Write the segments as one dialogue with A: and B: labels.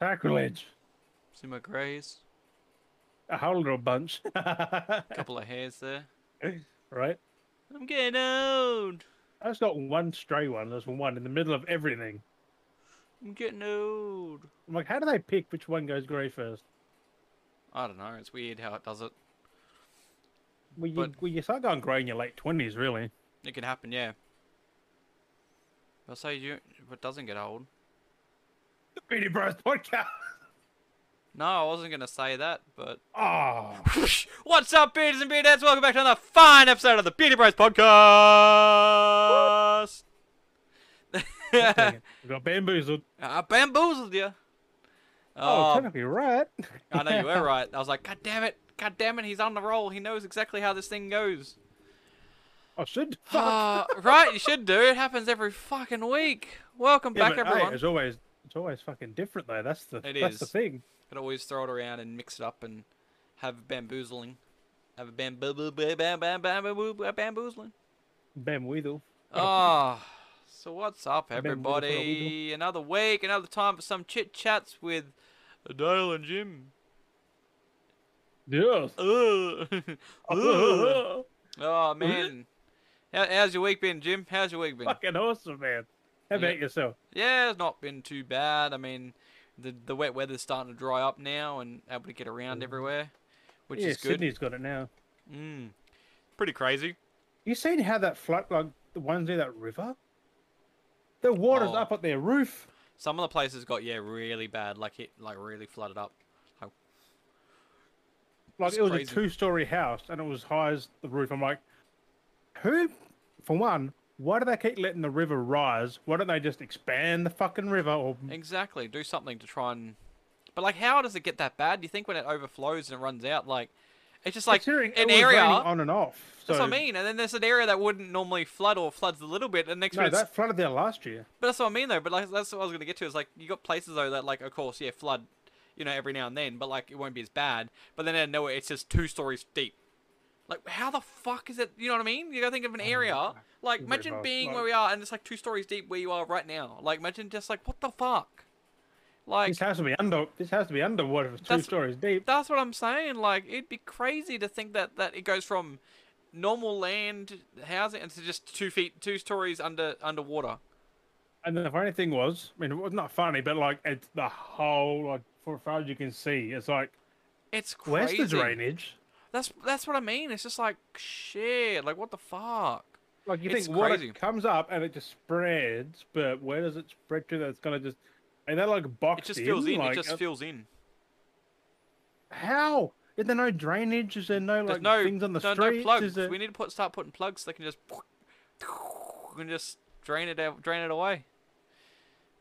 A: Sacrilege.
B: See my greys?
A: A whole little bunch.
B: couple of hairs there.
A: right?
B: I'm getting old.
A: That's not one stray one. There's one in the middle of everything.
B: I'm getting old.
A: I'm like, how do they pick which one goes grey first?
B: I don't know. It's weird how it does it.
A: Well, you,
B: But-
A: well, you start going grey in your late 20s, really.
B: It can happen, yeah. I'll say you, it doesn't get old.
A: The Beanie Bros podcast.
B: No, I wasn't gonna say that, but
A: Oh,
B: what's up, beards and beardettes? Welcome back to another fine episode of the Beauty Bros podcast.
A: dang it. I got bamboozled.
B: I bamboozled you.
A: Oh,
B: Um,
A: trying to be right.
B: I know you were right. I was like, God damn it, God damn it, he's on the roll. He knows exactly how this thing goes.
A: I should.
B: Uh, right, you should do. It happens every fucking week. Welcome
A: Yeah,
B: back,
A: but, hey,
B: everyone.
A: it's always it's always fucking different though. That's the
B: It
A: that's the
B: is.
A: thing.
B: Could always throw it around and mix it up and have bamboozling. Have a bamboo bam bam bam bamboo bamboozling.
A: Bam Weedle.
B: Oh, so what's up,
A: bamboo for a
B: everybody? Another week, another time for some chit chats with Dale and Jim.
A: Yes.
B: Oh, Ugh. Ugh. Oh man, How, how's your week been, Jim? How's your week been?
A: fucking awesome, man. How about
B: Yeah.
A: yourself?
B: Yeah, it's not been too bad. I mean, the the wet weather's starting to dry up now and able to get around everywhere, which
A: Mm. yeah,
B: is good.
A: Sydney's got it now.
B: Mm. Pretty crazy.
A: You seen how that flood like the ones near that river? The water's
B: Oh.
A: up at their roof.
B: Some of the places got yeah really bad, like it like really flooded up.
A: Like
B: It's
A: it was
B: crazy.
A: a two-story house and it was high as the roof. I'm like, who? For one, why do they keep letting the river rise? Why don't they just expand the fucking river or
B: Exactly. Do something to try and. But like, how does it get that bad? Do you think when it overflows and it runs out, like, it's just like
A: Considering it
B: an
A: was
B: area?
A: raining on and off? So,
B: That's what I mean. And then there's an area that wouldn't normally flood or floods a little bit, and next
A: No,
B: minute it's
A: that flooded there last year.
B: But that's what I mean though. But like that's what I was gonna get to is like you got places though that like of course yeah flood, you know every now and then, but like it won't be as bad. But then out of nowhere it's just two stories deep. Like how the fuck is it? You know what I mean? You gotta think of an area. Like
A: Very
B: imagine
A: vast,
B: being
A: like-
B: where we are and it's like two stories deep where you are right now. Like imagine just like what the fuck. Like
A: This has to be under. This has to be underwater. If it's two
B: That's-
A: stories deep.
B: that's what I'm saying. Like it'd be crazy to think that that it goes from normal land housing and to just two feet two stories under underwater.
A: And the funny thing was, I mean, it was not funny, but like it's the whole like for as far as you can see, it's like
B: It's crazy.
A: where's the drainage?
B: That's that's what I mean. It's just like shit. Like what the fuck?
A: Like you
B: It's
A: think water
B: crazy.
A: comes up and it just spreads, but where does it spread to? That's gonna just and that like boxed
B: It just fills in.
A: Like,
B: it just
A: uh,
B: fills in.
A: how is there no drainage? Is there no
B: There's
A: like
B: no
A: things on the
B: no, no
A: streets?
B: plugs.
A: Is there...
B: We need to put start putting plugs so they can just and just drain it out, drain it away.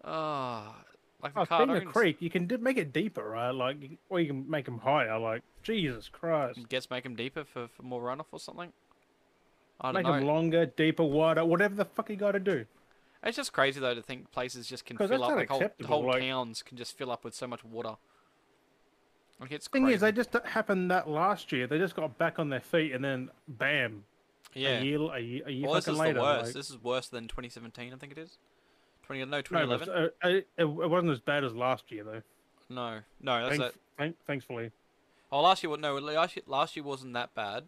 B: Ah, like the
A: Oh, being a
B: cartoons.
A: creek, you can di- make it deeper, right? Like, you- or you can make them higher. Like, Jesus Christ.
B: Guess make them deeper for, for more runoff or something. I don't
A: Make them
B: know.
A: longer, deeper, wider, whatever the fuck you got to do.
B: It's just crazy though to think places just can
A: 'Cause
B: fill
A: that's
B: up. Like whole,
A: unacceptable,
B: whole
A: like-
B: towns can just fill up with so much water. Like it's
A: Thing
B: crazy.
A: is, they just d- happened that last year. They just got back on their feet, and then bam,
B: yeah.
A: a year, a year, a year
B: Well, this
A: fucking
B: is
A: later.
B: the worst.
A: like-
B: This is worse than 2017, I think it is. 20, no,
A: no, but
B: 2011.
A: uh, it, it wasn't as bad as last year though.
B: No, no, that's
A: Thank-
B: it.
A: thank- thankfully,
B: Oh, last year, wa- no, last year, last year wasn't that bad.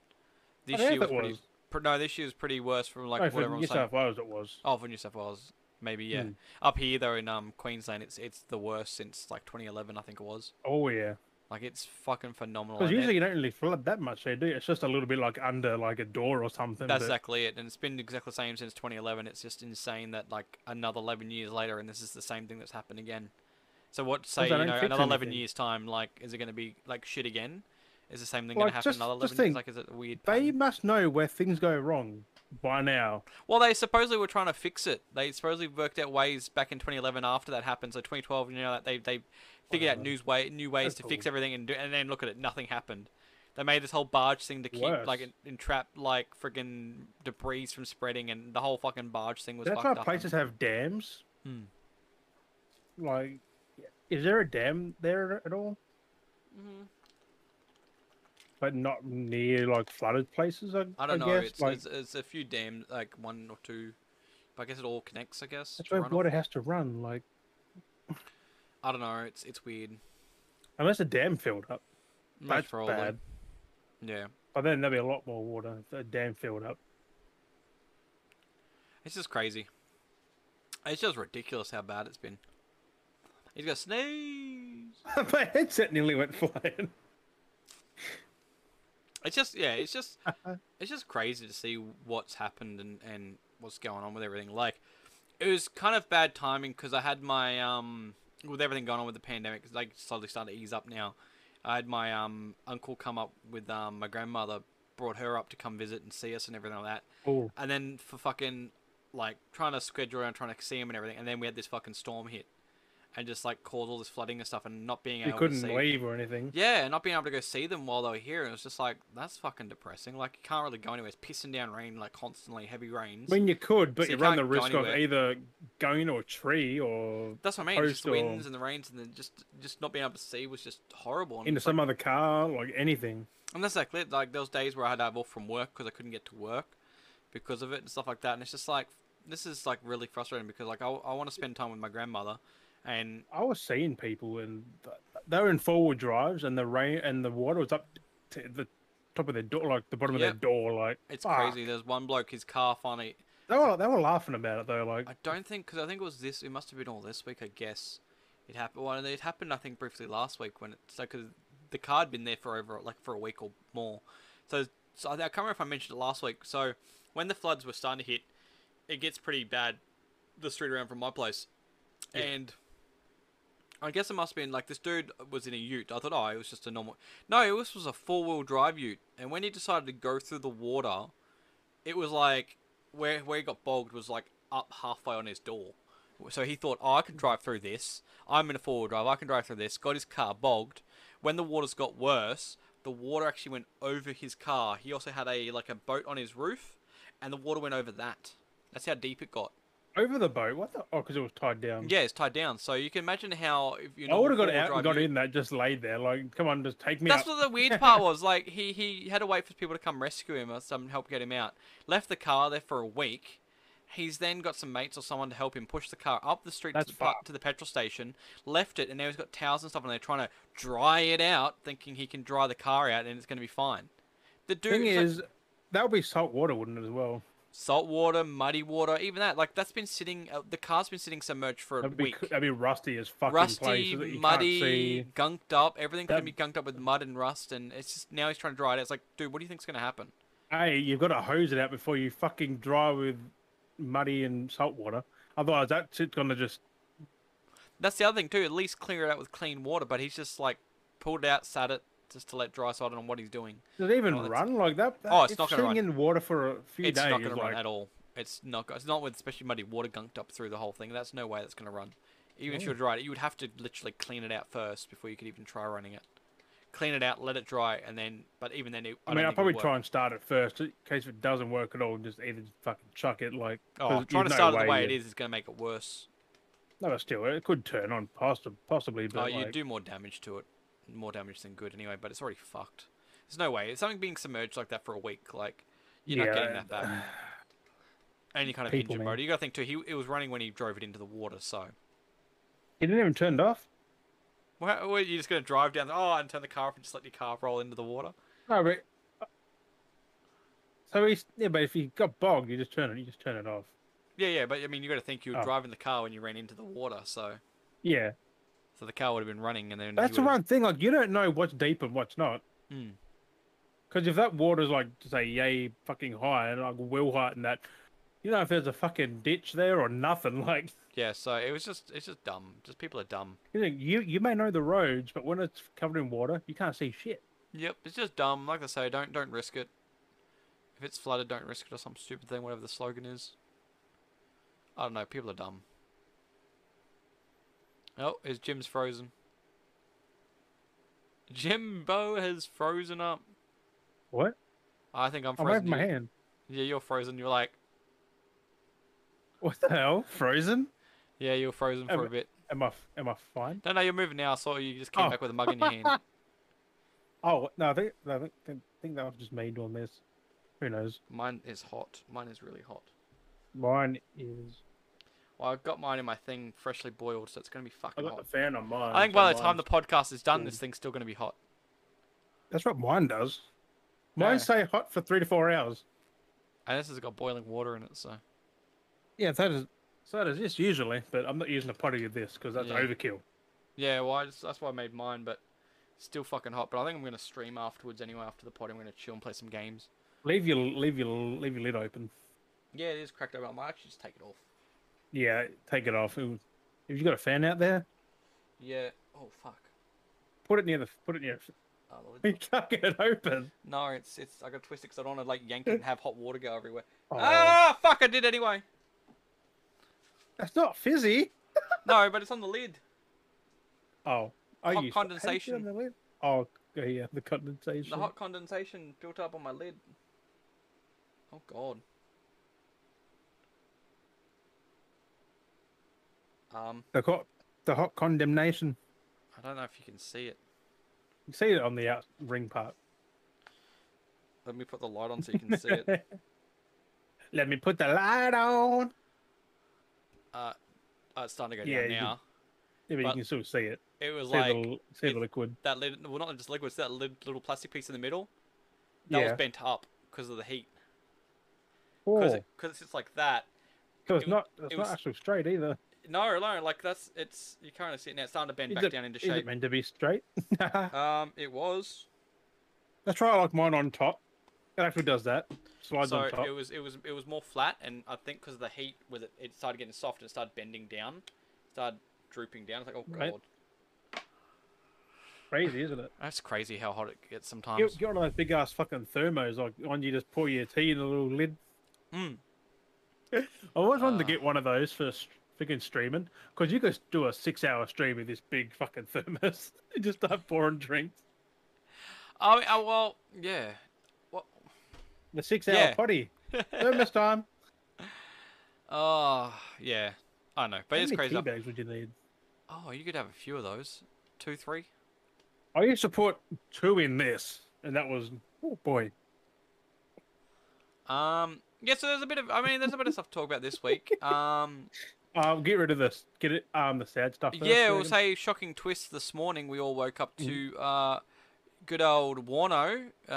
B: This
A: think
B: year
A: it
B: was, pretty.
A: was.
B: Pr- no, this year was pretty worse from like
A: no,
B: what
A: for
B: everyone's
A: New
B: saying.
A: South Wales it was.
B: Oh, for New South Wales, maybe yeah.
A: Hmm.
B: Up here though, in um Queensland, it's it's the worst since like 2011, I think it was.
A: Oh yeah,
B: Like it's fucking phenomenal.
A: because
B: and it-
A: usually you don't really flood that much there, do you? It's just a little bit like under like a door or something.
B: That's
A: but-
B: exactly it, and it's been exactly the same since 2011. It's just insane that like another 11 years later, and this is the same thing that's happened again. So what say
A: they
B: you know
A: don't fix
B: another 11
A: anything.
B: years time? Like, is it going to be like shit again? Is the same thing going
A: Like,
B: to happen
A: just-
B: another 11
A: just
B: years?
A: think,
B: Like, is it a weird?
A: They
B: pattern?
A: must know where things go wrong by now.
B: Well, they supposedly were trying to fix it. They supposedly worked out ways back in 2011 after that happened. So 2012, you know, that they they figured out
A: Whatever.
B: new way new
A: That's
B: ways to fix
A: cool.
B: everything, and do, and then look at it, nothing happened. They made this whole barge thing to keep like
A: Worse.
B: en- entrap like friggin' debris from spreading, and the whole fucking barge thing was
A: That's
B: fucked
A: why
B: up. and-
A: places have dams.
B: Hmm.
A: Like, is there a dam there at all? But not near like flooded places. I,
B: I don't know.
A: guess.
B: it's,
A: like,
B: it's it's a few dams, like one or two. But I guess it all connects. I guess.
A: that's
B: to
A: where
B: runoff.
A: water has to run. Like,
B: I don't know. It's it's weird.
A: Unless the dam filled up.
B: Most
A: That's
B: probably.
A: bad.
B: Yeah.
A: But then there'd be a lot more water if the dam filled up.
B: It's just crazy. It's just ridiculous how bad it's been. He's gonna sneeze.
A: My headset nearly went flying.
B: It's just yeah. It's just it's just crazy to see what's happened and and what's going on with everything. Like it was kind of bad timing because I had my um with everything going on with the pandemic, it's like slowly starting to ease up now. I had my um uncle come up with um my grandmother brought her up to come visit and see us and everything like that.
A: Oh,
B: and then for fucking like trying to schedule and trying to see him and everything, and then we had this fucking storm hit, and just like caused all this flooding and stuff, and not being
A: you
B: able to
A: couldn't
B: see.
A: leave or anything.
B: Yeah, and not being able to go see them while they were here, and it was just like that's fucking depressing. Like you can't really go anywhere. It's pissing down rain, like constantly heavy rains.
A: I mean, you could, but
B: So
A: you,
B: you
A: run the
B: can't go
A: risk of
B: anywhere.
A: either going to a tree or
B: that's what I mean. Just the
A: Coastal.
B: winds and the rains, and then just just not being able to see was just horrible. And,
A: into
B: it's like-
A: some other car, like anything.
B: and that's like it. Like there was days where I had to have off from work because I couldn't get to work because of it and stuff like that. And it's just like this is like really frustrating because like I, I want to spend time with my grandmother, and
A: I was seeing people and th- they were in four wheel drives and the rain and the water was up to the top of their door, like the bottom of
B: Yep.
A: their door. Like
B: It's
A: fuck.
B: crazy. There's one bloke, his car finally.
A: They were they were laughing about it though. Like
B: I don't think, because I think it was this. It must have been all this week, I guess. It happened. Well, it happened, I think, briefly last week when it's like 'cause the car had been there for over like for a week or more. So, so I I can't remember if I mentioned it last week. So, when the floods were starting to hit, it gets pretty bad. The street around from my place,
A: Yeah.
B: and I guess it must have been like this dude was in a Ute. I thought, oh, it was just a normal. No, this was a four-wheel drive Ute, and when he decided to go through the water, it was like where where he got bogged was like up halfway on his door. So he thought, oh, I can drive through this. I'm in a four-wheel drive. I can drive through this. Got his car bogged. When the waters got worse, the water actually went over his car. He also had a like a boat on his roof, and the water went over that. That's how deep it got.
A: over the boat. What the? Oh, because it was tied down.
B: Yeah, it's tied down. So you can imagine how if you
A: I would have got
B: four-wheel
A: out and
B: drive
A: got
B: you-
A: in that just laid there. Like, come on, just take me
B: That's
A: up.
B: what the weird part was. Like he he had to wait for people to come rescue him or some help get him out. Left the car there for a week. He's then got some mates or someone to help him push the car up the street to
A: That's
B: the, pu- to the petrol station. Left it, and now he's got towels and stuff, and they're trying to dry it out, thinking he can dry the car out and it's going to be fine. The dude
A: thing
B: it's like-
A: is, that would be salt water, wouldn't it, as well?
B: salt water, muddy water, even that. Like that's been sitting. Uh, the car's been sitting submerged for a
A: That'd be,
B: week.
A: that'd be rusty as fucking place
B: rusty,
A: that you can't
B: muddy,
A: see.
B: gunked up. Everything's
A: That-
B: gonna be gunked up with mud and rust, and it's just now he's trying to dry it. It's like, dude, what do you think's gonna happen?
A: Hey, you've got to hose it out before you fucking dry with muddy and salt water. Otherwise, that shit's gonna just
B: That's the other thing too. At least clear it out with clean water. But he's just like pulled it out, sat it just to let dry. So I don't know what he's doing.
A: does it even
B: Oh, it's-
A: run like that. that-
B: Oh, it's not gonna
A: sitting
B: run.
A: in water for a few
B: It's
A: days.
B: not gonna
A: like,
B: run at all. It's not. go- It's not with especially muddy water gunked up through the whole thing. That's no way that's gonna run. Even if you were to dry it, you would have to literally clean it out first before you could even try running it. Clean it out, let it dry, and then. But even then, it, I,
A: I mean, I'll
B: don't think it would
A: probably
B: work.
A: try and start it first in case it doesn't work at all. Just either fucking chuck it, like
B: Oh,
A: 'cause
B: trying
A: there's
B: to
A: no
B: start it the way it
A: you-
B: is is gonna make it worse.
A: No, but still, it could turn on possi- possibly, but
B: Oh,
A: like,
B: you do more damage to it, more damage than good anyway. But it's already fucked. There's no way. It's something being submerged like that for a week, like you're not getting
A: Yeah,
B: that back. Any kind of
A: people,
B: engine
A: man.
B: motor. You got to think too. He it was running when he drove it into the water. So
A: it didn't even turn off.
B: well, well, you're just gonna drive down. The, oh, and turn the car off and just let your car roll into the water.
A: No, but so he's yeah, but if he got bogged, you just turn it, you just turn it off.
B: Yeah, yeah. But I mean, you got to think you were
A: Oh.
B: driving the car when you ran into the water. So
A: Yeah,
B: so the car would have been running, and then you
A: that's the
B: would've-
A: one thing. Like, you don't know what's deep and what's not.
B: Mm.
A: Because if that water's like say yay fucking high and like will height and that, you know if there's a fucking ditch there or nothing. Like
B: Yeah. So it was just it's just dumb. Just people are dumb.
A: you know, you you may know the roads, but when it's covered in water, you can't see shit.
B: Yep, it's just dumb. Like I say, don't don't risk it. If it's flooded, don't risk it or some stupid thing, whatever the slogan is. I don't know, people are dumb. Oh, his Jim's frozen. Jimbo has frozen up.
A: What?
B: I think I'm
A: I'm
B: frozen.
A: waving my
B: too.
A: hand.
B: Yeah, you're frozen. You're like,
A: What the hell? Frozen?
B: yeah, you're frozen
A: Um,
B: for a bit.
A: Am I f- am I fine?
B: No, no, you're moving now. I saw you just came
A: Oh.
B: back with a mug in your hand.
A: Oh no, I think no, I think, I think that was just me doing this. Who knows?
B: Mine is hot. Mine is really hot.
A: Mine is
B: Well, I've got mine in my thing freshly boiled, so it's gonna be
A: I
B: fucking
A: got the
B: hot.
A: fan on mine.
B: I think
A: so
B: by the time the
A: mine's-
B: podcast is done, this thing's still gonna be hot.
A: that's what mine does.
B: No.
A: Mine stay hot for three to four hours.
B: And this has got boiling water in it, so
A: Yeah, that is so that is this usually, but I'm not using a potty of this because that's
B: Yeah.
A: overkill.
B: yeah. Well, I just, that's why I made mine, but still fucking hot. But I think I'm gonna stream afterwards anyway. After the pod, I'm gonna chill and play some games.
A: Leave your leave your leave your lid open.
B: Yeah, it is cracked open. I might actually just take it off.
A: Yeah, take it off. Ooh. If you got a fan out there,
B: Yeah. Oh fuck.
A: put it near the put it near.
B: Oh, well,
A: You
B: it's-
A: can't get it open.
B: no, it's it's. I got to twist it 'cause I don't want to like yank it and have hot water go everywhere.
A: Oh,
B: Ah, fuck! I did anyway.
A: That's not fizzy.
B: No, but it's on the lid.
A: Oh, I
B: Hot
A: used to- how do you get
B: condensation.
A: on the lid? Oh, yeah, yeah, the condensation.
B: The hot condensation built up on my lid. Oh god. Um,
A: The hot, the hot condemnation.
B: I don't know if you can see it.
A: You see it on the out ring part.
B: Let me put the light on so you can see it.
A: Let me put the light on.
B: Uh, uh it's starting to go
A: Yeah,
B: down
A: you can
B: now.
A: Yeah, but,
B: But
A: you can still see it.
B: It was
A: See,
B: like
A: the, l- see
B: it-
A: the liquid.
B: that lid. Well, not just liquid. It's that lid, little plastic piece in the middle. That
A: yeah. Oh.
B: was bent up because of the heat. Because
A: Because
B: it's just like that.
A: it's
B: it was-
A: not, it's
B: it
A: not
B: was-
A: actually straight either.
B: No, no, like that's it's. You kind of see it now. It's starting to bend
A: Is
B: back
A: it-
B: down into
A: Is it
B: shape.
A: meant to be straight? That's
B: Um, it was.
A: right. I like mine on top. It actually does that. Slides
B: so
A: on top.
B: it was it was it was more flat, and I think because of the heat, with it, it started getting soft and it started bending down, started drooping down. It's like oh god,
A: Right. Crazy, isn't it?
B: that's crazy how hot it gets sometimes.
A: You Get one of those big ass fucking thermos. Like on you, just pour your tea in a little lid.
B: Mm.
A: I always wanted to
B: Ah.
A: get one of those for s- freaking streaming because you could do a six hour stream with this big fucking thermos and just start pouring drinks.
B: Oh, oh, well, yeah. What?
A: The six hour
B: Yeah.
A: potty. Thermos time.
B: Oh, yeah. I know, but
A: How
B: it's
A: many
B: crazy.
A: tea bags would you need?
B: Oh, you could have a few of those, two, three.
A: I used to put two in this, and that was oh boy.
B: Um, yeah. So there's a bit of, I mean, there's a bit of stuff to talk about this week. Um,
A: Um, get rid of this. Get it. Um, the sad stuff. First,
B: yeah.
A: you
B: We'll
A: reckon?
B: say shocking twist. This morning we all woke up
A: Mm-hmm.
B: to uh, good old Warno, uh,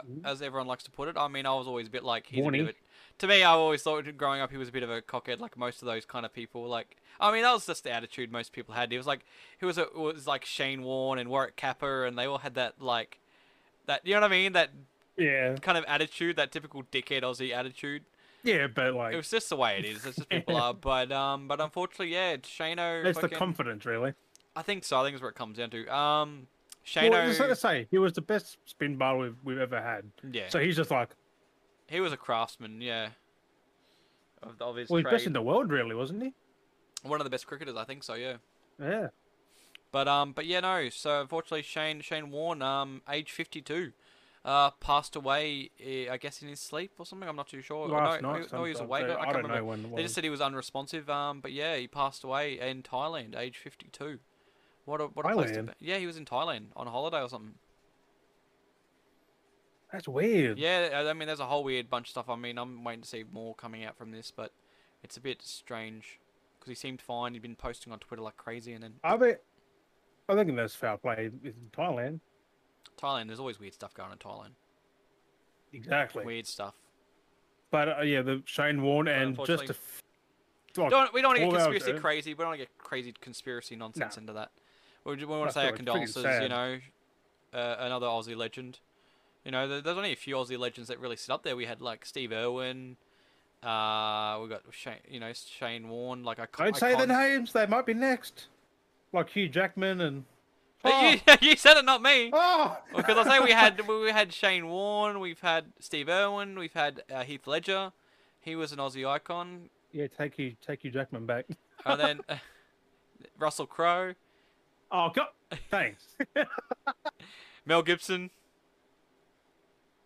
A: Mm-hmm.
B: as everyone likes to put it. I mean, I was always a bit like he's a
A: Warnie.
B: bit of a, To me, I always thought growing up he was a bit of a cockhead, like most of those kind of people. Like, I mean, that was just the attitude most people had. He was like, he was a, it was like Shane Warne and Warwick Kappa, and they all had that like, that you know what I mean? That
A: yeah,
B: kind of attitude, that typical dickhead Aussie attitude.
A: yeah, but
B: It
A: like
B: was just the way it is. That's just people are. But um, but unfortunately, yeah, Shano.
A: it's the
B: fucking-
A: confidence, really.
B: I think so. I think is where it comes down to. Um, Shano.
A: Well, just to say, he was the best spin bar we've, we've ever had.
B: yeah.
A: So he's just like,
B: He was a craftsman, yeah. Of, of his
A: well, he's best
B: trade.
A: in the world, really, wasn't he?
B: One of the best cricketers, I think so, yeah.
A: Yeah.
B: But um, but yeah, no. So unfortunately, Shane Shane Warne, um, age fifty two, uh, passed away. eh, I guess in his sleep or something. I'm not too sure. Or
A: Last
B: no,
A: night,
B: no, he was
A: sometime,
B: awake.
A: so
B: I, I
A: I
B: can't
A: don't
B: remember.
A: know when it
B: They
A: was.
B: just said he was unresponsive. Um, but yeah, he passed away in Thailand, age fifty two. What a what a place to
A: Thailand?
B: be. Yeah, he was in Thailand on a holiday or something.
A: That's weird.
B: Yeah, I- I mean, there's a whole weird bunch of stuff. I mean, I'm waiting to see more coming out from this, but it's a bit strange because he seemed fine. He'd been posting on Twitter like crazy, and then
A: I bet. I think that's foul play in Thailand.
B: Thailand. There's always weird stuff going on in Thailand.
A: Exactly.
B: Weird stuff.
A: But uh, yeah, the Shane Warne and just
B: unfortunately-
A: to. F- like,
B: Don't we don't want to get
A: all our-
B: conspiracy crazy. We don't want to get crazy conspiracy nonsense into that. We, ju- we want
A: No,
B: to say our
A: it's freaking
B: condolences. You
A: sad.
B: know, uh, another Aussie legend. You know, there, there's only a few Aussie legends that really sit up there. We had like Steve Irwin. Uh, we got Shane. You know, Shane Warne. Like I
A: don't say the names, they might be next. Like Hugh Jackman and.
B: You, you said it, not me.
A: Oh!
B: Because I say we had we had Shane Warne, we've had Steve Irwin, we've had uh, Heath Ledger. He was an Aussie icon,
A: yeah, take you, take you, Jackman back.
B: and then uh, Russell Crowe,
A: Oh God! Thanks.
B: Mel Gibson.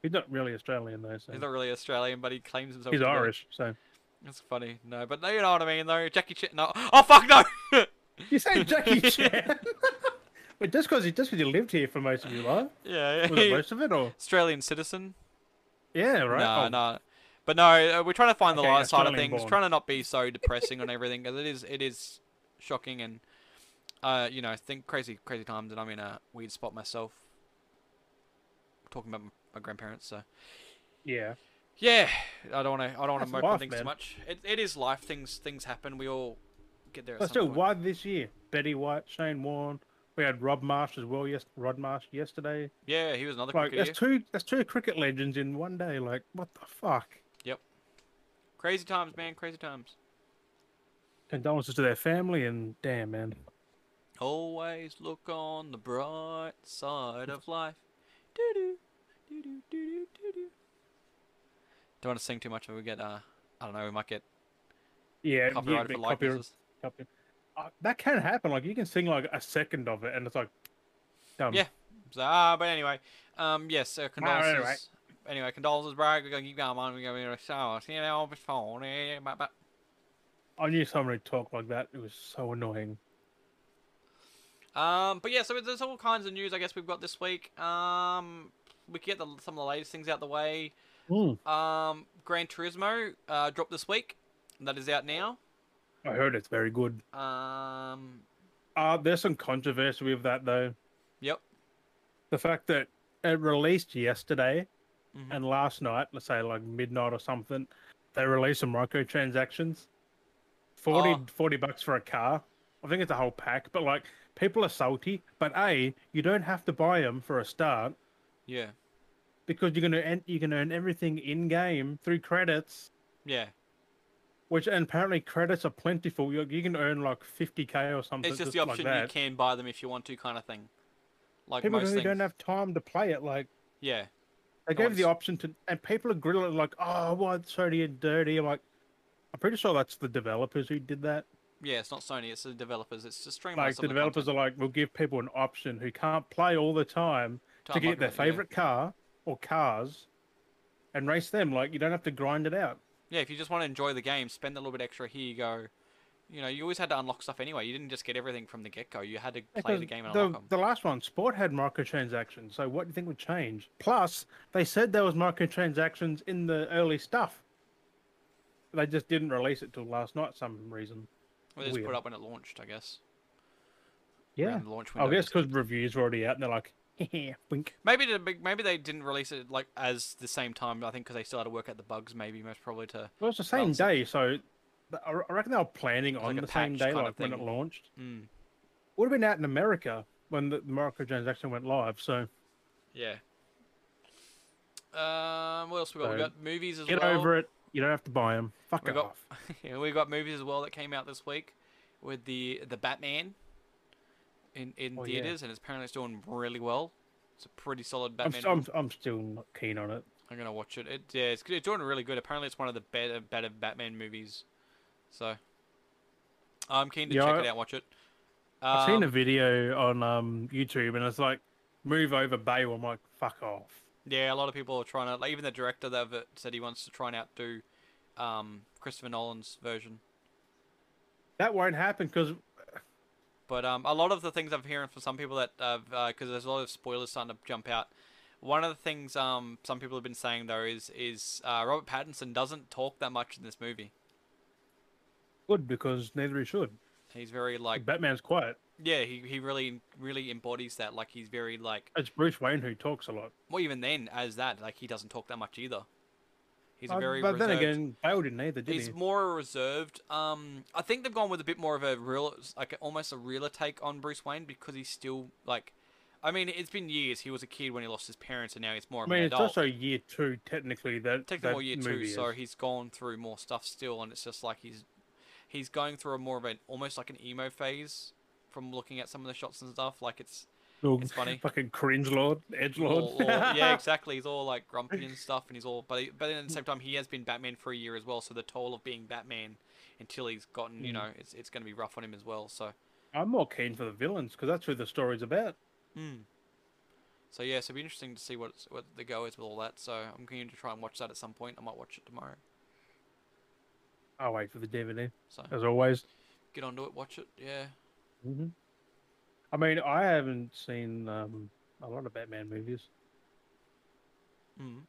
A: he's not really Australian though, so
B: He's
A: he's,
B: not really Australian, but he claims himself. to be.
A: Irish. So
B: That's funny. No, but no, you know what I mean, though. Jackie Chan. No. Oh fuck no.
A: you say Jackie Chan? but just because just because you lived here for most of your life,
B: yeah.
A: was it
B: yeah.
A: most of it or
B: Australian citizen.
A: yeah, right?
B: No,
A: Oh,
B: no. But no, uh, we're trying to find the
A: Okay,
B: light side of
A: Australian
B: things,
A: born.
B: trying to not be so depressing on everything because it is it is shocking and uh, you know think crazy crazy times and I'm in a weird spot myself. Talking about m- my grandparents, so
A: Yeah.
B: yeah, I don't want to I don't want
A: That's
B: to mope on
A: life,
B: things too
A: man.
B: much. It, it is life. Things things happen. We all get there. At
A: But
B: some
A: still,
B: point.
A: why this year? Betty White, Shane Warne. We had Rob Marsh as well. Yes, Rod Marsh yesterday.
B: Yeah, he was another
A: Like
B: cricketer.
A: that's two. That's two cricket legends in one day. Like what the fuck?
B: Crazy times, man. Crazy times.
A: Condolences to their family and damn man.
B: Always look on the bright side of life. Doo doo doo doo doo doo doo. Don't want to sing too much, or we get uh, I don't know, we might get
A: Yeah, yeah,
B: copyrighted
A: but
B: for likenesses.
A: copy- Uh, that can happen. Like you can sing like a second of it, and it's like, dumb.
B: Yeah. So, ah, but anyway, um, yes, uh,
A: Well, anyway.
B: condolences. Anyway, condolences, Brad. We're gonna keep going, man. We're gonna be so see you now before. eh, bye, bye.
A: I knew somebody talked like that. It was so annoying.
B: Um, but yeah, so there's all kinds of news I guess we've got this week. Um, we can get the, some of the latest things out the way. Um, Gran Turismo uh, dropped this week. That is out now.
A: I heard it's very good.
B: Um,
A: Uh, there's some controversy with that though.
B: yep.
A: The fact that it released yesterday
B: Mhm.
A: and last night, let's say like midnight or something, they released some microtransactions. 40,
B: Oh.
A: 40 bucks for a car. I think it's a whole pack, but like people are salty. But A, you don't have to buy them for a start.
B: Yeah.
A: because you're gonna en- you can earn everything in game through credits,
B: Yeah.
A: which and apparently credits are plentiful. You, you can earn like 50k or something.
B: It's just the option
A: like
B: you
A: that.
B: can buy them if you want to, kind of thing. Like
A: People who
B: most things.
A: don't have time to play it, like
B: Yeah.
A: they gave the
B: Nice.
A: option to, and people are grilling like, "Oh, why Sony and dirty?" I'm like, I'm pretty sure that's the developers who did that.
B: Yeah. It's not Sony. It's the developers. It's just streamers.
A: Like the developers are like, "We'll give people an option who can't play all the time to get their favorite car or cars, and race them. Like you don't have to grind it out."
B: Yeah. If you just want to enjoy the game, spend a little bit extra. Here you go. You know, you always had to unlock stuff anyway. You didn't just get everything from the get go. You had to
A: Yeah,
B: play
A: 'cause
B: the game and
A: the,
B: unlock them.
A: the last one, sport had microtransactions. So what do you think would change? Plus, they said there was microtransactions in the early stuff. They just didn't release it till last night, some reason.
B: Well, they just put
A: weird.
B: up when it launched, I guess.
A: Yeah,
B: around the launch
A: I
B: window.
A: guess because reviews were already out, and they're like, yeah, wink.
B: Maybe the big- maybe they didn't release it like as the same time. I think because they still had to work out the bugs. Maybe most probably to.
A: Well, it's the same
B: Bouncing.
A: day, so th- I re- I reckon they were planning on
B: like a
A: the same
B: patch
A: day,
B: kind of
A: like when it
B: thing.
A: launched.
B: Mm,
A: Would have been out in America when the the microtransaction went live. So
B: yeah. Um. What else we got? we
A: So,
B: got movies as
A: get
B: well.
A: over it. You don't have to buy them. Fuck
B: We
A: it
B: got-
A: off.
B: yeah, we got movies as well that came out this week with the the Batman in in
A: Oh, yeah.
B: theaters, and it's apparently it's doing really well. It's a pretty solid
A: I'm,
B: Batman.
A: st- I'm, I'm still not keen on it.
B: I'm gonna watch it. It yeah, it's, it's doing really good. Apparently, it's one of the better better Batman movies. So, I'm keen to
A: Yeah,
B: check
A: I-
B: it out. Watch it.
A: I've seen a
B: Um,
A: video on um, YouTube and it's like, move over Bale. I'm like, fuck off.
B: Yeah, a lot of people are trying to. Like, even the director that v- said he wants to try and outdo um, Christopher Nolan's version.
A: That won't happen because
B: But um, a lot of the things I'm hearing from some people that because there's a lot of spoilers starting to jump out. One of the things um, some people have been saying though is is uh, Robert Pattinson doesn't talk that much in this movie.
A: good because neither he should.
B: He's very like
A: Batman's quiet.
B: yeah, he, he really really embodies that. Like he's very like
A: It's Bruce Wayne who talks a lot.
B: well even then as that like he doesn't talk that much either. He's a
A: Uh,
B: very
A: but
B: reserved.
A: then again, Bale didn't either, did
B: He's
A: he?
B: more reserved. Um, I think they've gone with a bit more of a real, like almost a realer take on Bruce Wayne because he's still like, I mean, it's been years. He was a kid when he lost his parents, and now he's
A: I
B: more of
A: mean,
B: an
A: it's
B: adult.
A: also year two technically. That
B: Take them
A: that
B: all year
A: movie
B: two,
A: is.
B: so he's gone through more stuff still, and it's just like he's he's going through a more of an almost like an emo phase from looking at some of the shots and stuff. Like it's
A: Little
B: it's funny.
A: Fucking cringe lord, edge
B: all,
A: lord.
B: all- yeah, exactly. He's all like grumpy and stuff, and he's all but he- but then at the same time he has been Batman for a year as well. So the toll of being Batman until he's gotten, you
A: Mm.
B: know, it's it's going to be rough on him as well. So.
A: I'm more keen for the villains because that's who the story's about.
B: Mm. So yeah, so it'll be interesting to see what it's, what the go is with all that. So I'm going to try and watch that at some point. I might watch it tomorrow.
A: I'll wait for the DVD
B: So
A: as always.
B: get onto it, watch it. Yeah. Mm-hmm.
A: hmm I mean, I haven't seen um, a lot of Batman movies.
B: Mm.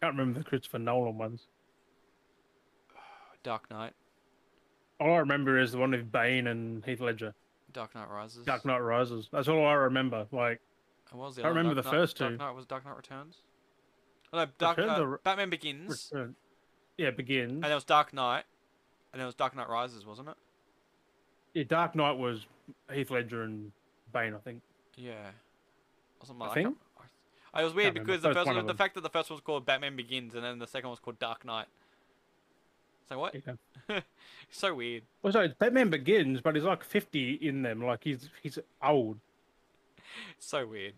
A: can't remember the Christopher Nolan ones.
B: Dark Knight,
A: All I remember is the one with Bane and Heath Ledger.
B: Dark Knight Rises.
A: Dark Knight Rises. That's all I remember. Like
B: And what was the
A: I
B: other one?
A: remember
B: Dark
A: the
B: Knight-
A: first
B: Dark
A: two.
B: Knight was Dark Knight Returns. Oh, no, Dark
A: Returns
B: uh,
A: or Re-
B: Batman Begins,
A: Return. uh, Yeah, begins.
B: and there was Dark Knight, and there was Dark Knight Rises, wasn't it?
A: Yeah, Dark Knight was Heath Ledger and Bane, I think.
B: Yeah. Or something
A: I
B: like
A: think.
B: I, I was weird
A: Can't remember.
B: because
A: That
B: the
A: was
B: first
A: one
B: one,
A: of
B: the
A: them.
B: fact that the first one was called Batman Begins and then the second one was called Dark Knight. So what?
A: Yeah.
B: so weird.
A: Well, so Batman Begins, but he's like fifty in them. Like he's he's old.
B: So weird.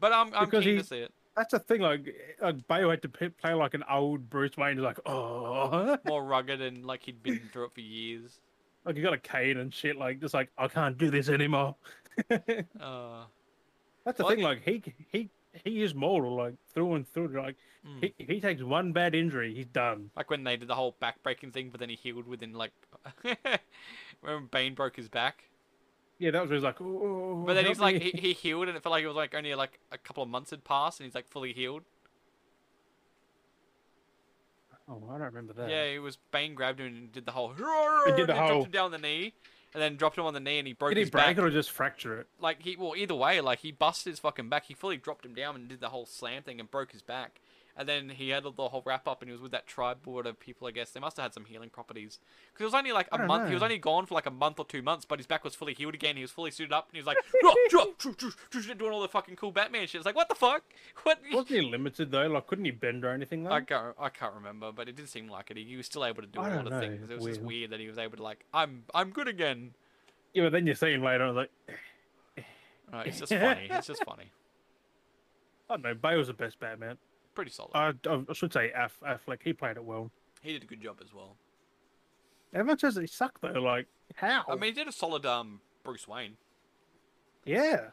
B: But I'm I'm
A: Because
B: keen
A: he-
B: to see it.
A: That's the thing. Like like Bale had to p- play like an old Bruce Wayne. He's like oh,
B: More rugged and like he'd been through it for years.
A: like he got a cane and shit. Like just like I can't do this anymore.
B: Uh,
A: That's the
B: Well,
A: thing. Like he he he is mortal. Like through and through. Like
B: mm.
A: he, if he takes one bad injury, he's done.
B: like when they did the whole back breaking thing, but then he healed within like. Remember Bane broke his back,
A: Yeah, that was where he's like. Oh,
B: but then
A: help
B: he's like
A: me."
B: he, he healed and it felt like it was like only like a couple of months had passed and he's like fully healed.
A: oh, I don't remember that.
B: Yeah, it was Bane grabbed him and did the whole.
A: the
B: and then
A: whole-
B: Dropped him down the knee, and then dropped him on the knee, and he broke
A: Did he
B: his
A: break
B: back.
A: it or just fracture it?
B: Like he, well, either way, like he busted his fucking back. He fully dropped him down and did the whole slam thing and broke his back. And then he had the whole wrap up, and he was with that tribe board of people. I guess they must have had some healing properties, because it was only like
A: I
B: a
A: don't
B: month. He was
A: know.
B: only gone for like a month or two months, but his back was fully healed again. He was fully suited up, and he was like, "Ruh, ruh, ruh, ruh, ruh," doing all the fucking cool Batman shit. It's like, what the fuck? What?
A: Wasn't he limited though? Like, couldn't he bend or anything? Though?
B: I can't, I can't remember, but it did seem like it. He, he was still able to do a
A: I
B: lot
A: don't
B: of
A: know,
B: things.
A: it's
B: It was just
A: weird.
B: weird that he was able to like, I'm, I'm good again.
A: yeah, but then you see him later, and like,
B: Uh, it's just funny. It's just funny.
A: I don't know. Bale's the best Batman.
B: Pretty solid.
A: I, I I should say Aff, Affleck. He played it well.
B: he did a good job as well.
A: Everyone says he sucked though. Like, how?
B: I mean, he did a solid um Bruce Wayne.
A: yeah.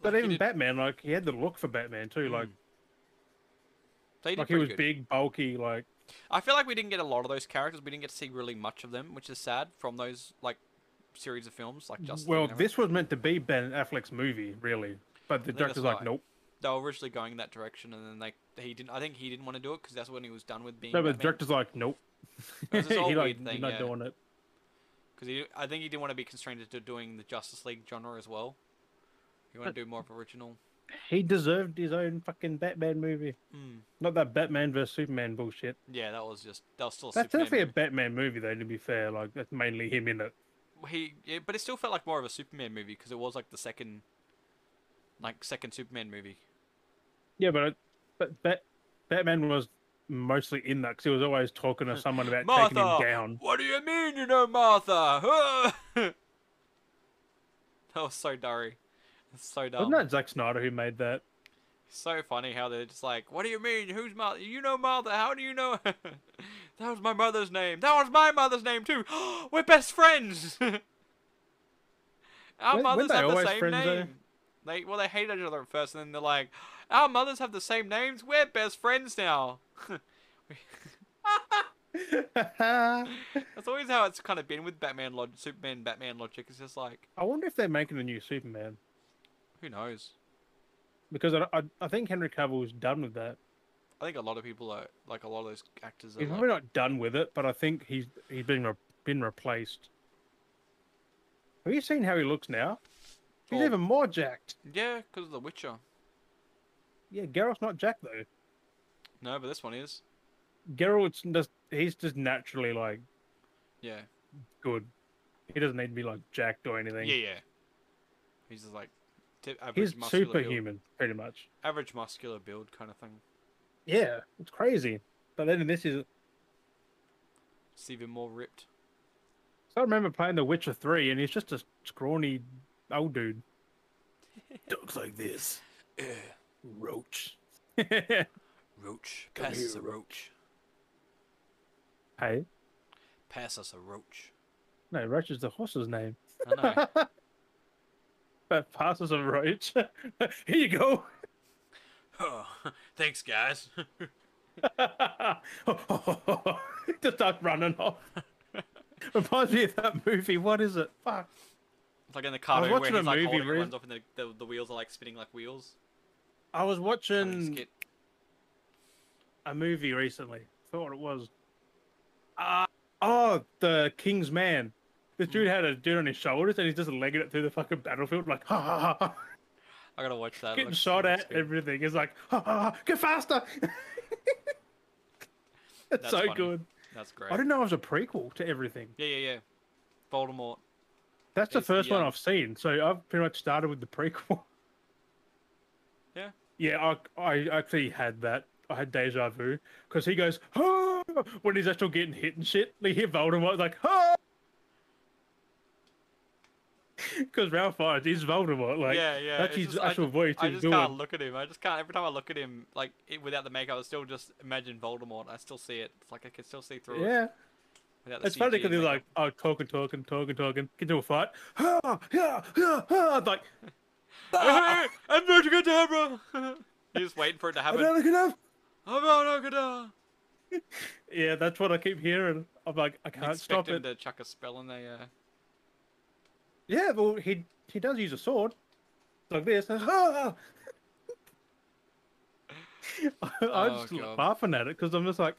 A: But
B: Like, he
A: even
B: did-
A: Batman, like, he had the look for Batman too. Like,
B: so he did
A: like he
B: pretty
A: was
B: good.
A: big, bulky. Like,
B: I feel like we didn't get a lot of those characters. We didn't get to see really much of them, which is sad from those like series of films like just
A: well, this was meant to be Ben Affleck's movie, really. But the
B: think that's
A: director's like,
B: why.
A: nope.
B: they were originally going that direction, and then like he didn't. I think he didn't want to do it because that's when he was done with being.
A: No, but the
B: Batman.
A: director's like, nope.
B: was this whole
A: he like,
B: weird thing,
A: you're not
B: yeah.
A: doing it.
B: because he, I think he didn't want to be constrained to doing the Justice League genre as well. He wanted to do more of original.
A: He deserved his own fucking Batman movie.
B: Mm.
A: Not that Batman versus Superman bullshit.
B: Yeah, that was just that was still. A
A: That's
B: Superman
A: definitely a
B: movie.
A: Batman movie, though. To be fair, like that's mainly him in it.
B: he, yeah, but it still felt like more of a Superman movie because it was like the second, like second Superman movie.
A: Yeah, but but Bat- Batman was mostly in that because he was always talking to someone about taking him
B: Martha,
A: down.
B: what do you mean you know Martha? Huh?" that was so dirty. It's so dumb.
A: Wasn't that Zack Snyder who made that?
B: So funny how they're just like, "What do you mean? Who's Martha? You know Martha? How do you know?" that was my mother's name. That was my mother's name too. We're best friends. Our
A: Weren't- weren't
B: mothers
A: they
B: have the
A: always
B: same
A: friends, though?
B: name. They well, they hated each other at first, and then they're like, "Our mothers have the same names. We're best friends now." That's always how it's kind of been with Batman, log- Superman, Batman logic. It's just like,
A: I wonder if they're making a new Superman
B: who knows?
A: because I, I, I think Henry Cavill's done with that.
B: I think a lot of people are like a lot of those actors are.
A: He's
B: Like,
A: probably not done with it, but I think he's he's been re- been replaced. Have you seen how he looks now? He's
B: Well-
A: even more jacked.
B: yeah, because of The Witcher.
A: Yeah, Geralt's not jacked though.
B: No, but this one is.
A: Geralt's just he's just naturally like
B: Yeah.
A: good. He doesn't need to be like jacked or anything.
B: Yeah, yeah. He's just like tip, average
A: He's
B: muscular build,
A: superhuman, pretty much.
B: average muscular build kind of thing.
A: Yeah, it's crazy. But then this is.
B: It's even more ripped.
A: So I remember playing The Witcher 3, and he's just a scrawny old dude. Looks like this. Roach. hey?
B: Roach,
A: Come
B: pass
A: here,
B: us a roach. Pass us a roach.
A: No, Roach is the horse's name.
B: I know.
A: But passes a roach. Here you go.
B: oh, thanks, guys.
A: just start running off. Reminds me of that movie. What is it? Fuck.
B: It's like in the cartoon where
A: watching a
B: he's like
A: movie
B: holding it,
A: re-
B: runs off and the, the, the wheels are like spinning like wheels.
A: I was
B: Kind of
A: watching
B: skit.
A: a movie recently. Thought it was. Uh, oh, the King's Man. This dude had a dude on his shoulders and he's just legging it through the fucking battlefield, like, ha ha ha. ha.
B: I gotta watch that. it
A: Getting
B: looks-
A: shot
B: looks
A: at,
B: good.
A: everything. It's like, ha ha ha, get faster. That's,
B: That's
A: so
B: funny.
A: good.
B: That's
A: I
B: great.
A: didn't know it was a prequel to everything.
B: Yeah, yeah, yeah. Voldemort.
A: That's the
B: It's-
A: first one
B: yeah.
A: I've seen, so I've pretty much started with the prequel.
B: Yeah.
A: Yeah, I, I actually had that. I had deja vu because he goes, oh, when he's actually getting hit and shit. You hear Voldemort like, oh, because Ralph Fiennes is Voldemort. Like,
B: yeah, yeah.
A: that's his
B: it's just- I
A: actual
B: ju-
A: voice.
B: I
A: he's
B: just
A: doing.
B: can't look at him. I just can't. Every time I look at him, like it, without the makeup, I still just imagine Voldemort. I still see it. It's like I can still see through it.
A: Yeah,
B: without the
A: it's funny
B: CG
A: because he's
B: makeup.
A: like, oh, talking, talking, talking, talking, get into a fight. Ah, yeah, yeah, ah. I'm like,
B: Hey, I'm Abracadabra. He's waiting for it to
A: I
B: happen.
A: don't look enough.
B: I'm Abracadabra.
A: Yeah, that's what I keep hearing. I'm like, I
B: You
A: can't
B: expect
A: stop
B: him
A: it.
B: to chuck a spell in there. Yeah.
A: Yeah, well, he he does use a sword, like this. Ah! I, I'm
B: Oh,
A: just
B: God.
A: laughing at it because I'm just like,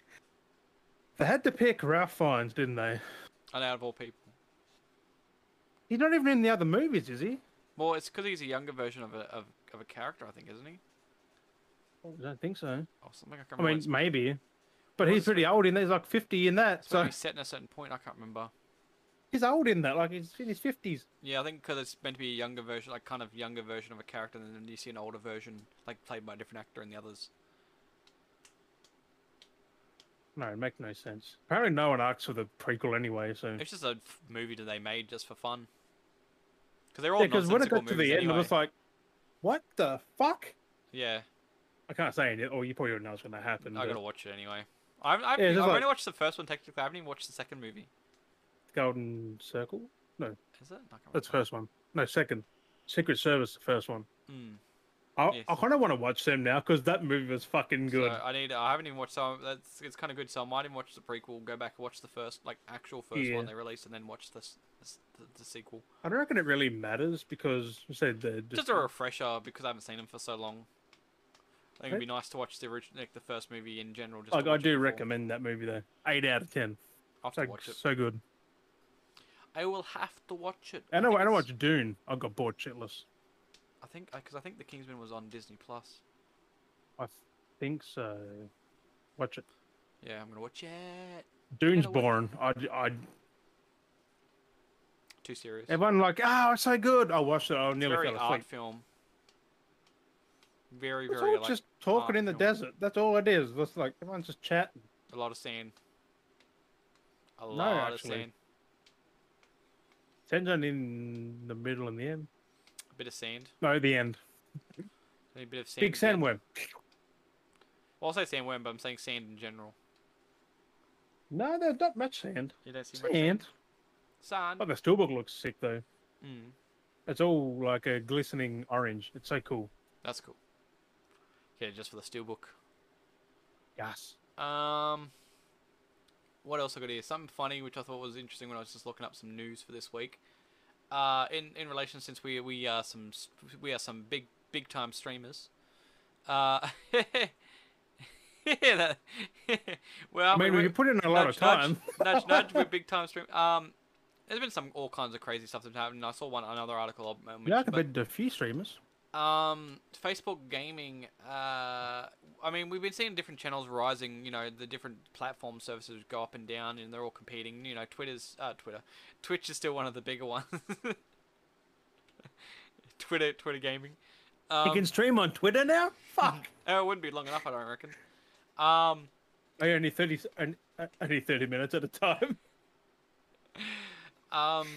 A: they had to pick Ralph Fiennes, didn't they?
B: And out of all people.
A: He's not even in the other movies, is he?
B: Well, it's because he's a younger version of a of, of a character, I think, isn't he?
A: I don't think so.
B: Or something. I can't
A: I
B: remember.
A: mean,
B: it's,
A: maybe, but
B: Well,
A: he's
B: it's-
A: pretty old in that. He's like 50 in that,
B: it's
A: so
B: supposed to be set in a certain point. I can't remember.
A: he's old in that. Like he's in his 50s.
B: Yeah, I think because it's meant to be a younger version, like kind of younger version of a character, and then you see an older version, like played by a different actor, and the others.
A: No, it makes no sense. Apparently, no one asks for the prequel anyway. So
B: It's just a f- movie that they made just for fun. Because they're all
A: yeah, because when it
B: nonsensical
A: got to
B: movies
A: the end,
B: anyway.
A: I was like, what the fuck?
B: yeah,
A: I can't say it, or you probably already know it's going to happen.
B: I
A: but-
B: gotta watch it anyway. I've, I've,
A: Yeah, it's
B: I've
A: just
B: only
A: like-
B: watched the first one technically. I haven't even watched the second movie.
A: Golden Circle? No,
B: Is it? I can't
A: that's the first one. No, second. Secret Service, the first one.
B: remember. Hmm,
A: I,
B: Yes.
A: I kind of want to watch them now because that movie was fucking
B: Mm. So
A: good.
B: I need. I haven't even watched some. That's it's kind of good. So I might even watch the prequel. Go back and watch the first, like actual first
A: Yeah.
B: one they released, and then watch this, this the, the sequel.
A: I don't reckon it really matters because you said the
B: just a refresher because I haven't seen them for so long. I think it'd
A: Okay.
B: be nice to watch the original, like the first movie in general. Just
A: like,
B: to
A: I
B: watch it
A: do
B: before.
A: recommend that movie though. Eight out of ten.
B: I have
A: So,
B: to watch it.
A: so good.
B: I will have to watch it.
A: And I,
B: think
A: I don't
B: it's-
A: watch Dune. I got bored shitless.
B: I think because I think the Kingsman was on Disney Plus.
A: I think so. Watch it.
B: Yeah, I'm gonna watch it.
A: Dune's
B: watch it.
A: boring. I, I
B: Too serious.
A: everyone like oh it's so good. I watched it. I
B: it's
A: nearly
B: very
A: fell
B: art
A: asleep.
B: film. Very
A: It's
B: very
A: all
B: like
A: just talking
B: art
A: in the
B: film.
A: desert. That's all it is. It's like everyone's just chatting.
B: a lot of sand. A lot of
A: actually.
B: sand.
A: Sends on in the middle and the end.
B: A bit of sand.
A: No, the end.
B: A bit of sand.
A: Big
B: at the end.
A: sandworm.
B: Well, I'll say sandworm, but I'm saying sand in general.
A: No, there's not much sand.
B: You don't see much sand.
A: Sand.
B: Sand.
A: Oh, the steelbook looks sick though.
B: Mm.
A: It's all like a glistening orange. It's so cool.
B: That's cool. Okay, just for the steelbook.
A: Yes.
B: Um, what else I got here? Something funny, which I thought was interesting when I was just looking up some news for this week. Uh, in in relation, since we we are some s- we are some big big time streamers. Uh, yeah, that- well,
A: I mean, we
B: we-
A: could put in a lot of time.
B: Nudge, nudge, nudge with big time stream. Um, there's been some all kinds of crazy stuff that's happened. I saw one another article. um, I'll mention,
A: Yeah, I could
B: but-
A: bet a few streamers.
B: um, Facebook gaming. Uh, I mean, we've been seeing different channels rising. You know, the different platform services go up and down, and they're all competing. You know, Twitter's uh, Twitter, Twitch is still one of the bigger ones. Twitter, Twitter gaming. Um,
A: you can stream on Twitter now. Fuck.
B: oh, it wouldn't be long enough, I don't reckon. Um,
A: Hey, only thirty, s- on- uh, only thirty minutes at a time.
B: Um,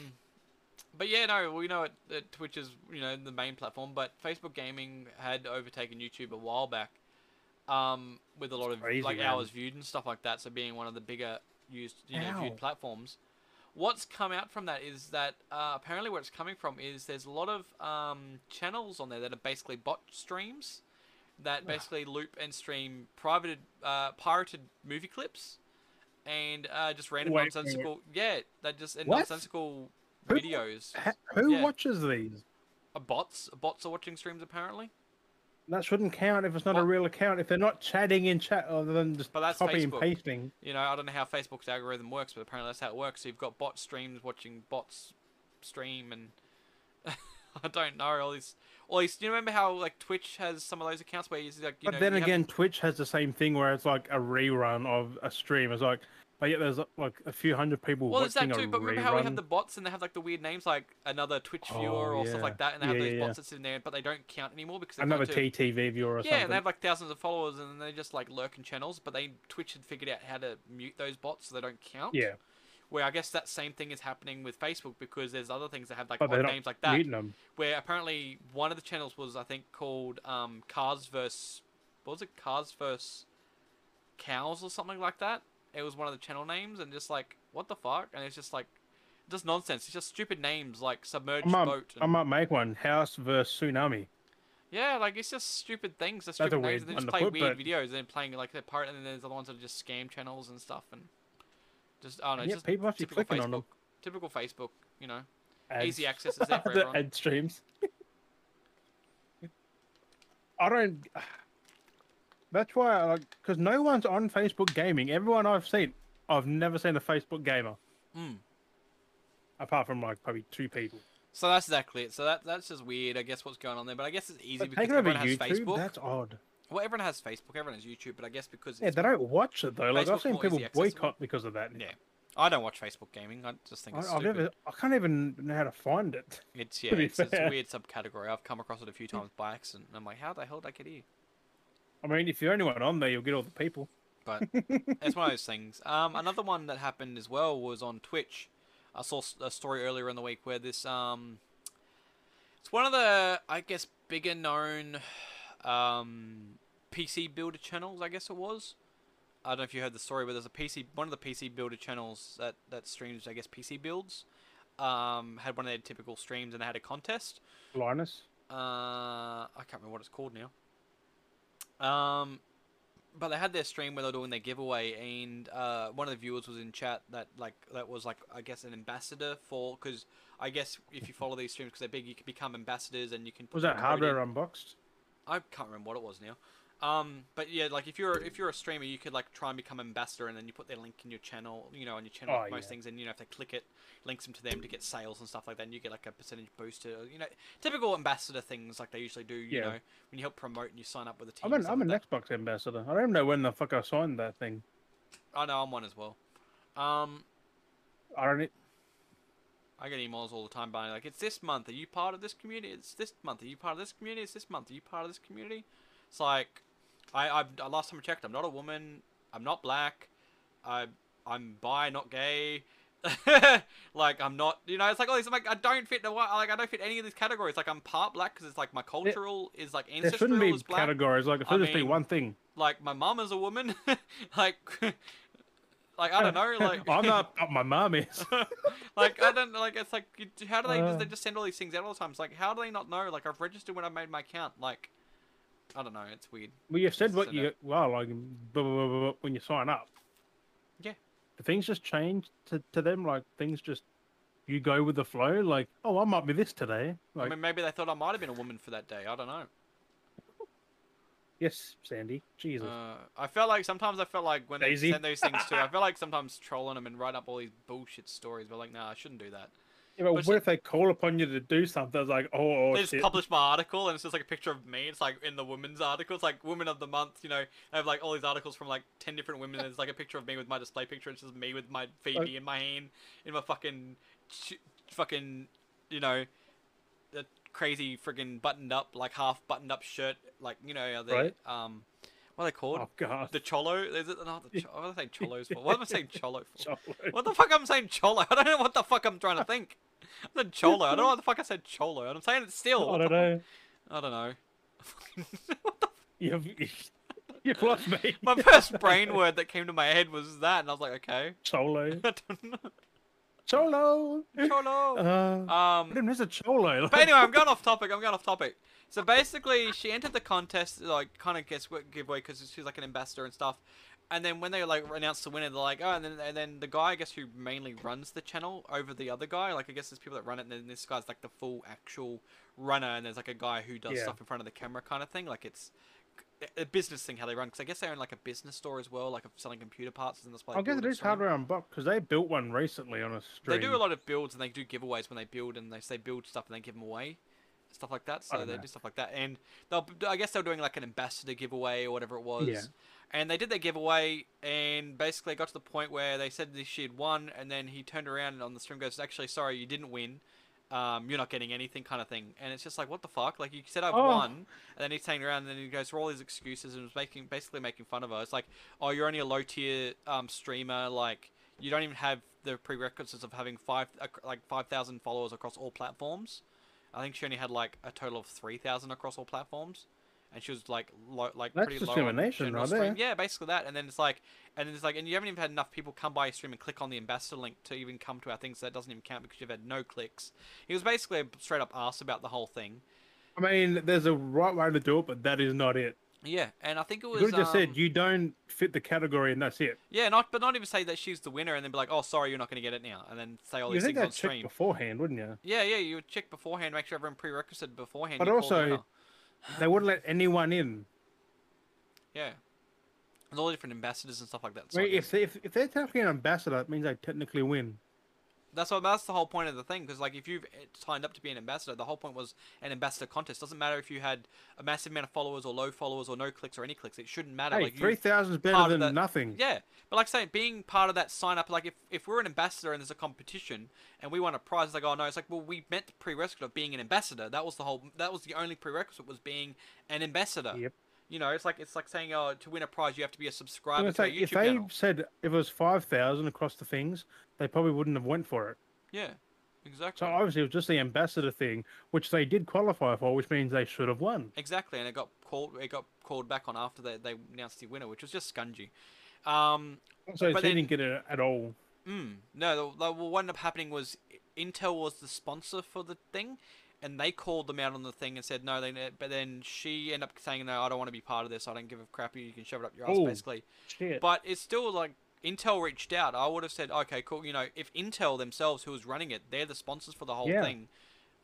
B: but yeah, no, we know it, that Twitch is you know the main platform, but Facebook Gaming had overtaken YouTube a while back, um, with a lot of
A: crazy,
B: like
A: man.
B: hours viewed and stuff like that. So being one of the bigger used you know
A: Ow.
B: viewed platforms, what's come out from that is that uh, apparently where it's coming from is there's a lot of um, channels on there that are basically bot streams that basically loop and stream private uh, pirated movie clips and uh, just random
A: Wait a minute.
B: nonsensical yeah that just and
A: What?
B: nonsensical
A: Who-
B: videos
A: Ha- Who
B: Yeah.
A: watches these?
B: Uh, bots bots are watching streams apparently
A: That shouldn't count if it's not a
B: Well-
A: real account. If they're not chatting in chat other than just
B: But that's
A: copying
B: Facebook.
A: and pasting.
B: You know, I don't know how Facebook's algorithm works, but apparently that's how it works. So you've got bot streams watching bots stream, and I don't know all these. All these. Do you remember how like Twitch has some of those accounts where you see, like you
A: But
B: know?
A: then
B: you have-
A: again, Twitch has the same thing where it's like a rerun of a stream. It's like, but yet there's like a few hundred people
B: well, there's
A: watching
B: that
A: a
B: too. But remember
A: rerun.
B: how we have the bots and they have like the weird names like another Twitch viewer
A: Oh,
B: or stuff
A: yeah.
B: like that, and they have
A: Yeah,
B: these
A: yeah,
B: bots that's in there, but they don't count anymore because they've got
A: Another
B: to-
A: TTV viewer or
B: Yeah,
A: something.
B: and they have like thousands of followers, and they just like lurk in channels. But they Twitch had figured out how to mute those bots so they don't count.
A: yeah,
B: Where I guess that same thing is happening with Facebook because there's other things that have like
A: but they're
B: odd
A: not
B: names like that.
A: muting them.
B: Where apparently one of the channels was I think called um, Cars vs. What was it? Cars vs. Cows or something like that. It was one of the channel names, and just like what the fuck, and it's just like just nonsense. It's just stupid names like submerged
A: I might,
B: boat.
A: I
B: and-
A: might make one. House versus tsunami.
B: yeah, like it's just stupid things. They're
A: a
B: stupid
A: weird
B: names. and They
A: one
B: just
A: to
B: play
A: put,
B: weird
A: but-
B: videos and then playing like their part, and then there's other ones that are just scam channels and stuff. And just I don't know.
A: And yet
B: just
A: people actually
B: typical
A: clicking
B: Facebook.
A: on them.
B: Typical Facebook. You know,
A: Ads.
B: easy access is there for
A: The
B: everyone.
A: ad streams. I don't. That's why, I like, because no one's on Facebook gaming. Everyone I've seen, I've never seen a Facebook gamer.
B: Mm.
A: Apart from like probably two people.
B: So that's exactly it. So that that's just weird. I guess what's going on there, but I guess it's easy
A: But
B: because
A: taking over
B: everyone has
A: YouTube,
B: Facebook.
A: that's odd.
B: Well, everyone has Facebook. Everyone has YouTube, but I guess because
A: Yeah,
B: it's...
A: they don't watch it though. Like
B: Facebook's
A: I've seen
B: more
A: people
B: easy accessible.
A: boycott because of that.
B: yeah, I don't watch Facebook gaming. I just think
A: I,
B: it's
A: I've
B: stupid.
A: never. I can't even know how to find it.
B: It's yeah,
A: be
B: it's, it's a
A: fair.
B: weird subcategory. I've come across it a few times by accident. And I'm like, how the hell did I get here?
A: I mean, if you're only one on there, you'll get all the people.
B: but it's one of those things. Um, another one that happened as well was on Twitch. I saw s- a story earlier in the week where this um, it's one of the I guess bigger known um PC builder channels. I guess it was. I don't know if you heard the story, but there's a PC one of the PC builder channels that that streams I guess PC builds. Um, had one of their typical streams and they had a contest.
A: Linus.
B: Uh, I can't remember what it's called now. Um, but they had their stream where they were doing their giveaway, and uh, one of the viewers was in chat that like that was like I guess an ambassador for because I guess if you follow these streams because they're big, you can become ambassadors and you can. put
A: Was
B: your
A: that
B: code in.
A: hardware unboxed?
B: I can't remember what it was now. Um, but yeah, like if you're if you're a streamer, you could like try and become ambassador, and then you put their link in your channel, you know, on your channel
A: Oh,
B: like most
A: yeah.
B: things, and you know if they click it, links them to them to get sales and stuff like that, and you get like a percentage booster, you know, typical ambassador things like they usually do, you
A: Yeah.
B: know, when you help promote and you sign up with a team.
A: I'm
B: and
A: an,
B: stuff
A: I'm
B: like
A: an
B: that.
A: Xbox ambassador. I don't even know when the fuck I signed that thing.
B: I know I'm one as well. Um,
A: I don't. e-
B: I get emails all the time by like, it's this month. Are you part of this community? It's this month. Are you part of this community? It's this month. Are you part of this community? It's like, I, I, I last time I checked, I'm not a woman. I'm not black. I, I'm bi, not gay. like I'm not, you know. It's like all these. I'm like I don't fit in what. Like I don't fit any of these categories. Like I'm part black because it's like my cultural is like
A: There shouldn't
B: ancestral
A: be
B: is black.
A: categories. Like it
B: I
A: should just be
B: mean,
A: one thing.
B: like my mum is a woman. like, like I don't know. Like
A: I'm not. uh, My mum is.
B: like I don't like it's like you- how do they just, they
A: Uh.
B: just send all these things out all the time? It's like how do they not know? Like I've registered when I made my account. Like I don't know. It's weird.
A: Well, you said
B: Just
A: what
B: send
A: you
B: it.
A: well like blah, blah, blah, blah, blah, when you sign up.
B: Yeah.
A: Do things just change to, to them. Like things just you go with the flow. Like oh, I might be this today. Like
B: I mean, maybe they thought I might have been a woman for that day. I don't know.
A: yes, Sandy. Jesus.
B: Uh, I felt like sometimes I felt like when they
A: Daisy.
B: send those things to, I felt like sometimes trolling them and writing up all these bullshit stories. But like, nah, I shouldn't do that.
A: yeah, but
B: but
A: what
B: so-
A: if they call upon you to do something? It's like oh, oh
B: they just
A: shit.
B: published my article and it's just like a picture of me. It's like in the women's article. It's like women of the month. You know, I have like all these articles from like ten different women. And it's like a picture of me with my display picture. It's just me with my Phoebe in my hand, in my fucking, ch- fucking, you know, the crazy friggin' buttoned up like half buttoned up shirt. Like you know, the
A: Right.
B: um, what are they called?
A: oh god.
B: The cholo? Is it not the? Cho- what am I saying cholos for? What am I saying cholo for?
A: Chocolate.
B: What the fuck I'm saying cholo? I don't know what the fuck I'm trying to think. I said cholo. I don't know what the fuck I said cholo. And I'm saying it still.
A: I
B: What the
A: don't
B: fuck?
A: know.
B: I don't know. What the f-
A: You've you've lost me.
B: my first brain word that came to my head was that, and I was like, okay.
A: Solo.
B: I don't know.
A: Solo.
B: Cholo.
A: Uh,
B: Um,
A: Miss a cholo.
B: but anyway, I'm going off topic. I'm going off topic. So basically, she entered the contest, like kind of guess what giveaway, because she's like an ambassador and stuff. And then when they like announced the winner, they're like, oh, and then and then the guy I guess who mainly runs the channel over the other guy, like I guess there's people that run it, and then this guy's like the full actual runner, and there's like a guy who does
A: Yeah.
B: stuff in front of the camera kind of thing. Like it's a- a business thing how they run, because I guess they own like a business store as well, like of selling computer parts, and that's why. they
A: I guess
B: build
A: it
B: and
A: is
B: stream.
A: hardware unboxed because they built one recently on a
B: They
A: stream.
B: do a lot of builds and they do giveaways when they build and they say build stuff and they give them away, stuff like that. So
A: don't
B: they
A: know.
B: do stuff like that, and they'll. I guess they were doing like an ambassador giveaway or whatever it was.
A: Yeah.
B: And they did their giveaway, and basically it got to the point where they said that she had won, and then he turned around and on the stream goes, "Actually, sorry, you didn't win. Um, you're not getting anything," kind of thing. And it's just like, what the fuck? Like you said, I've
A: Oh.
B: won, and then he's turning around and then he goes through all these excuses and was making basically making fun of her. It's like, oh, you're only a low tier um, streamer, like you don't even have the prerequisites of having five ac- like five thousand followers across all platforms. I think she only had like a total of three thousand across all platforms, and she was like low, like
A: That's
B: pretty low. on
A: discrimination
B: general
A: right
B: stream.
A: there.
B: Yeah, basically that. And then it's like, and then it's like, and you haven't even had enough people come by your stream and click on the ambassador link to even come to our thing, so that doesn't even count because you've had no clicks. He was basically a straight up ass about the whole thing.
A: I mean, there's a right way to do it, but that is not it.
B: Yeah, and I think it
A: You
B: was.
A: could have just
B: um,
A: said you don't fit the category, and that's it.
B: Yeah, not but not even say that she's the winner, and then be like, "Oh, sorry, you're not going to get it now," and then say all
A: You
B: these
A: think
B: things on
A: that check
B: stream.
A: beforehand, wouldn't you?
B: Yeah, yeah, you would check beforehand, make sure everyone prerequisite beforehand.
A: But
B: you call the
A: also-
B: winner.
A: They wouldn't let anyone in.
B: yeah, there's all different ambassadors and stuff like that.
A: I
B: So I
A: mean,
B: guess-
A: if, they, if if they're technically an ambassador, it means they technically win.
B: that's what that's the whole point of the thing, because like if you've eh, signed up to be an ambassador, the whole point was an ambassador contest. Doesn't matter if you had a massive amount of followers or low followers or no clicks or any clicks. It shouldn't matter.
A: Hey,
B: like you-
A: three thousand is
B: part
A: better
B: of
A: than
B: that-
A: nothing.
B: Yeah, but like saying being part of that sign up, like if, if we're an ambassador and there's a competition and we won a prize, it's like oh no, it's like well we meant the prerequisite of being an ambassador. That was the whole. That was the only prerequisite was being an ambassador.
A: Yep.
B: You know, it's like it's like saying oh to win a prize you have to be a
A: I'm gonna
B: subscriber to our
A: say,
B: YouTube
A: if they
B: channel.
A: said if it was five thousand across the things, they probably wouldn't have went for it.
B: Yeah, exactly.
A: So obviously it was just the ambassador thing, which they did qualify for, which means they should have won.
B: Exactly, and it got called. It got called back on after they, they announced the winner, which was just scungy. Um,
A: So
B: But
A: they
B: then-
A: didn't get it at all.
B: Mm, no, the, the, what ended up happening was Intel was the sponsor for the thing, and they called them out on the thing and said no. They, but then she ended up saying no, I don't want to be part of this. I don't give a crap. You you can shove it up your ass,
A: Oh.
B: basically.
A: Shit.
B: But it's still like Intel reached out. I would have said okay, cool. You know, if Intel themselves, who was running it, they're the sponsors for the whole
A: Yeah.
B: thing.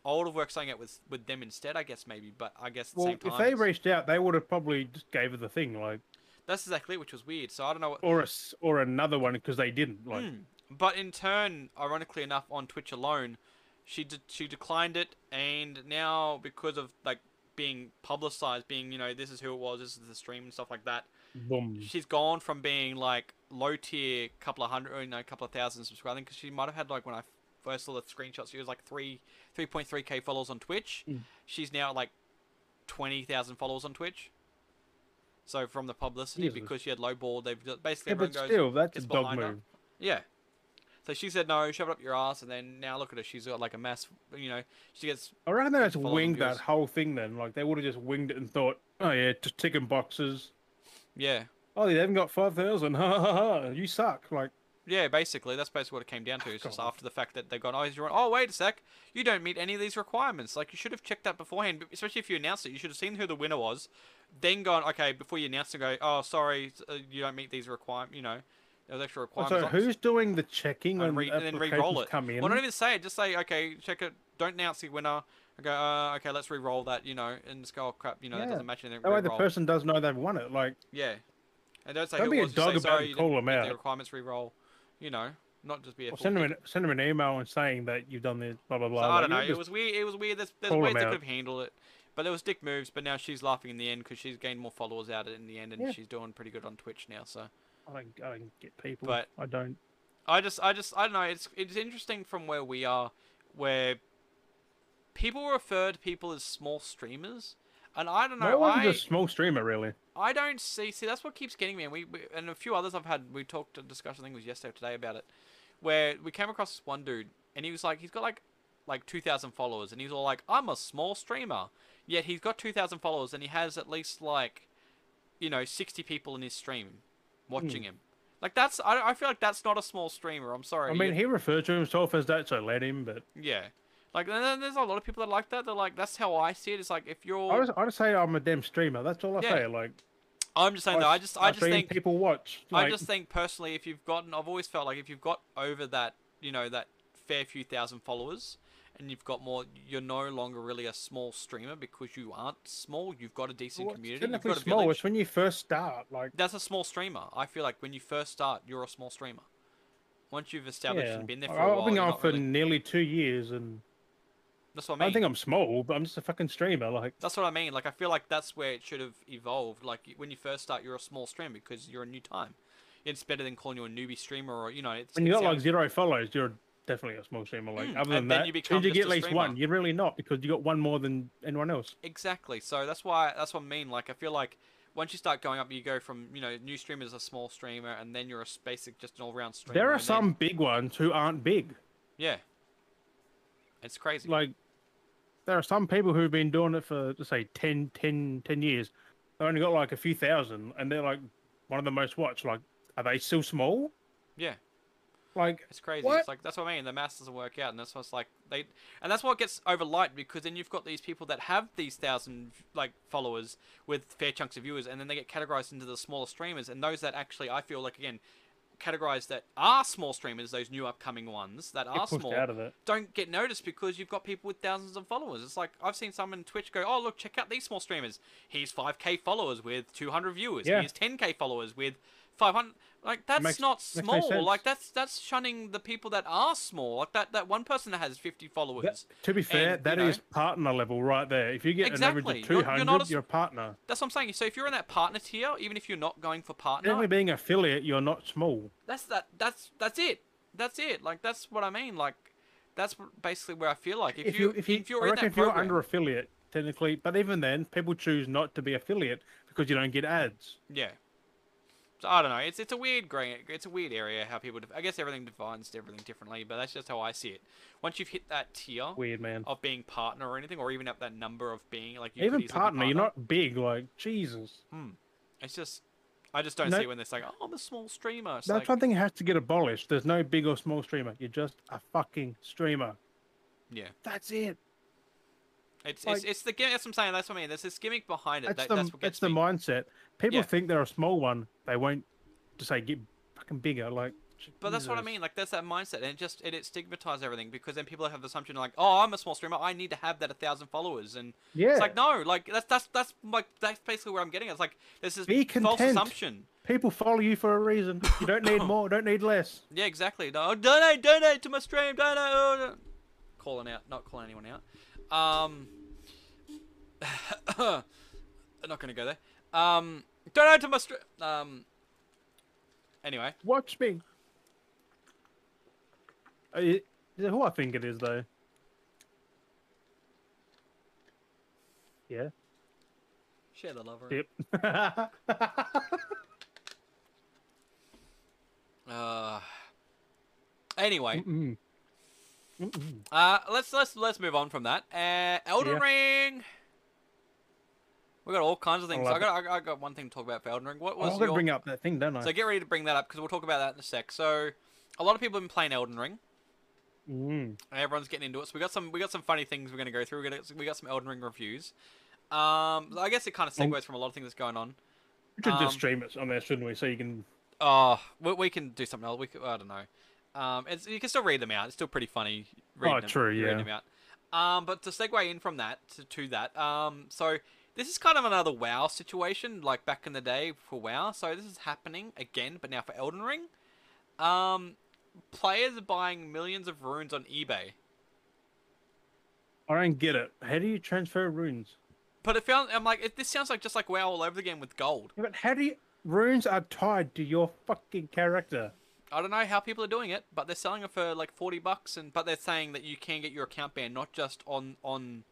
B: I would have worked something out with with them instead, I guess maybe. But I guess at the
A: well,
B: same time,
A: if they
B: it's-
A: reached out, they would have probably just gave her the thing, like
B: that's exactly it, which was weird. So I don't know. What,
A: or a, s- or another one because they didn't. Like
B: Mm. But in turn, ironically enough, on Twitch alone, she de- she declined it, and now because of like being publicized, being you know this is who it was, this is the stream and stuff like that,
A: boom.
B: she's gone from being like low tier, couple of hundred, or, you know, couple of thousand subscribers, because she might have had like when I first saw the screenshots, she was like three three point three k followers on Twitch.
A: Mm.
B: She's now at like twenty thousand followers on Twitch. So from the publicity,
A: Jesus.
B: because she had low ball, they've got- basically
A: Yeah,
B: everyone
A: but
B: goes,
A: still, that's a
B: "It's
A: dog
B: behind her."
A: move.
B: Yeah. So she said no, shove it up your ass, and then now look at her. She's got like a mass, you know, she gets.
A: I reckon they just
B: Follow them
A: winged that
B: views.
A: whole thing then. Like they would have just winged it and thought, oh yeah, just ticking boxes.
B: Yeah.
A: Oh, they haven't got five thousand. Ha ha ha! You suck. Like
B: Yeah, basically, that's basically what it came down to. It's just
A: God.
B: after the fact that they've gone, oh, you're oh, wait a sec, you don't meet any of these requirements. Like, you should have checked that beforehand, b- especially if you announced it. You should have seen who the winner was, then gone, okay, before you announced it, go, oh, sorry, s- uh, you don't meet these requirements, you know, those extra requirements.
A: so,
B: Like,
A: who's doing the checking when
B: and, re- and then re-roll
A: applications
B: it.
A: come in?
B: Well, don't even say it. Just say, okay, check it. Don't announce the winner. Okay, uh, okay, let's re-roll that. You know, and just go, oh, crap. You know, that
A: Yeah.
B: doesn't match. And then
A: That way, the
B: re-roll.
A: person does know they've won it. Like
B: Yeah, and don't say
A: Don't
B: who
A: be
B: it
A: a
B: was. just
A: dog about
B: say,
A: it
B: sorry,
A: and
B: you
A: call them
B: didn't meet The
A: out."
B: requirements re-roll. You know, not just be a.
A: Or
B: full
A: send them
B: dick.
A: an, send them an email and saying that you've done this, blah blah
B: So
A: blah.
B: I
A: like,
B: don't
A: you
B: know.
A: just-
B: It was weird. It was weird. There's, there's
A: call
B: ways
A: them
B: they
A: out.
B: could have handled it, but there was dick moves. But now she's laughing in the end because she's gained more followers out of it in the end, and
A: Yeah.
B: she's doing pretty good on Twitch now. So.
A: I don't, I don't get people.
B: But-
A: I don't.
B: I just, I just, I don't know. It's it's interesting from where we are, where people refer to people as small streamers, and I don't know.
A: no one's
B: I
A: a small streamer really.
B: I don't see. See, that's what keeps getting me, and we, we and a few others I've had. We talked a discussion. I think it was yesterday or today about it, where we came across this one dude, and he was like, he's got like, like two thousand followers, and he's all like, I'm a small streamer, yet he's got two thousand followers, and he has at least like, you know, sixty people in his stream,
A: Hmm.
B: watching him. Like that's, I, I feel like that's not a small streamer. I'm sorry.
A: I
B: you-
A: mean, he referred to himself as that, so let him. But
B: yeah. Like, and then there's a lot of people that like that. They're like, that's how I see it. It's like, if you're.
A: I just, I just say I'm a damn streamer. That's all I
B: Yeah.
A: say. Like
B: I'm just saying though. I just I
A: I've
B: just
A: seen
B: think
A: people watch. Like,
B: I just think personally, if you've gotten, I've always felt like if you've got over that, you know, that fair few thousand followers, and you've got more, you're no longer really a small streamer because you aren't small. You've got a decent
A: well, it's
B: community. You've
A: technically
B: got a
A: small.
B: village.
A: It's when you first start. Like
B: That's a small streamer. I feel like when you first start, you're a small streamer. Once you've established
A: yeah.
B: and been there for
A: Like,
B: a while,
A: I've been
B: you're
A: on
B: not
A: for
B: really-
A: nearly two years, and
B: that's what I
A: I
B: mean.
A: don't think I'm small, but I'm just a fucking streamer. Like
B: That's what I mean. Like I feel like that's where it should have evolved. Like y- when you first start, you're a small streamer because you're a new time. It's better than calling you a newbie streamer or you know. It's,
A: when you
B: it's
A: got
B: how-
A: like zero follows, you're definitely a small streamer. Like
B: Mm,
A: other than
B: and then
A: that,
B: you
A: should
B: become
A: you
B: just
A: get
B: a
A: at least
B: streamer.
A: one, you're really not because you got one more than anyone else.
B: Exactly. So that's why that's what I mean. Like I feel like once you start going up, you go from you know new streamers a small streamer, and then you're a s- basic just an all round streamer.
A: There are
B: and then-
A: some big ones who aren't big.
B: yeah. It's crazy.
A: Like there are some people who've been doing it for let's say 10, 10, 10 years. They've only got like a few thousand, and they're like one of the most watched. Like, are they still small?
B: yeah.
A: Like,
B: It's crazy.
A: What?
B: It's like that's what I mean. The maths doesn't work out, and that's what's like they, and that's what gets overlight because then you've got these people that have these thousand like followers with fair chunks of viewers, and then they get categorized into the smaller streamers, and those that actually I feel like again categorized that are small streamers, those new upcoming ones that are
A: get pushed
B: small,
A: out of it.
B: don't get noticed because you've got people with thousands of followers. It's like I've seen someone on Twitch go, "Oh look, check out these small streamers. He's 5k followers with 200 viewers.
A: Yeah.
B: He's 10k followers with 500." Like that's
A: makes-
B: not
A: makes no
B: small.
A: sense.
B: like that's that's shunning the people that are small. Like that that one person that has 50 followers.
A: That- to be fair,
B: and,
A: that
B: you
A: is
B: know-
A: partner level right there. If you get an average
B: Exactly.
A: of
B: You're-
A: two
B: you're not a
A: hundred,
B: s-
A: you're a partner.
B: That's what I'm saying. So if you're in that partner tier, even if you're not going for partner,
A: Definitely being affiliate, you're not small.
B: that's that that's that's it that's it like that's what i mean like that's wh- basically where i feel like if, you, if,
A: I
B: you, are in
A: reckon
B: that
A: if you're
B: program,
A: under affiliate, technically, but even then, people choose not to be affiliate because you don't get ads.
B: yeah so i don't know it's it's a weird gray it's a weird area how people def- i guess everything defines everything differently but that's just how i see it once you've hit that tier
A: Weird man.
B: of being partner or anything or even at that number of being like you could
A: Even
B: easily be
A: partner, you're not big. Like Jesus,
B: it's just i just don't
A: No-
B: see it when they're saying oh i'm a small streamer it's
A: that
B: like,
A: one thing has to get abolished. There's no big or small streamer. You're just a fucking streamer.
B: yeah
A: That's it.
B: it's, it's
A: like-
B: it's the gimmick that's what i'm saying that's what i mean there's this gimmick behind it
A: That's
B: that,
A: the
B: that's what
A: that's
B: gets
A: the
B: me.
A: mindset. People
B: Yeah.
A: think they're a small one. They won't just say get fucking bigger. Like,
B: But that's what I
A: Jesus.
B: mean. Like that's that mindset, and it just it, it stigmatizes everything because then people have the assumption like, oh, I'm a small streamer, I need to have that a thousand followers, and
A: Yeah.
B: it's like no, like that's that's that's like that's basically where I'm getting. It. It's like there's this
A: Be
B: false
A: content.
B: assumption.
A: People follow you for a reason. You don't need more. Don't need less.
B: Yeah, exactly. No, donate, donate to my stream, donate. oh, no. Calling out, not calling anyone out. Um, I'm not gonna go there. Um, donate to my stream. Um, anyway,
A: Watch me. Uh, Is it who I think it is, though? Yeah.
B: share the love.
A: Yep.
B: Uh, anyway.
A: Mm.
B: Uh, let's let's let's move on from that. Uh, Elden Ring. We got all kinds of things.
A: love
B: I got I, I got one thing to talk about for Elden Ring. What
A: Oh, I've
B: was
A: got to
B: your?
A: bring up that thing, don't I?
B: So get ready to bring that up because we'll talk about that in a sec. So, a lot of people have been playing Elden Ring.
A: Mm.
B: and Everyone's getting into it. So we got some we got some funny things we're gonna go through. We got we got some Elden Ring reviews. Um, I guess it kind of
A: Um,
B: segues from a lot of things that's going on.
A: We should
B: um,
A: just stream it on there, shouldn't we? So you can.
B: Oh, we, we can do something else. We could, I don't know. Um, it's, you can still read them out. It's still pretty funny. Reading
A: Oh,
B: them,
A: true,
B: reading
A: yeah.
B: them out. Um, but to segue in from that to, to that, um, so this is kind of another WoW situation, like back in the day for WoW. So this is happening again, but now for Elden Ring. Um, players are buying millions of runes on eBay.
A: I don't get it. How do you transfer runes?
B: But it found I'm like, it, this sounds like just like WoW all over again with gold.
A: Yeah, but how do you. Runes are tied to your fucking character.
B: I don't know how people are doing it, but they're selling it for like forty bucks, and but they're saying that you can get your account banned not just on on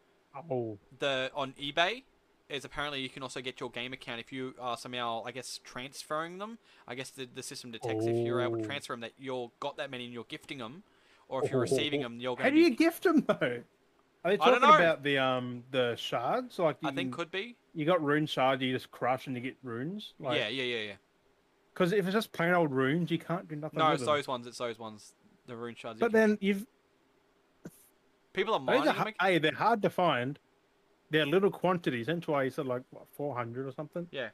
A: Oh.
B: the on eBay is apparently you can also get your game account if you are somehow I guess transferring them. I guess the, the system detects if you're able to
A: Oh.
B: transfer them that you're got that many and you're gifting them, or if you're receiving them, you're
A: How
B: going.
A: do you gift them, though? Are they
B: I don't
A: talking
B: know.
A: about the um the shards? Like you
B: I think
A: can-
B: could be.
A: you got rune shards, you just crush and you get runes. Like,
B: yeah, yeah, yeah, yeah.
A: Because if it's just plain old runes, you can't do nothing.
B: No,
A: with
B: it's
A: them.
B: those ones. It's those ones. The rune shards. you
A: But
B: can-
A: then you've
B: people are
A: those
B: mining
A: are
B: them.
A: ha-
B: ag-
A: hey, they're hard to find. They're little quantities. That's why you said like what, 400 or something.
B: Yeah.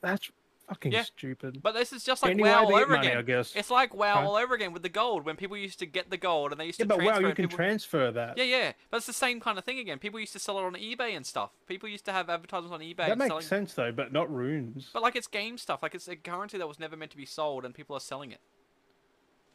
A: That's fucking
B: Yeah.
A: stupid.
B: But this is just like
A: Any way
B: WoW
A: they
B: all
A: get
B: over
A: money,
B: again.
A: I guess.
B: It's like WoW
A: Huh?
B: all over again with the gold when people used to get the gold and they used
A: Yeah,
B: to
A: but
B: transfer.
A: wow, you
B: and
A: can
B: people...
A: transfer that.
B: Yeah, yeah, but it's the same kind of thing again. People used to sell it on eBay and stuff. People used to have advertisements on eBay.
A: that
B: and
A: makes
B: selling...
A: sense though, but not runes.
B: But like it's game stuff. Like it's a currency that was never meant to be sold, and people are selling it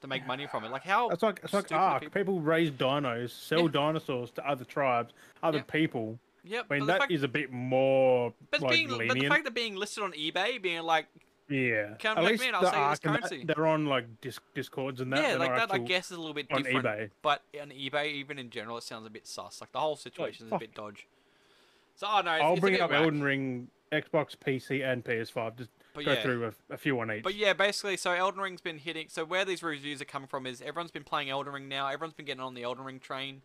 B: to make money from it. Like how?
A: It's like it's like
B: stupid are
A: Ark. People.
B: People...
A: raise dinos, sell
B: Yeah.
A: dinosaurs to other tribes, other
B: Yeah.
A: people.
B: Yep.
A: I mean,
B: but the
A: that is
B: fact...
A: a bit more
B: But, it's
A: like
B: being, but the
A: lenient.
B: fact that being listed on eBay, being like,
A: yeah,
B: Can I
A: at
B: make
A: least
B: mint? I'll
A: the
B: sell you
A: Ark
B: this
A: and that-
B: currency.
A: they're on like disc- discords and that.
B: yeah,
A: they're
B: like
A: not
B: that, I
A: actual-
B: guess is a little bit
A: on
B: different.
A: eBay.
B: But on eBay, even in general, it sounds a bit sus. Like the whole situation is a bit dodge. So I don't know. It's,
A: I'll
B: it's
A: bring
B: a bit
A: up
B: whack.
A: Elden Ring, Xbox, PC, and PS5. Just
B: But
A: go
B: yeah.
A: through a, a few on each.
B: But yeah, basically, so Elden Ring's been hitting. So where these reviews are coming from is everyone's been playing Elden Ring now. Everyone's been getting on the Elden Ring train,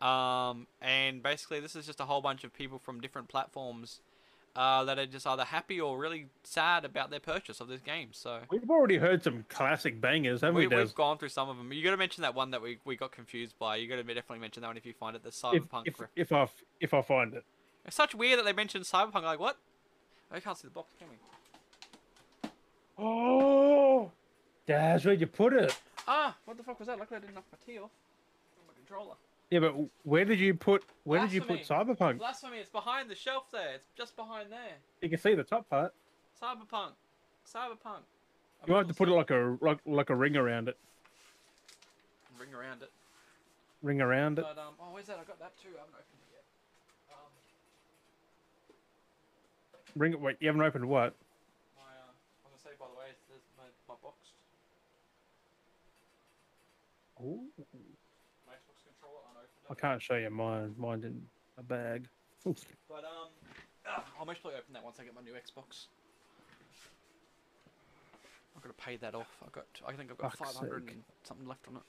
B: um, and basically this is just a whole bunch of people from different platforms uh, that are just either happy or really sad about their purchase of this game. So
A: We've already heard some classic bangers, haven't we,
B: we,
A: Des?
B: we've gone through some of them. You got to mention that one that we, we got confused by. You got to definitely mention that one if you find it. The
A: If,
B: Cyberpunk.
A: if,
B: ref-
A: if I f- if I find it,
B: it's such weird that they mentioned Cyberpunk. Like what? I can't see the box, can we?
A: oh, Des, where'd you put it?
B: Ah, what the fuck was that? Luckily, I didn't knock my tea off. My controller.
A: Yeah, but where did you put where did you put Cyberpunk?
B: Blasphemy, it's behind the shelf there. It's just behind there.
A: You can see the top part.
B: Cyberpunk. Cyberpunk. I
A: You might have to put it like a like, like a ring around it,
B: ring around it.
A: ring around it.
B: But um oh where's that? I got that too. I haven't opened it yet. Um
A: Ring it. Wait, you haven't opened what?
B: my uh, I was gonna say by the way, it's there's my, my box.
A: Ooh,
B: My Xbox controller unopened.
A: I can't show you mine. Mine's in a bag. Oof.
B: But um ah, I'll most probably open that once I get my new Xbox. I've got to pay that off. I got I think I've got
A: Fuck's
B: five hundred and something left on it.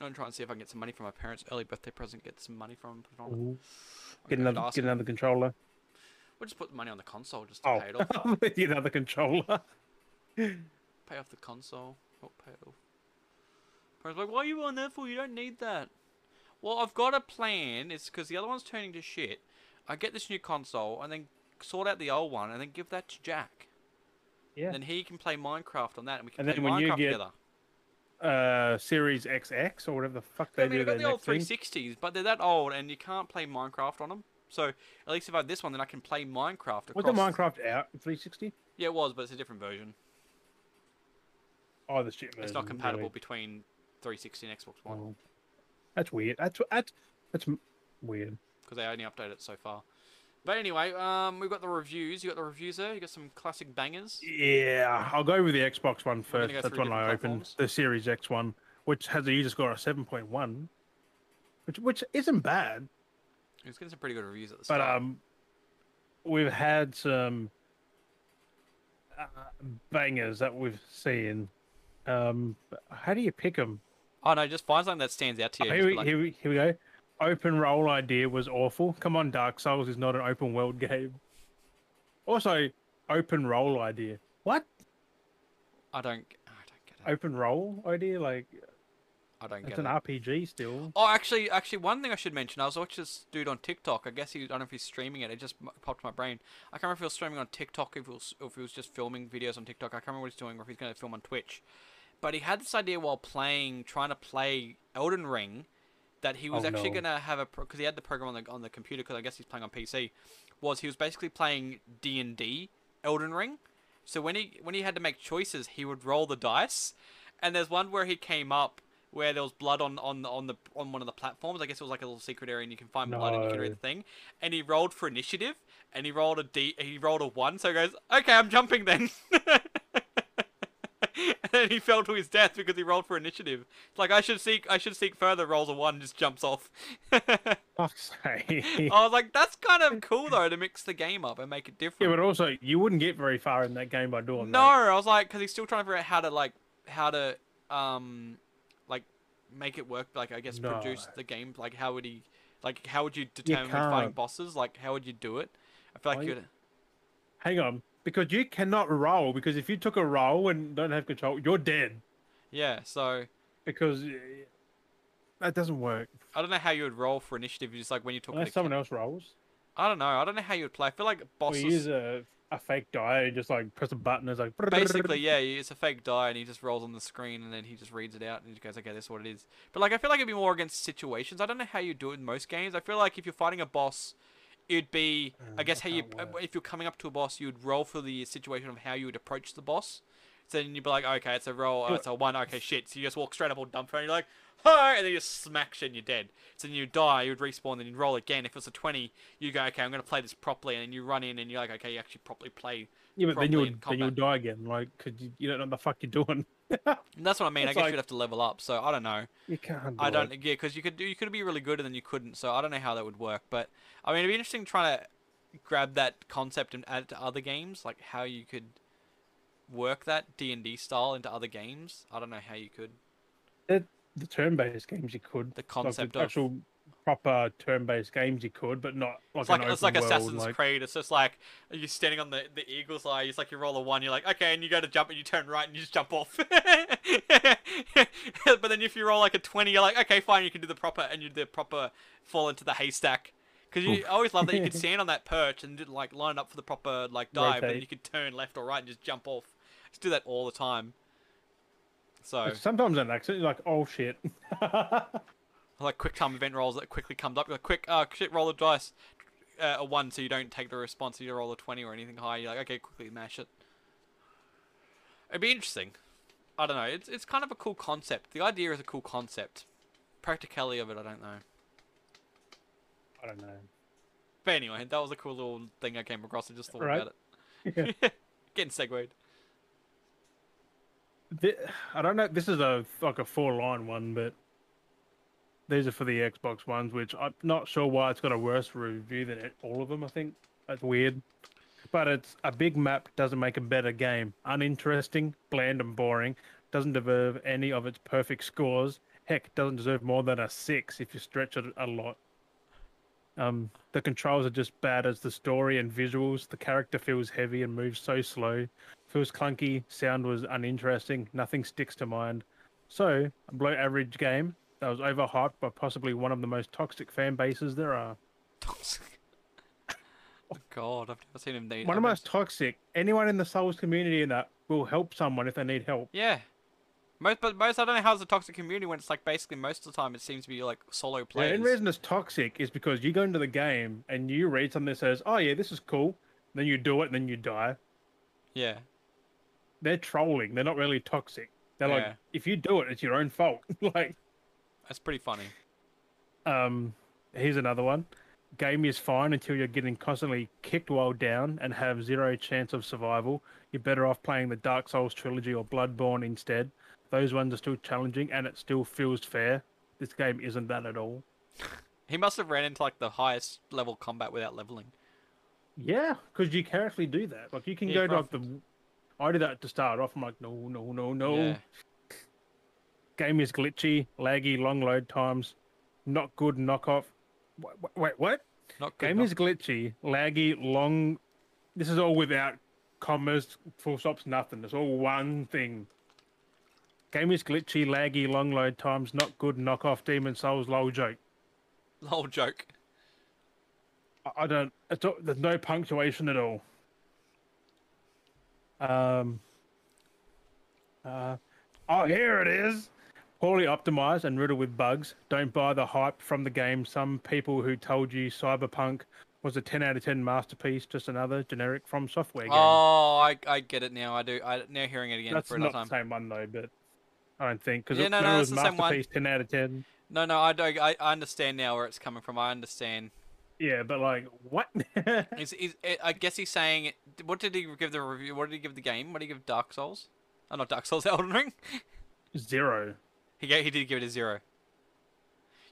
B: I'm gonna try and see if I can get some money from my parents' early birthday present, get some money from them, put it on.
A: Ooh.
B: I'm
A: Get
B: gonna have
A: another
B: to ask
A: get
B: them.
A: another controller.
B: We'll just put the money on the console just to
A: Oh,
B: pay it off.
A: get another controller.
B: pay off the console. Oh, pay it off. Parents like, why are you on that for? You don't need that. Well, I've got a plan. It's because the other one's turning to shit. I get this new console and then sort out the old one and then give that to Jack.
A: Yeah.
B: And then he can play Minecraft on that and we can
A: And then
B: play
A: when you
B: Minecraft
A: get
B: together.
A: Uh, Series XX or whatever the fuck they
B: I mean,
A: do.
B: I've got
A: their
B: the old
A: next thing.
B: 360s, but they're that old and you can't play Minecraft on them. So at least if I have this one, then I can play Minecraft. Across...
A: Was the Minecraft out in 360?
B: Yeah, it was, but it's a different version.
A: Oh, the shit version.
B: It's not
A: really.
B: compatible between 360 and Xbox One.
A: Oh. That's weird. That's that's that's m- weird.
B: because they only update it so far. But anyway, um, we've got the reviews. You got the reviews there. You got some classic bangers.
A: Yeah, I'll go with the Xbox one
B: gonna
A: first.
B: go
A: That's
B: through
A: one I
B: different
A: opened.
B: platforms.
A: The Series X one, which has a user score of 7.1, which which isn't bad.
B: It's getting some pretty good reviews at the
A: But
B: start.
A: um, we've had some uh, bangers that we've seen. Um, but how do you pick them?
B: oh no, just find something that stands out to you. and
A: uh, here, we,
B: just be like,
A: here, we, here we go. Open role idea was awful. Come on, Dark Souls is not an open world game. Also, open role idea. What?
B: I don't, I don't get it.
A: Open role idea? Like
B: I don't
A: it's
B: get
A: an
B: it.
A: RPG still.
B: Oh, actually, actually, one thing I should mention. I was watching this dude on TikTok. I guess he, I don't know if he's streaming it. It just m- popped in my brain. I can't remember if he was streaming on TikTok, if he was, or if he was just filming videos on TikTok. I can't remember what he's doing, or if he's going to film on Twitch. But he had this idea while playing, trying to play Elden Ring, that he was
A: Oh,
B: actually
A: no.
B: going to have a because he had the program on the on the computer because I guess he's playing on PC. Was he was basically playing D and D Elden Ring, so when he when he had to make choices, he would roll the dice, and there's one where he came up where there was blood on on the- on the on one of the platforms. I guess it was like a little secret area, and you can find blood and you can read
A: No.
B: the thing. And he rolled for initiative, and he rolled a d. He rolled a one, so he goes, "Okay, I'm jumping then." and then he fell to his death because he rolled for initiative. It's like I should seek, I should seek further. Rolls a one, just jumps off. I
A: Fuck's sake. yeah,
B: was like, that's kind of cool though to mix the game up and make it different.
A: but also you wouldn't get very far in that game by doing
B: No,
A: that.
B: I was like, because he's still trying to figure out how to like how to um like make it work. Like I guess produce
A: No.
B: the game. Like how would he like how would you determine when fighting
A: can't.
B: bosses? Like how would you do it? I feel like
A: Why-
B: you'd.
A: Hang on, because you cannot roll. Because if you took a roll and don't have control, you're dead.
B: Yeah, so
A: Because uh, that doesn't work
B: I don't know how you would roll for initiative. Just like when you're talking
A: unless
B: to
A: someone else rolls.
B: I don't know. I don't know how you would play. I feel like
A: We use
B: bosses.
A: a, a fake die and just like press a button. It's like
B: Basically, yeah, you- it's a fake die, and he just rolls on the screen, and then he just reads it out, and he goes, "Okay, this is what it is." But like, I feel like it'd be more against situations. I don't know how you do it in most games. I feel like if you're fighting a boss, it'd be, I guess, how you uh,
A: that works.
B: if you're coming up to a boss, you'd roll for the situation of how you would approach the boss. So then you'd be like, "Okay, it's a roll. Oh,
A: Yeah.
B: it's a one. Okay, shit." So you just walk straight up all dumbfounded. You're like, "Hi," and then you just smack shit, and you're dead. So then you die, you'd respawn, then you'd roll again. If it's a twenty, you go, "Okay, I'm gonna play this properly," and then you run in, and you're like, "Okay, you actually properly play."
A: Yeah, but then
B: properly
A: you
B: in
A: would then you
B: combat.
A: would die again, like because you, you don't know what the fuck you're doing.
B: And that's what I mean. I
A: It's
B: guess
A: like-
B: you'd have to level up. So I don't know.
A: You can't. Do
B: I don't
A: It.
B: yeah, 'cause you could do you could be really good and then you couldn't. So I don't know how that would work. But I mean, it'd be interesting trying to grab that concept and add it to other games, like how you could work that D and D style into other games. I don't know how you could
A: The turn-based games you could.
B: the
A: like,
B: concept
A: the
B: of
A: actual proper turn-based games you could, but not like
B: it's like
A: an
B: it's like
A: open world,
B: Assassin's
A: like-
B: Creed. It's just like you're standing on the, the eagle's eye. It's like you roll a one. You're like okay, and you go to jump and you turn right and you just jump off. but then if you roll like a twenty, you're like okay, fine, you can do the proper and you do the proper fall into the haystack. Because you I always love that you could stand on that perch and did, like line up for the proper like dive, but then
A: Rotate.
B: you could turn left or right and just jump off. I just do that all the time. So
A: Sometimes an accident, you're like, oh shit.
B: like quick time event rolls that quickly comes up. Like quick, uh, shit, roll the dice, uh, a one, so you don't take the response. You roll a twenty or anything higher. You're like, okay, quickly mash it. It'd be interesting. I don't know. It's it's kind of a cool concept. The idea is a cool concept. Practicality of it, I don't know.
A: I don't know.
B: But anyway, that was a cool little thing I came across. I just thought
A: Right.
B: about
A: Yeah.
B: it. Getting segued.
A: Thi- I don't know. This is a like a four-line one, but these are for the Xbox ones, which I'm not sure why it's got a worse review than it, all of them. I think that's weird. But it's a big map doesn't make a better game. Uninteresting, bland, and boring. Doesn't deserve any of its perfect scores. Heck, doesn't deserve more than a six if you stretch it a lot. Um, the controls are just bad as the story and visuals. The character feels heavy and moves so slow. Feels clunky. Sound was uninteresting. Nothing sticks to mind. So, a below average game that was overhyped by possibly one of the most toxic fan bases there are.
B: Toxic. oh God, I've never seen him need.
A: One of
B: I've
A: the
B: never
A: most toxic. Anyone in the Souls community in that will help someone if they need help.
B: Yeah. Most, but most, I don't know how's a toxic community when it's like basically most of the time it seems to be like solo
A: The
B: players.
A: only reason it's toxic is because you go into the game and you read something that says, "Oh yeah, this is cool," then you do it, and then you die.
B: yeah.
A: They're trolling. They're not really toxic. They're
B: Yeah.
A: like, if you do it, it's your own fault. like,
B: That's pretty funny.
A: Um, here's another one. Game is fine until you're getting constantly kicked while down and have zero chance of survival. You're better off playing the Dark Souls trilogy or Bloodborne instead. Those ones are still challenging and it still feels fair. This game isn't that at all.
B: He must have ran into like the highest level combat without leveling.
A: Yeah, because you can actually do that. Like you can
B: Yeah,
A: go to like the. I did that to start off. I'm like, no, no, no, no.
B: Yeah.
A: Game is glitchy, laggy, long load times, not good knockoff. Wait, wait, what?
B: Not good.
A: Game
B: not-
A: is glitchy, laggy, long. This is all without commas, full stops, nothing. It's all one thing. Game is glitchy, laggy, long load times, not good, knockoff Demon Souls, lol joke.
B: Lol joke.
A: I, I don't. It's all, there's no punctuation at all. Um. Uh, oh, here it is. Poorly optimized and riddled with bugs. Don't buy the hype from the game. Some people who told you Cyberpunk was a 10 out of 10 masterpiece, just another generic from software game.
B: Oh, I, I get it now. I do. I now hearing it again
A: That's
B: for another
A: not
B: time.
A: the same one though, but I don't think because
B: Yeah,
A: it,
B: no,
A: no,
B: no,
A: it
B: that's
A: was
B: the same one.
A: masterpiece 10 out of 10.
B: No, no, I do. I, I understand now where it's coming from. I understand.
A: Yeah, but like what?
B: Is is eh, I guess he's saying what did he give the review? What did he give the game? What did he give Dark Souls? Oh, not Dark Souls, Elden Ring.
A: Zero.
B: He gave, he did give it a zero.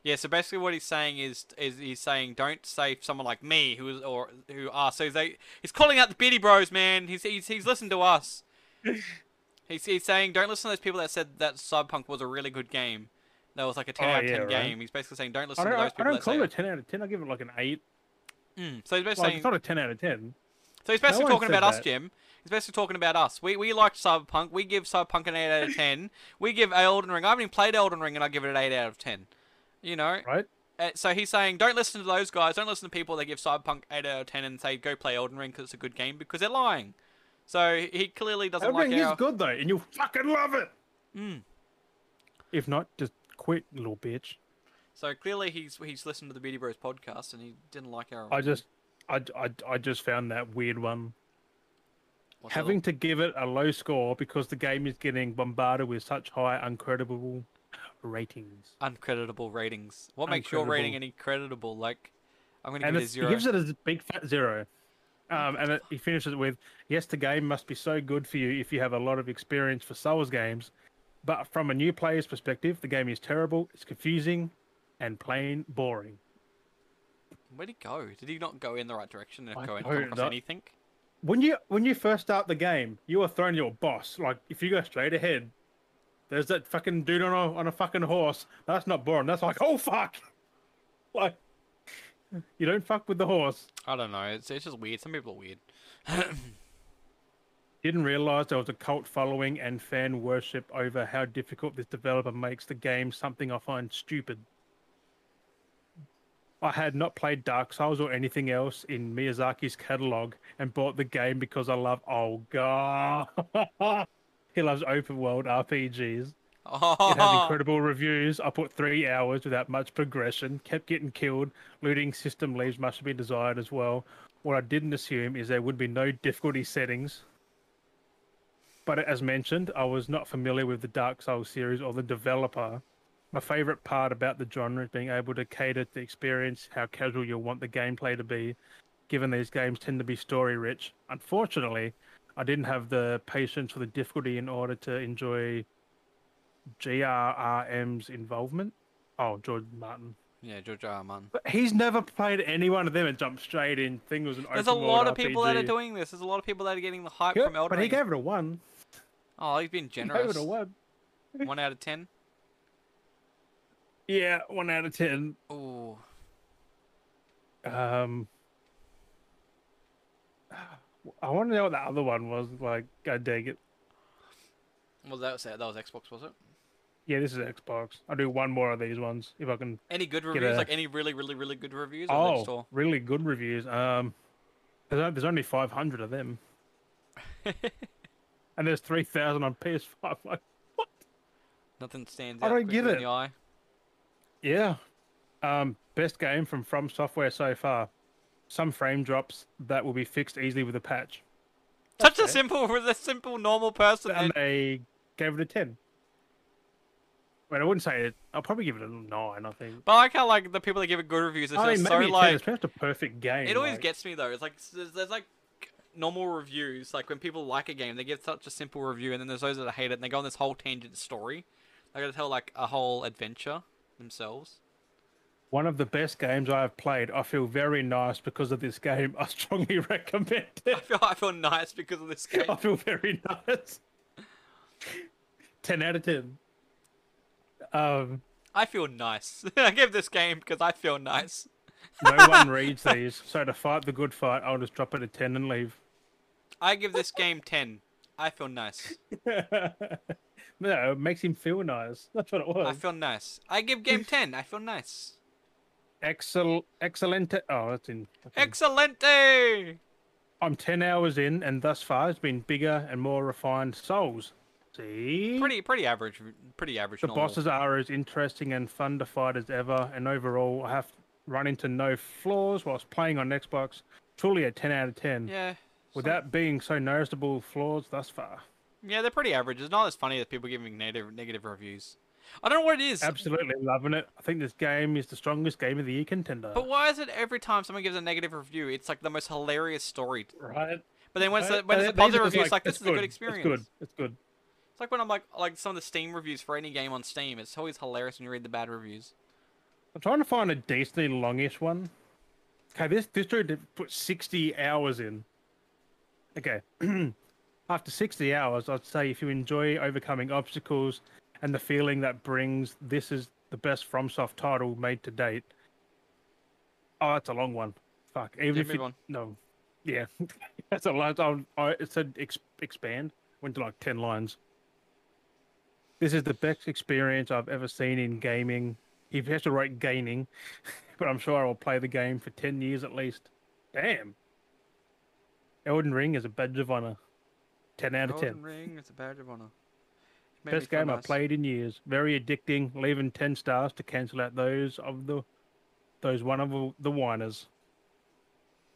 B: Yeah, so basically what he's saying is is he's saying don't say someone like me who is or who are so they he's calling out the Biddy Bros, man. He's he's, he's listened to us. he's he's saying don't listen to those people that said that Cyberpunk was a really good game. That was like a ten
A: Oh,
B: out of
A: yeah,
B: ten
A: right.
B: game. He's basically saying don't
A: I
B: listen
A: don't,
B: to
A: I,
B: those
A: I
B: people
A: don't
B: that
A: call
B: say.
A: it a
B: It.
A: 10 out of 10. I give it like an 8.
B: Mm. So he's basically
A: Like,
B: saying
A: it's not a 10 out of 10.
B: so he's basically
A: one
B: talking
A: said
B: about us,
A: that.
B: Jim. He's basically talking about us. We we liked Cyberpunk. We give Cyberpunk an eight out of ten. we give Elden Ring. I haven't even played Elden Ring, and I give it an eight out of ten. You know,
A: right?
B: Uh, so he's saying, don't listen to those guys. Don't listen to people that give Cyberpunk 8 out of 10 and say, go play Elden Ring because it's a good game because they're lying. So he clearly doesn't
A: Elden Ring
B: like our...
A: is good though, and you'll fucking love it.
B: Mm.
A: If not, just quit, little bitch.
B: So clearly he's he's listened to the Beauty Bros podcast and he didn't like our.
A: I just, I, I, I just found that weird one.
B: what's that
A: Having to give it a low score because the game is getting bombarded with such high uncredible ratings.
B: little- uncreditable ratings. What makes your rating any creditable? Like, I'm gonna
A: and
B: give it a
A: it's,
B: zero.
A: he gives it a big fat zero. Um, and it, he finishes it with, "Yes, the game must be so good for you if you have a lot of experience for Souls games, but from a new player's perspective, the game is terrible. It's confusing, and plain boring."
B: Where'd he go? Did he not go in the right direction and
A: I
B: go and
A: don't
B: come across
A: know.
B: anything?
A: When you when you first start the game, you are thrown to your boss. Like if you go straight ahead, there's that fucking dude on a on a fucking horse. That's not boring. That's like oh fuck, like you don't fuck with the horse.
B: I don't know. It's it's just weird. Some people are weird.
A: Didn't realize there was a cult following and fan worship over how difficult this developer makes the game something I find stupid. I had not played Dark Souls or anything else in Miyazaki's catalog and bought the game because I love oh god. he loves open world RPGs. It has
B: Oh,
A: incredible reviews. I put three hours without much progression, kept getting killed. Looting system leaves much to be desired as well. What I didn't assume is there would be no difficulty settings. But as mentioned, I was not familiar with the Dark Souls series or the developer. My favorite part about the genre is being able to cater to the experience, how casual you'll want the gameplay to be, given these games tend to be story rich. Unfortunately, I didn't have the patience for the difficulty in order to enjoy GRRM's involvement. Oh, George Martin.
B: yeah, George R. R. Martin.
A: But he's never played any one of them and jumped straight in. Thing was an
B: There's a
A: open world
B: lot of people that are
A: RPG.
B: doing this. There's a lot of people that are getting the hype
A: Yep,
B: from Elden
A: but he
B: Ring.
A: gave it a one.
B: Oh, he's been
A: He gave
B: generous.
A: it a one.
B: One out of ten.
A: Yeah, one out of ten.
B: Ooh,
A: Um, I want to know what the other one was. Like, I dig it.
B: well that was that was Xbox, was it?
A: Yeah, this is Xbox. I'll do one more of these ones if I can.
B: Any good reviews?
A: a-
B: Like any really, really, really good reviews? Or they just
A: Oh,
B: all-
A: really good reviews. Um, there's, o- there's only 500 of them, and there's 3,000 on PS5. Like,
B: nothing stands
A: I
B: out.
A: don't get
B: quickly in
A: it.
B: the eye.
A: Yeah. Um, best game from From Software so far. Some frame drops that will be fixed easily with a patch.
B: Such a
A: Okay.
B: simple, with a simple, normal person.
A: And
B: And
A: they gave it a 10. I mean, I wouldn't say it. I'll probably give it a 9, I think.
B: but I like how like the people that give it good reviews are
A: I mean,
B: just
A: maybe
B: so
A: a 10.
B: like
A: It's just a perfect game.
B: It always
A: like,
B: gets me though. It's like s- there's, there's like normal reviews. Like when people like a game, they give such a simple review, and then there's those that hate it, and they go on this whole tangent story. They got to tell like a whole adventure themselves.
A: One of the best games I have played. I feel very nice because of this game. I strongly recommend
B: I
A: it.
B: feel I feel nice because of this game.
A: I feel very nice. 10 out of 10. Um,
B: I feel nice. I give this game because I feel nice.
A: no one reads these, so to fight the good fight, I'll just drop it at 10 and leave.
B: I give this game ten. I feel nice.
A: no, it makes him feel nice. That's what it
B: I
A: was.
B: feel nice. I give game ten. I feel nice.
A: Excel, excellent. Oh, that's in. fucking-
B: Excelente.
A: I'm 10 hours in, and thus far it's been bigger and more refined souls. See?
B: Pretty pretty average. Pretty average.
A: the
B: normal.
A: bosses are as interesting and fun to fight as ever, and overall, I have run into no flaws whilst playing on Xbox. Truly a 10 out of 10.
B: Yeah.
A: Without being so noticeable flaws thus far.
B: Yeah, they're pretty average. It's not as funny as people giving negative negative reviews. I don't know what it is.
A: Absolutely loving it. I think this game is the strongest game of the year contender.
B: But why is it every time someone gives a negative review, it's like the most hilarious story?
A: right?
B: But then when it's,
A: Right?
B: a, when it's a
A: But these are just
B: positive review, it's like this
A: "It's
B: is a good
A: It's
B: experience.
A: good. It's good.
B: It's like when I'm like like some of the Steam reviews for any game on Steam. It's always hilarious when you read the bad reviews.
A: I'm trying to find a decently longish one. Okay, this this dude did put 60 hours in. Okay. After 60 hours, I'd say if you enjoy overcoming obstacles and the feeling that brings, this is the best FromSoft title made to date. Oh, that's a long one. Fuck. Even
B: Yeah,
A: if
B: move
A: you,
B: on.
A: no, yeah, that's a lot. I, I, it said ex, expand. Went to like ten lines. This is the best experience I've ever seen in gaming. He has to write gaining, but I'm sure I will play the game for 10 years at least. Damn. Elden Ring is a badge of honor. 10 out of 10.
B: Golden Ring is a badge of honor. It made me
A: Best
B: feel
A: game
B: nice.
A: I've played in years. Very addicting. Leaving 10 stars to cancel out those of the those one of the- the whiners.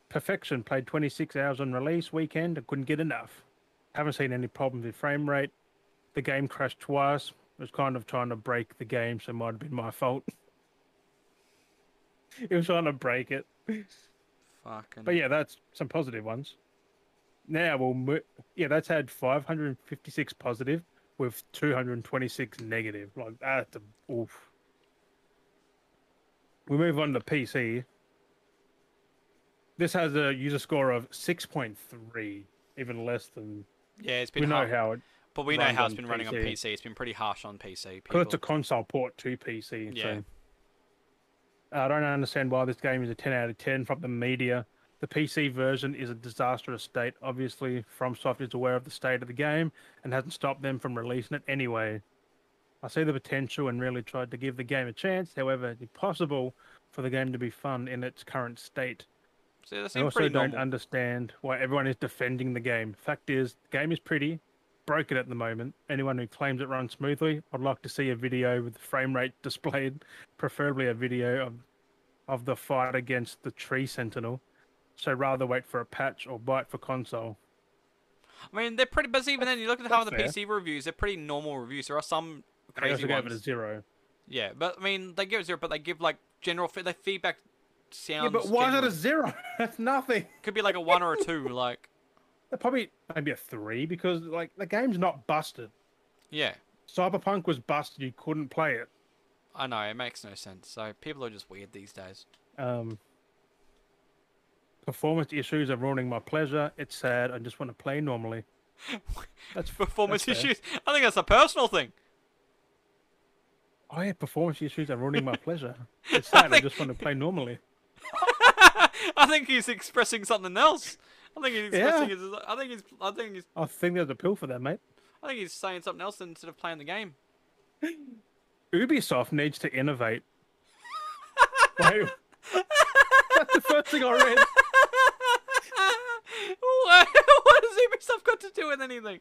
A: Perfection played 26 hours on release weekend and couldn't get enough. Haven't seen any problems with frame rate. The game crashed twice. It was kind of trying to break the game, so it might have been my fault. it was trying to break it.
B: Fucking.
A: But yeah, that's some positive ones. Now we'll mo- yeah, that's had 556 positive with 226 negative. Like that's a oof. We move on to PC. This has a user score of 6.3, even less than
B: yeah, it's been
A: we know
B: hard.
A: how it.
B: but we know
A: runs
B: how it's
A: on
B: been running on
A: PC.
B: PC. It's been pretty harsh on PC.
A: Because it's a
B: people.
A: console port to PC.
B: Yeah.
A: So. Uh, I don't understand why this game is a 10 out of 10 from the media. The PC version is a disastrous state. Obviously, FromSoft is aware of the state of the game and hasn't stopped them from releasing it anyway. I see the potential and really tried to give the game a chance. However, it's impossible for the game to be fun in its current state.
B: So that
A: I
B: seems
A: also
B: pretty
A: don't
B: normal.
A: understand why everyone is defending the game. Fact is, the game is pretty, broken at the moment. Anyone who claims it runs smoothly, I'd like to see a video with the frame rate displayed, preferably a video of, of the fight against the tree sentinel. So rather wait for a patch or buy it for console.
B: I mean, they're pretty busy. Even then, you look at half of the
A: that's
B: PC reviews; they're pretty normal reviews. There are some
A: I also
B: crazy
A: gave it a
B: ones.
A: zero.
B: Yeah, but I mean, they give it zero, but they give like general fe- their feedback sounds.
A: yeah, but why is it a
B: general-
A: zero? That's nothing.
B: Could be like a one or a two. Like,
A: Probably maybe a three because like the game's not busted.
B: yeah,
A: Cyberpunk was busted. You couldn't play it.
B: I know it makes no sense. So people are just weird these days.
A: Um, performance issues are ruining my pleasure. It's sad. I just want to play normally. That's
B: Performance
A: that's fair.
B: issues. I think that's a personal thing.
A: Oh yeah, performance issues are ruining my pleasure. It's
B: I
A: sad. I
B: think-
A: just want to play normally.
B: I think he's expressing something else. I think he's expressing his. I think he's. I think he's.
A: I think there's a pill for that, mate.
B: I think he's saying something else instead of playing the game.
A: Ubisoft needs to innovate. Wait, that's the first thing I read.
B: what, what has Ubisoft got to do with anything?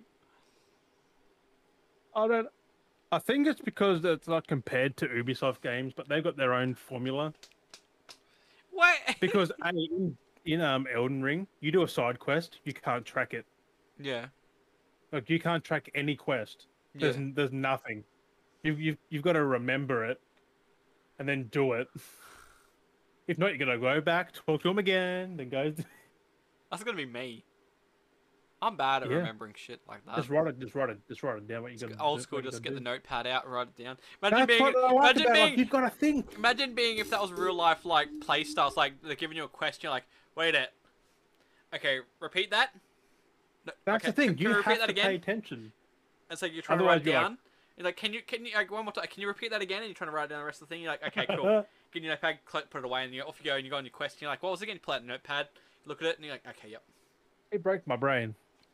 A: I don't. I think it's because it's not compared to Ubisoft games, but they've got their own formula.
B: What?
A: Because A, in, in um Elden Ring, you do a side quest, you can't track it.
B: Yeah.
A: Like you can't track any quest. There's
B: Yeah.
A: n there's nothing. You've you've you've got to remember it, and then do it. If not, you're gonna go back, talk to him again, then go.
B: That's gonna be me. I'm bad at
A: Yeah.
B: remembering shit like that.
A: Just write it. Just write it. Just write it down. What you got?
B: Um, Old school, just get the notepad out, write it down. Imagine
A: That's
B: being,
A: what I like
B: imagine
A: about.
B: being,
A: Like, you've got to think.
B: Imagine being if that was real life, like play styles, like they're giving you a question, you're like, wait it. Okay, repeat that. No,
A: That's
B: okay,
A: the thing.
B: Can,
A: You
B: you repeat
A: have
B: that
A: to pay
B: again?
A: attention.
B: And so you're trying
A: Otherwise
B: to
A: you're
B: write it
A: like-
B: down. You're like, can you can you like one more time? Can you repeat that again? And you're trying to write down the rest of the thing. You're like, okay, cool. Get your notepad, cl- put it away, and you off you go, and you go on your question. You're like, what was it again? Pull out the notepad, look at it, and you're like, okay, yep.
A: It broke my brain.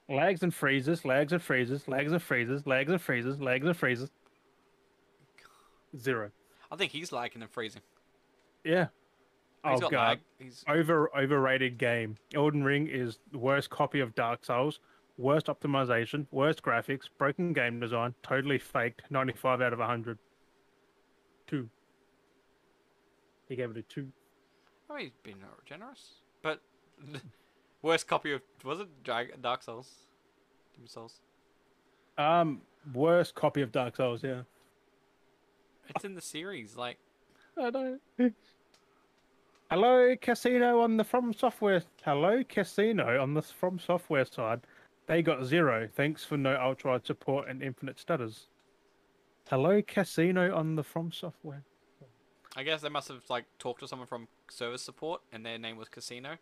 A: Lags and freezes. Lags and freezes. Lags and freezes. Lags and freezes. Lags and freezes. Zero.
B: I think he's liking and freezing.
A: Yeah.
B: He's
A: oh
B: got
A: god.
B: lag. He's
A: over overrated game. Elden Ring is the worst copy of Dark Souls, worst optimization, worst graphics, broken game design, totally faked. Ninety five out of hundred. Two. He gave it a two.
B: I mean, he's been generous, but worst copy of was it Drag- Dark Souls? Demon Souls.
A: Um, worst copy of Dark Souls. Yeah.
B: It's in the series, like
A: I don't. Hello, Casino on the From Software. Hello, Casino on the From Software side. They got zero. Thanks for no ultralight support and infinite stutters. Hello, Casino on the From Software.
B: I guess they must have like talked to someone from service support, and their name was Casino.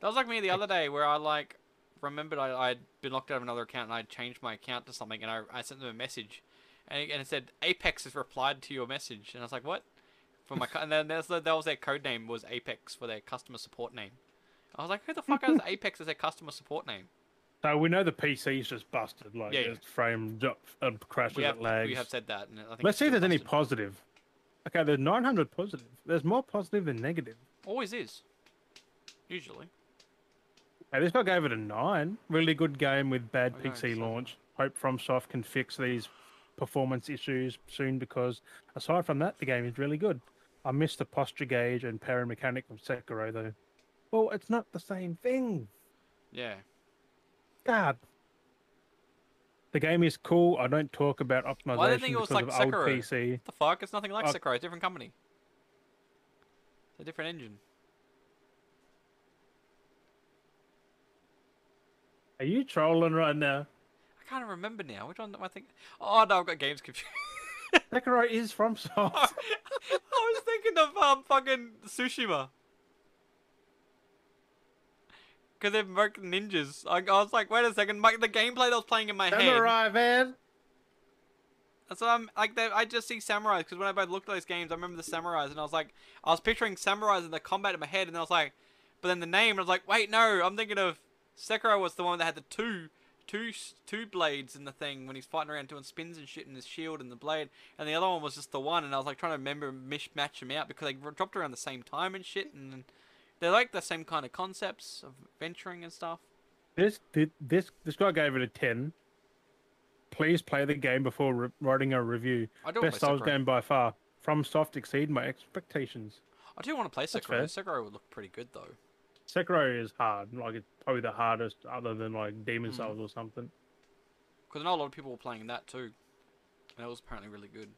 B: That was like me the other day, where I like remembered I I had been locked out of another account, and I changed my account to something, and I, I sent them a message, and it, and it said Apex has replied to your message, and I was like, what? For my cu- and then that's, the- that was their code name was Apex for their customer support name. I was like, who the fuck has Apex as their customer support name?
A: So we know the PC's just busted, like
B: Yeah,
A: yeah,
B: yeah.
A: frame drop, uh, crashes,
B: We have,
A: it lags.
B: we have said that. And I think
A: Let's
B: it's
A: see if
B: been
A: there's any
B: busted.
A: positive. Okay, there's 900 positive. There's more positive than negative.
B: Always is. Usually.
A: Hey, this guy gave it a nine. Really good game with bad
B: I know,
A: PC
B: so-
A: launch. Hope FromSoft can fix these performance issues soon because aside from that, the game is really good. I miss the posture gauge and parry mechanic from Sekiro though. Well, it's not the same thing.
B: Yeah.
A: God. The game is cool. I don't talk about optimization
B: Why do you think it was
A: because
B: like
A: of old
B: Sekiro?
A: PC.
B: What the fuck? It's nothing like
A: Uh,
B: Sekiro. It's a different company. It's a different engine.
A: Are you trolling right now?
B: I can't remember now. Which one am I thinking? Oh no, I've got games confused.
A: Sekiro is FromSoft.
B: I was thinking of um fucking Tsushima. Because they're making ninjas. I, I was like, wait a second, my, the gameplay that was playing in my head.
A: Samurai man.
B: That's what I'm like. They, I just see samurais because when I both looked at those games, I remember the samurais, and I was like, I was picturing samurais and the combat in my head, and I was like, but then the name, I was like, wait, no, I'm thinking of Sekiro was the one that had the two, two, s- two blades in the thing when he's fighting around doing spins and shit, and his shield and the blade, and the other one was just the one, and I was like trying to remember mismatch them out because they r- dropped around the same time and shit, and they're like the same kind of concepts of venturing and stuff.
A: This thi- this this guy gave it a ten. Please play the game before re- writing a review.
B: I do
A: Best
B: play
A: Souls
B: Sekiro.
A: game by far. From Soft exceed my expectations.
B: I do want to play
A: fair.
B: Sekiro. Sekiro would look pretty good though.
A: Sekiro is hard. Like it's probably the hardest, other than like Demon
B: Hmm.
A: Souls or something.
B: Because I know a lot of people were playing that too. And it was apparently really good.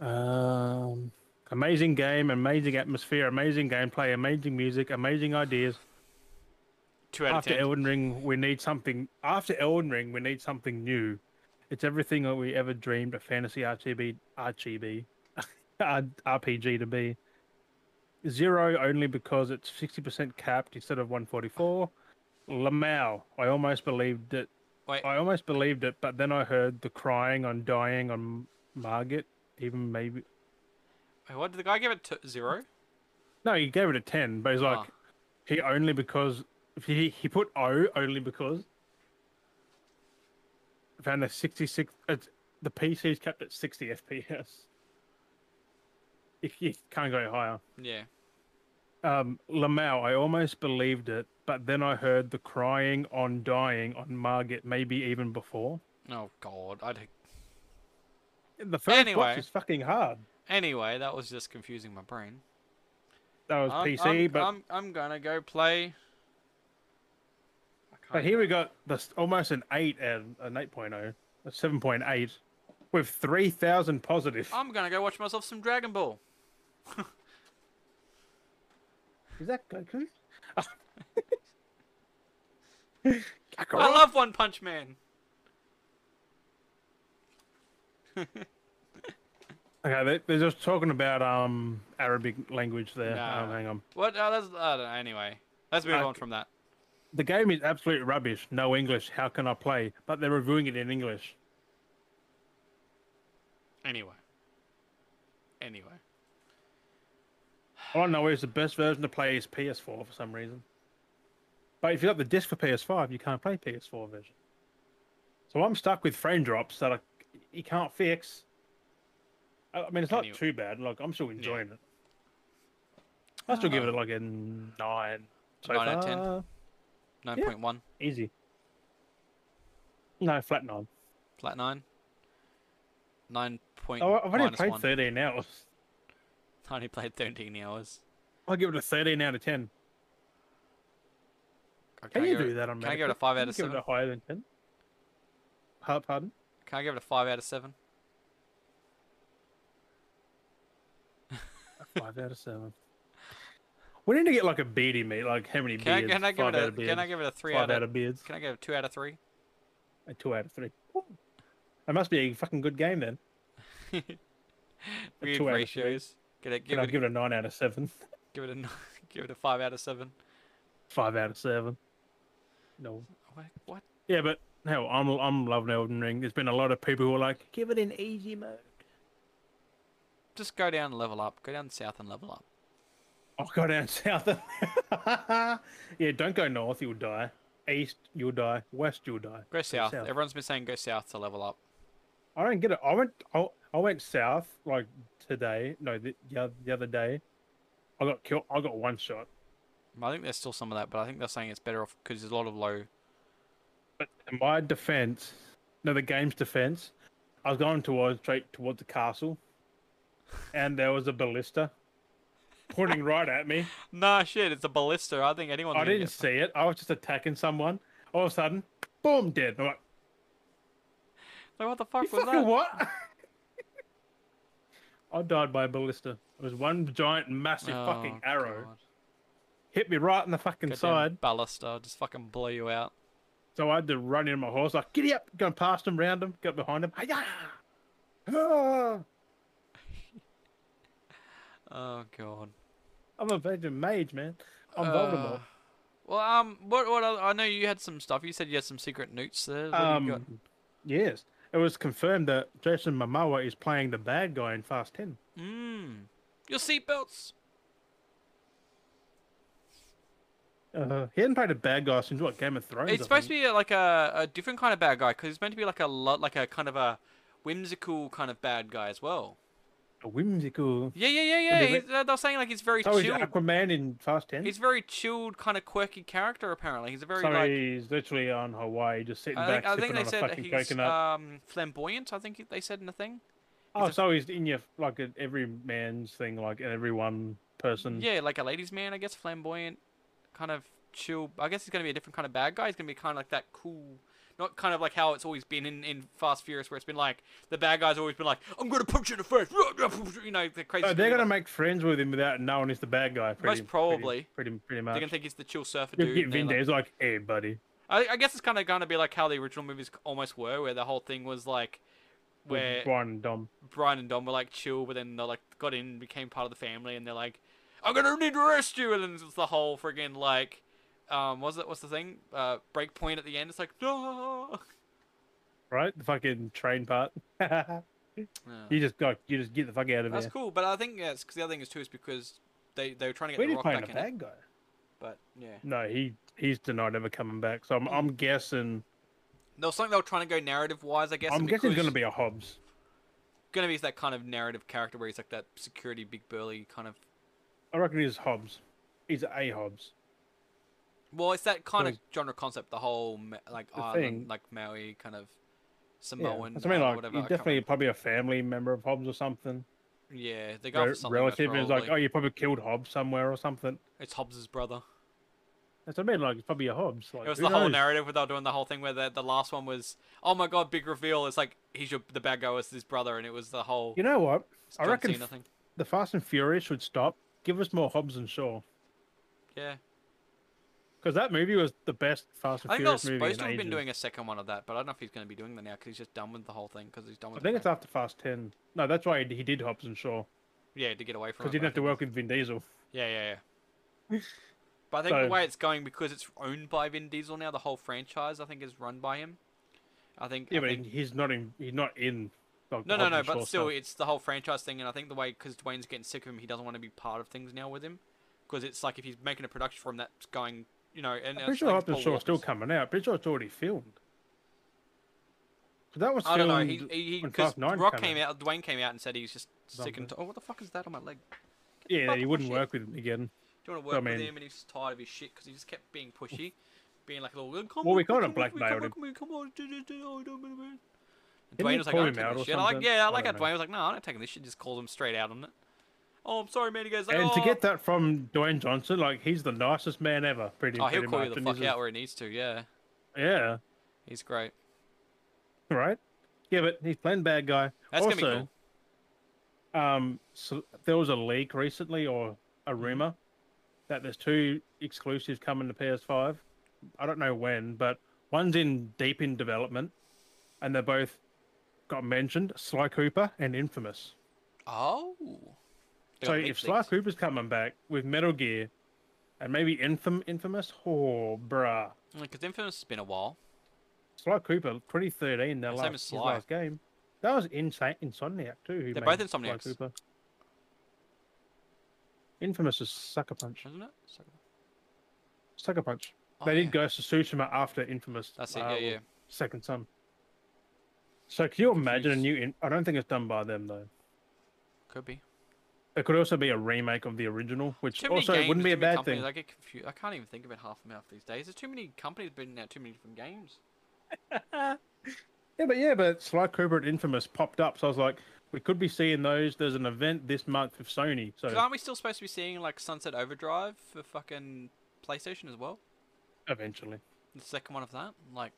A: Um, amazing game, amazing atmosphere, amazing gameplay, amazing music, amazing ideas.
B: Two out of
A: After
B: ten.
A: Elden Ring, we need something. After Elden Ring, we need something new. It's everything that we ever dreamed a fantasy RTB, RGB, R- RPG to be. Zero only because it's 60% capped instead of 144. Lamau, I almost believed it.
B: Wait.
A: I almost believed it, but then I heard the crying on dying on Margit. Even maybe
B: Wait, what did the guy give it? T- zero?
A: no, he gave it a ten, but he's like
B: Ah.
A: he only because he he put O only because found the sixty six. It's the PC's kept at sixty FPS. It, it can't go higher.
B: Yeah.
A: Um, Lamau, I almost believed it, but then I heard the crying on dying on Margit, maybe even before.
B: Oh god. I don't...
A: The first
B: Anyway.
A: boss is fucking hard.
B: Anyway, that was just confusing my brain.
A: That was
B: I'm,
A: PC,
B: I'm,
A: but
B: I'm, I'm gonna go play. I
A: But
B: can't-
A: here we got this almost an eight and an 8.0, a 7.8 with 3,000 positive.
B: I'm gonna go watch myself some Dragon Ball.
A: Is that Goku?
B: I love One Punch Man.
A: Okay, they, they're just talking about um Arabic language there.
B: Nah.
A: Um, hang on.
B: What? Oh, that's. I don't know. Anyway, let's move
A: Uh,
B: on from that.
A: The game is absolute rubbish. No English. How can I play? But they're reviewing it in English.
B: Anyway. Anyway.
A: All I know is the best version to play is PS4 for some reason. But if you got the disc for PS5, you can't play PS4 version. So I'm stuck with frame drops that I you can't fix. I I mean, it's not
B: Anyway.
A: too bad. Like I'm still enjoying it. I still give it like a nine. So
B: Nine
A: far,
B: out of 10? Nine point one.
A: easy. No, flat nine.
B: Flat nine. Nine point.
A: Oh, I've only
B: minus
A: played
B: one.
A: 13 hours.
B: I only played 13 hours.
A: I'll give it a 13 out of 10.
B: I
A: Can
B: can't
A: you
B: give
A: do
B: it-
A: that on
B: Can I give it a
A: Metacritic?
B: 5
A: Can you
B: out of
A: Give
B: 7?
A: it a higher than 10. Pardon?
B: Can I give it a 5 out of 7?
A: Five out of seven. We need to get like a beardy meet, like how many
B: Can I,
A: beards?
B: can I give
A: Five
B: it
A: out
B: a
A: of beards.
B: Can I give it a 3
A: five
B: out of,
A: beards?
B: Can I give it a 2 out of 3?
A: A two out of three. Ooh. That must be a fucking good game then.
B: Weird
A: two out of three.
B: ratios. Can I give
A: Can I
B: it
A: give it a nine out of seven?
B: give it a n- give it a 5 out of 7?
A: Five out of seven. No.
B: What? what?
A: Yeah, but hell, I'm I'm loving Elden Ring. There's been a lot of people who are like, give it an easy mode.
B: Just go down and level up. Go down south and level up.
A: Oh, I'll go down south. yeah, don't go north, you'll die. east, you'll die. West, you'll die.
B: Go south.
A: south.
B: Everyone's been saying go south to level up.
A: I don't get it. I went, I, I went south like today. No, the, the oth- the other day, I got killed. I got one shot.
B: I think there's still some of that, but I think they're saying it's better off because there's a lot of low.
A: But in my defense, no, the game's defense, I was going towards straight towards the castle, and there was a ballista pointing right at me.
B: Nah, shit, it's a ballista. I think anyone.
A: I didn't see it. I was just attacking someone. All of a sudden, boom, dead. I'm like,
B: Like, what the fuck
A: you
B: was
A: fucking
B: that?
A: what? I died by a ballista. It was one giant, massive fucking
B: Oh,
A: arrow.
B: God.
A: Hit me right in the fucking
B: Goddamn
A: side.
B: Ballista just fucking blew you out.
A: So I had to run in my horse, like, giddy up, going past him, round him, got behind him. Hiya! Ah!
B: Oh god.
A: I'm a virgin mage, man. I'm Voldemort.
B: Uh, Well, um, what what other, I know you had some stuff. You said you had some secret newts there. What have you got?
A: Um, yes. It was confirmed that Jason Momoa is playing the bad guy in Fast 10.
B: Mm. Your seatbelts.
A: Uh, he hasn't played a bad guy since, what, Game of Thrones?
B: It's supposed to be uh, like a, a different kind of bad guy because it's meant to be like a lot like a kind of a whimsical kind of bad guy as well.
A: be... Whimsical.
B: Yeah, yeah, yeah,
A: they
B: yeah.
A: make-
B: He's, uh, they're saying like he's very
A: So is
B: chilled.
A: Oh, Aquaman in Fast 10?
B: He's very chilled, kind of quirky character. Apparently, he's a very
A: so
B: like.
A: he's literally on Hawaii, just sitting
B: I
A: back,
B: think, I think
A: sipping
B: they
A: on a
B: said
A: fucking
B: he's
A: coconut.
B: um, flamboyant. I think they said in the thing.
A: oh,
B: a-
A: so he's in your, like, a- every man's thing, like, and every one person.
B: Yeah, like a ladies' man, I guess. Flamboyant, kind of chill. I guess he's gonna be a different kind of bad guy. He's gonna be kind of like that cool, not kind of like how it's always been in, in Fast Furious, where it's been like the bad guy's always been like, "I'm gonna punch you in the face," you know, the crazy.
A: So they're
B: screaming.
A: gonna make friends with him without knowing he's the bad guy. Pretty, pretty-
B: probably.
A: Pretty, pretty, much.
B: They're gonna think he's the chill surfer
A: You'll
B: dude.
A: get
B: and they're
A: Vin
B: like-
A: Diesel's like, "Hey, buddy,
B: I, I guess it's kind of gonna be like how the original movies c- almost were, where the whole thing was like,
A: with
B: where
A: Brian and Dom."
B: Brian and Dom were like chill, but then they like got in, became part of the family, and they're like, "I'm gonna need to arrest you," and then it's the whole friggin' like, um, was it what's the thing? Uh, break point at the end. It's like, no.
A: Right, the fucking train part. you just got, you just get the fuck out of
B: That's
A: here.
B: cool, but I think yeah, because the other thing is too is because they they were trying to
A: We're
B: get the
A: just
B: rock
A: playing
B: back
A: a
B: in,
A: bad
B: it,
A: guy.
B: but yeah,
A: No, he he's denied ever coming back. So I'm,
B: Hmm.
A: I'm guessing,
B: there was something they were trying to go narrative wise, I guess.
A: I'm
B: and
A: guessing he's
B: because
A: gonna be a Hobbs.
B: gonna be that kind of narrative character where he's like that security big burly kind of.
A: I reckon he's Hobbs. He's a Hobbs.
B: Well, it's that kind of
A: he's-
B: genre concept, the whole Ma- like
A: The
B: island,
A: thing-
B: like Maui kind of
A: Yeah,
B: Samoan,
A: that's what I mean.
B: uh,
A: Like,
B: whatever. I
A: he's
B: can't
A: definitely probably a family member of Hobbs or something.
B: Yeah, they go
A: Re-
B: for something. that's
A: relative is like,
B: probably-
A: "Oh, you probably killed Hobbs somewhere or something."
B: it's Hobbs's brother.
A: That's what I mean. Like, it's probably a Hobbs. Like,
B: It was
A: who
B: the whole
A: knows?
B: narrative without doing the whole thing where the, the last one was, oh my god, big reveal. It's like he's your the bad guy was his brother, and it was the whole.
A: You know what?
B: it's
A: I
B: John
A: reckon
B: Cena
A: f-
B: thing.
A: the Fast and Furious should stop. Give us more Hobbs and Shaw
B: Yeah,
A: because that movie was the best Fast and
B: I think they were
A: Furious movie
B: supposed
A: in
B: to have
A: ages.
B: been doing a second one of that, but I don't know if he's going to be doing that now because he's just done with the whole thing because he's done
A: I
B: with.
A: think
B: the
A: it's after Fast Ten. No, that's why he he did Hobbs and Shaw
B: yeah to get away from.
A: because
B: it,
A: he didn't
B: but I
A: have to
B: think-
A: work with Vin Diesel.
B: Yeah, yeah, yeah. But I think the
A: So-
B: way it's going because it's owned by Vin Diesel now, the whole franchise I think is run by him. I think.
A: Yeah,
B: I
A: but
B: think-
A: he- he's not in. He's not in. like,
B: No,
A: the
B: no,
A: Hobbs
B: no,
A: and Shaw
B: but still,
A: stuff.
B: it's the whole franchise thing, and I think the way because Dwayne's getting sick of him, he doesn't want to be part of things now with him, because it's like if he's making a production for him, that's going, you know, and
A: I'm
B: uh,
A: pretty
B: I
A: sure
B: think
A: Hobbs and
B: Paul
A: Shaw's still
B: Walker's-
A: coming out. Pretty sure it's already filmed. 'Cause That was
B: I
A: filmed.
B: don't know. He he
A: when
B: because
A: Fast 9
B: Rock
A: came
B: came out, Dwayne came out and said he's just sick and.
A: Zombie.
B: T- oh, what the fuck is that on my leg?
A: yeah,
B: fuck
A: he
B: off,
A: wouldn't
B: shit.
A: work with him again.
B: Do you want to
A: I
B: work with
A: mean-
B: him? And he's just tired of his shit because he just kept being pushy, being like a little. Come
A: Well, we
B: work with
A: kinda
B: me, come
A: blackmailed him.
B: work with me, Come on, come on, come on, come on, come on. And
A: Didn't
B: Dwayne
A: he
B: was like,
A: call
B: I'm
A: him
B: taking
A: out
B: this
A: or
B: shit. I like,
A: something?
B: yeah, I
A: I
B: like how
A: don't know.
B: Dwayne was like, no, I'm not taking this shit. Just calls him straight out on it. Oh, I'm sorry, man. He goes, like,
A: And to
B: "Oh,
A: get that from Dwayne Johnson, like he's the nicest man ever. Pretty.
B: Oh, he'll
A: pretty
B: call
A: much.
B: you the
A: and
B: fuck
A: he's a-
B: out where he needs to. Yeah,
A: Yeah.
B: he's great.
A: right? Yeah, but he's playing bad guy.
B: That's
A: also,
B: gonna be
A: um, so there was a leak recently or a rumor that there's two exclusives coming to PS5. I don't know when, but one's in deep in development, and they both got mentioned: Sly Cooper and Infamous.
B: cool. Oh. They
A: so
B: got leaked
A: if Sly
B: leaks.
A: Cooper's coming back with Metal Gear, and maybe Infam Infamous, oh bruh,
B: Mm, 'cause Infamous has been a while.
A: Sly Cooper 2013, their
B: Same
A: last,
B: as
A: his
B: Sly.
A: last game. That was insane. Insomniac too. Who
B: They're
A: made
B: both
A: Sly
B: Insomniacs.
A: Cooper. Infamous is Sucker Punch.
B: Isn't it? So-
A: Sucker Punch. they
B: Oh, yeah.
A: did Ghost of Tsushima after Infamous. uh,
B: That's it. Yeah, yeah.
A: Second Son. So can you imagine a new? In- I don't think it's done by them though.
B: Could be.
A: It could also be a remake of the original, which
B: Too many
A: also
B: games,
A: Oh, wouldn't be
B: too
A: a
B: many
A: bad
B: companies,
A: thing.
B: I get confused. I can't even think about half of them half these days. There's too many companies putting out too many different games.
A: Yeah, but yeah, but Sly Cooper and Infamous popped up, so I was like, we could be seeing those. There's an event this month with Sony, so
B: 'Cause aren't we still supposed to be seeing like Sunset Overdrive for fucking PlayStation as well?
A: eventually,
B: The second one of that, like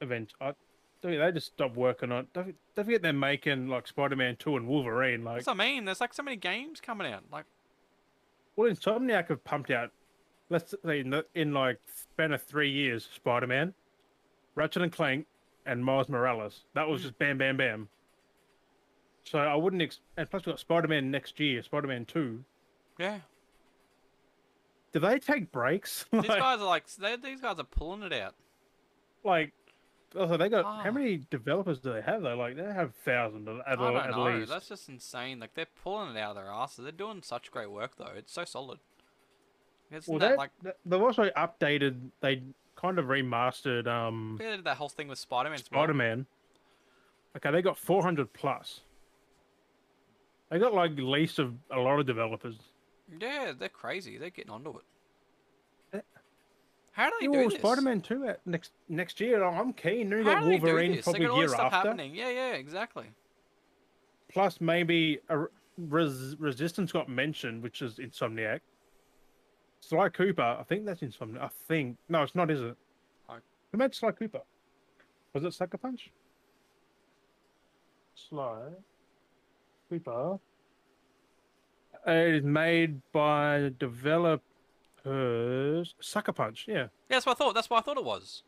A: event. I, dude, they just stopped working on. Don't, don't forget they're making like Spider-Man Two and Wolverine. Like,
B: that's what I mean. There's like so many games coming out. Like
A: well, Insomniac have pumped out. Let's say in, the, in like span of three years, Spider-Man, Ratchet and Clank, and Miles Morales. That
B: Hmm.
A: was just bam, bam, bam. So I wouldn't. Ex- and plus, we got Spider-Man next year, Spider-Man Two.
B: yeah,
A: Do they take breaks? Like,
B: these guys are like they, these guys are pulling it out.
A: like also they got
B: Ah.
A: how many developers do they have though? Like they have thousands at, at,
B: I
A: all-
B: don't
A: at
B: know.
A: least.
B: That's just insane. Like they're pulling it out of their asses. They're doing such great work though. It's so solid. Isn't
A: well,
B: that
A: that,
B: like
A: th- they've also updated. They kind of remastered um
B: they did that whole thing with Spider Man?
A: Spider Man. Okay, they got 400 plus. They got like least of a lot of developers.
B: Yeah, they're crazy. They're getting onto it. How do they
A: Eh. Yeah,
B: do
A: well,
B: this?
A: Spider Man 2 at next next year. I'm- I'm keen. Then you
B: How
A: got
B: do they do
A: Wolverine
B: this? They
A: probably
B: got all
A: year
B: this stuff
A: after.
B: happening. Yeah, yeah, exactly.
A: Plus maybe a re- res- Resistance got mentioned, which is Insomniac. Sly Cooper, I think that's Insomniac. I think no, it's not, is it?
B: I-
A: Who made Sly Cooper? Was it Sucker Punch? Sly Cooper. Uh, It is made by developers Sucker Punch. Yeah,
B: Yeah, that's what I thought. That's what I thought it was.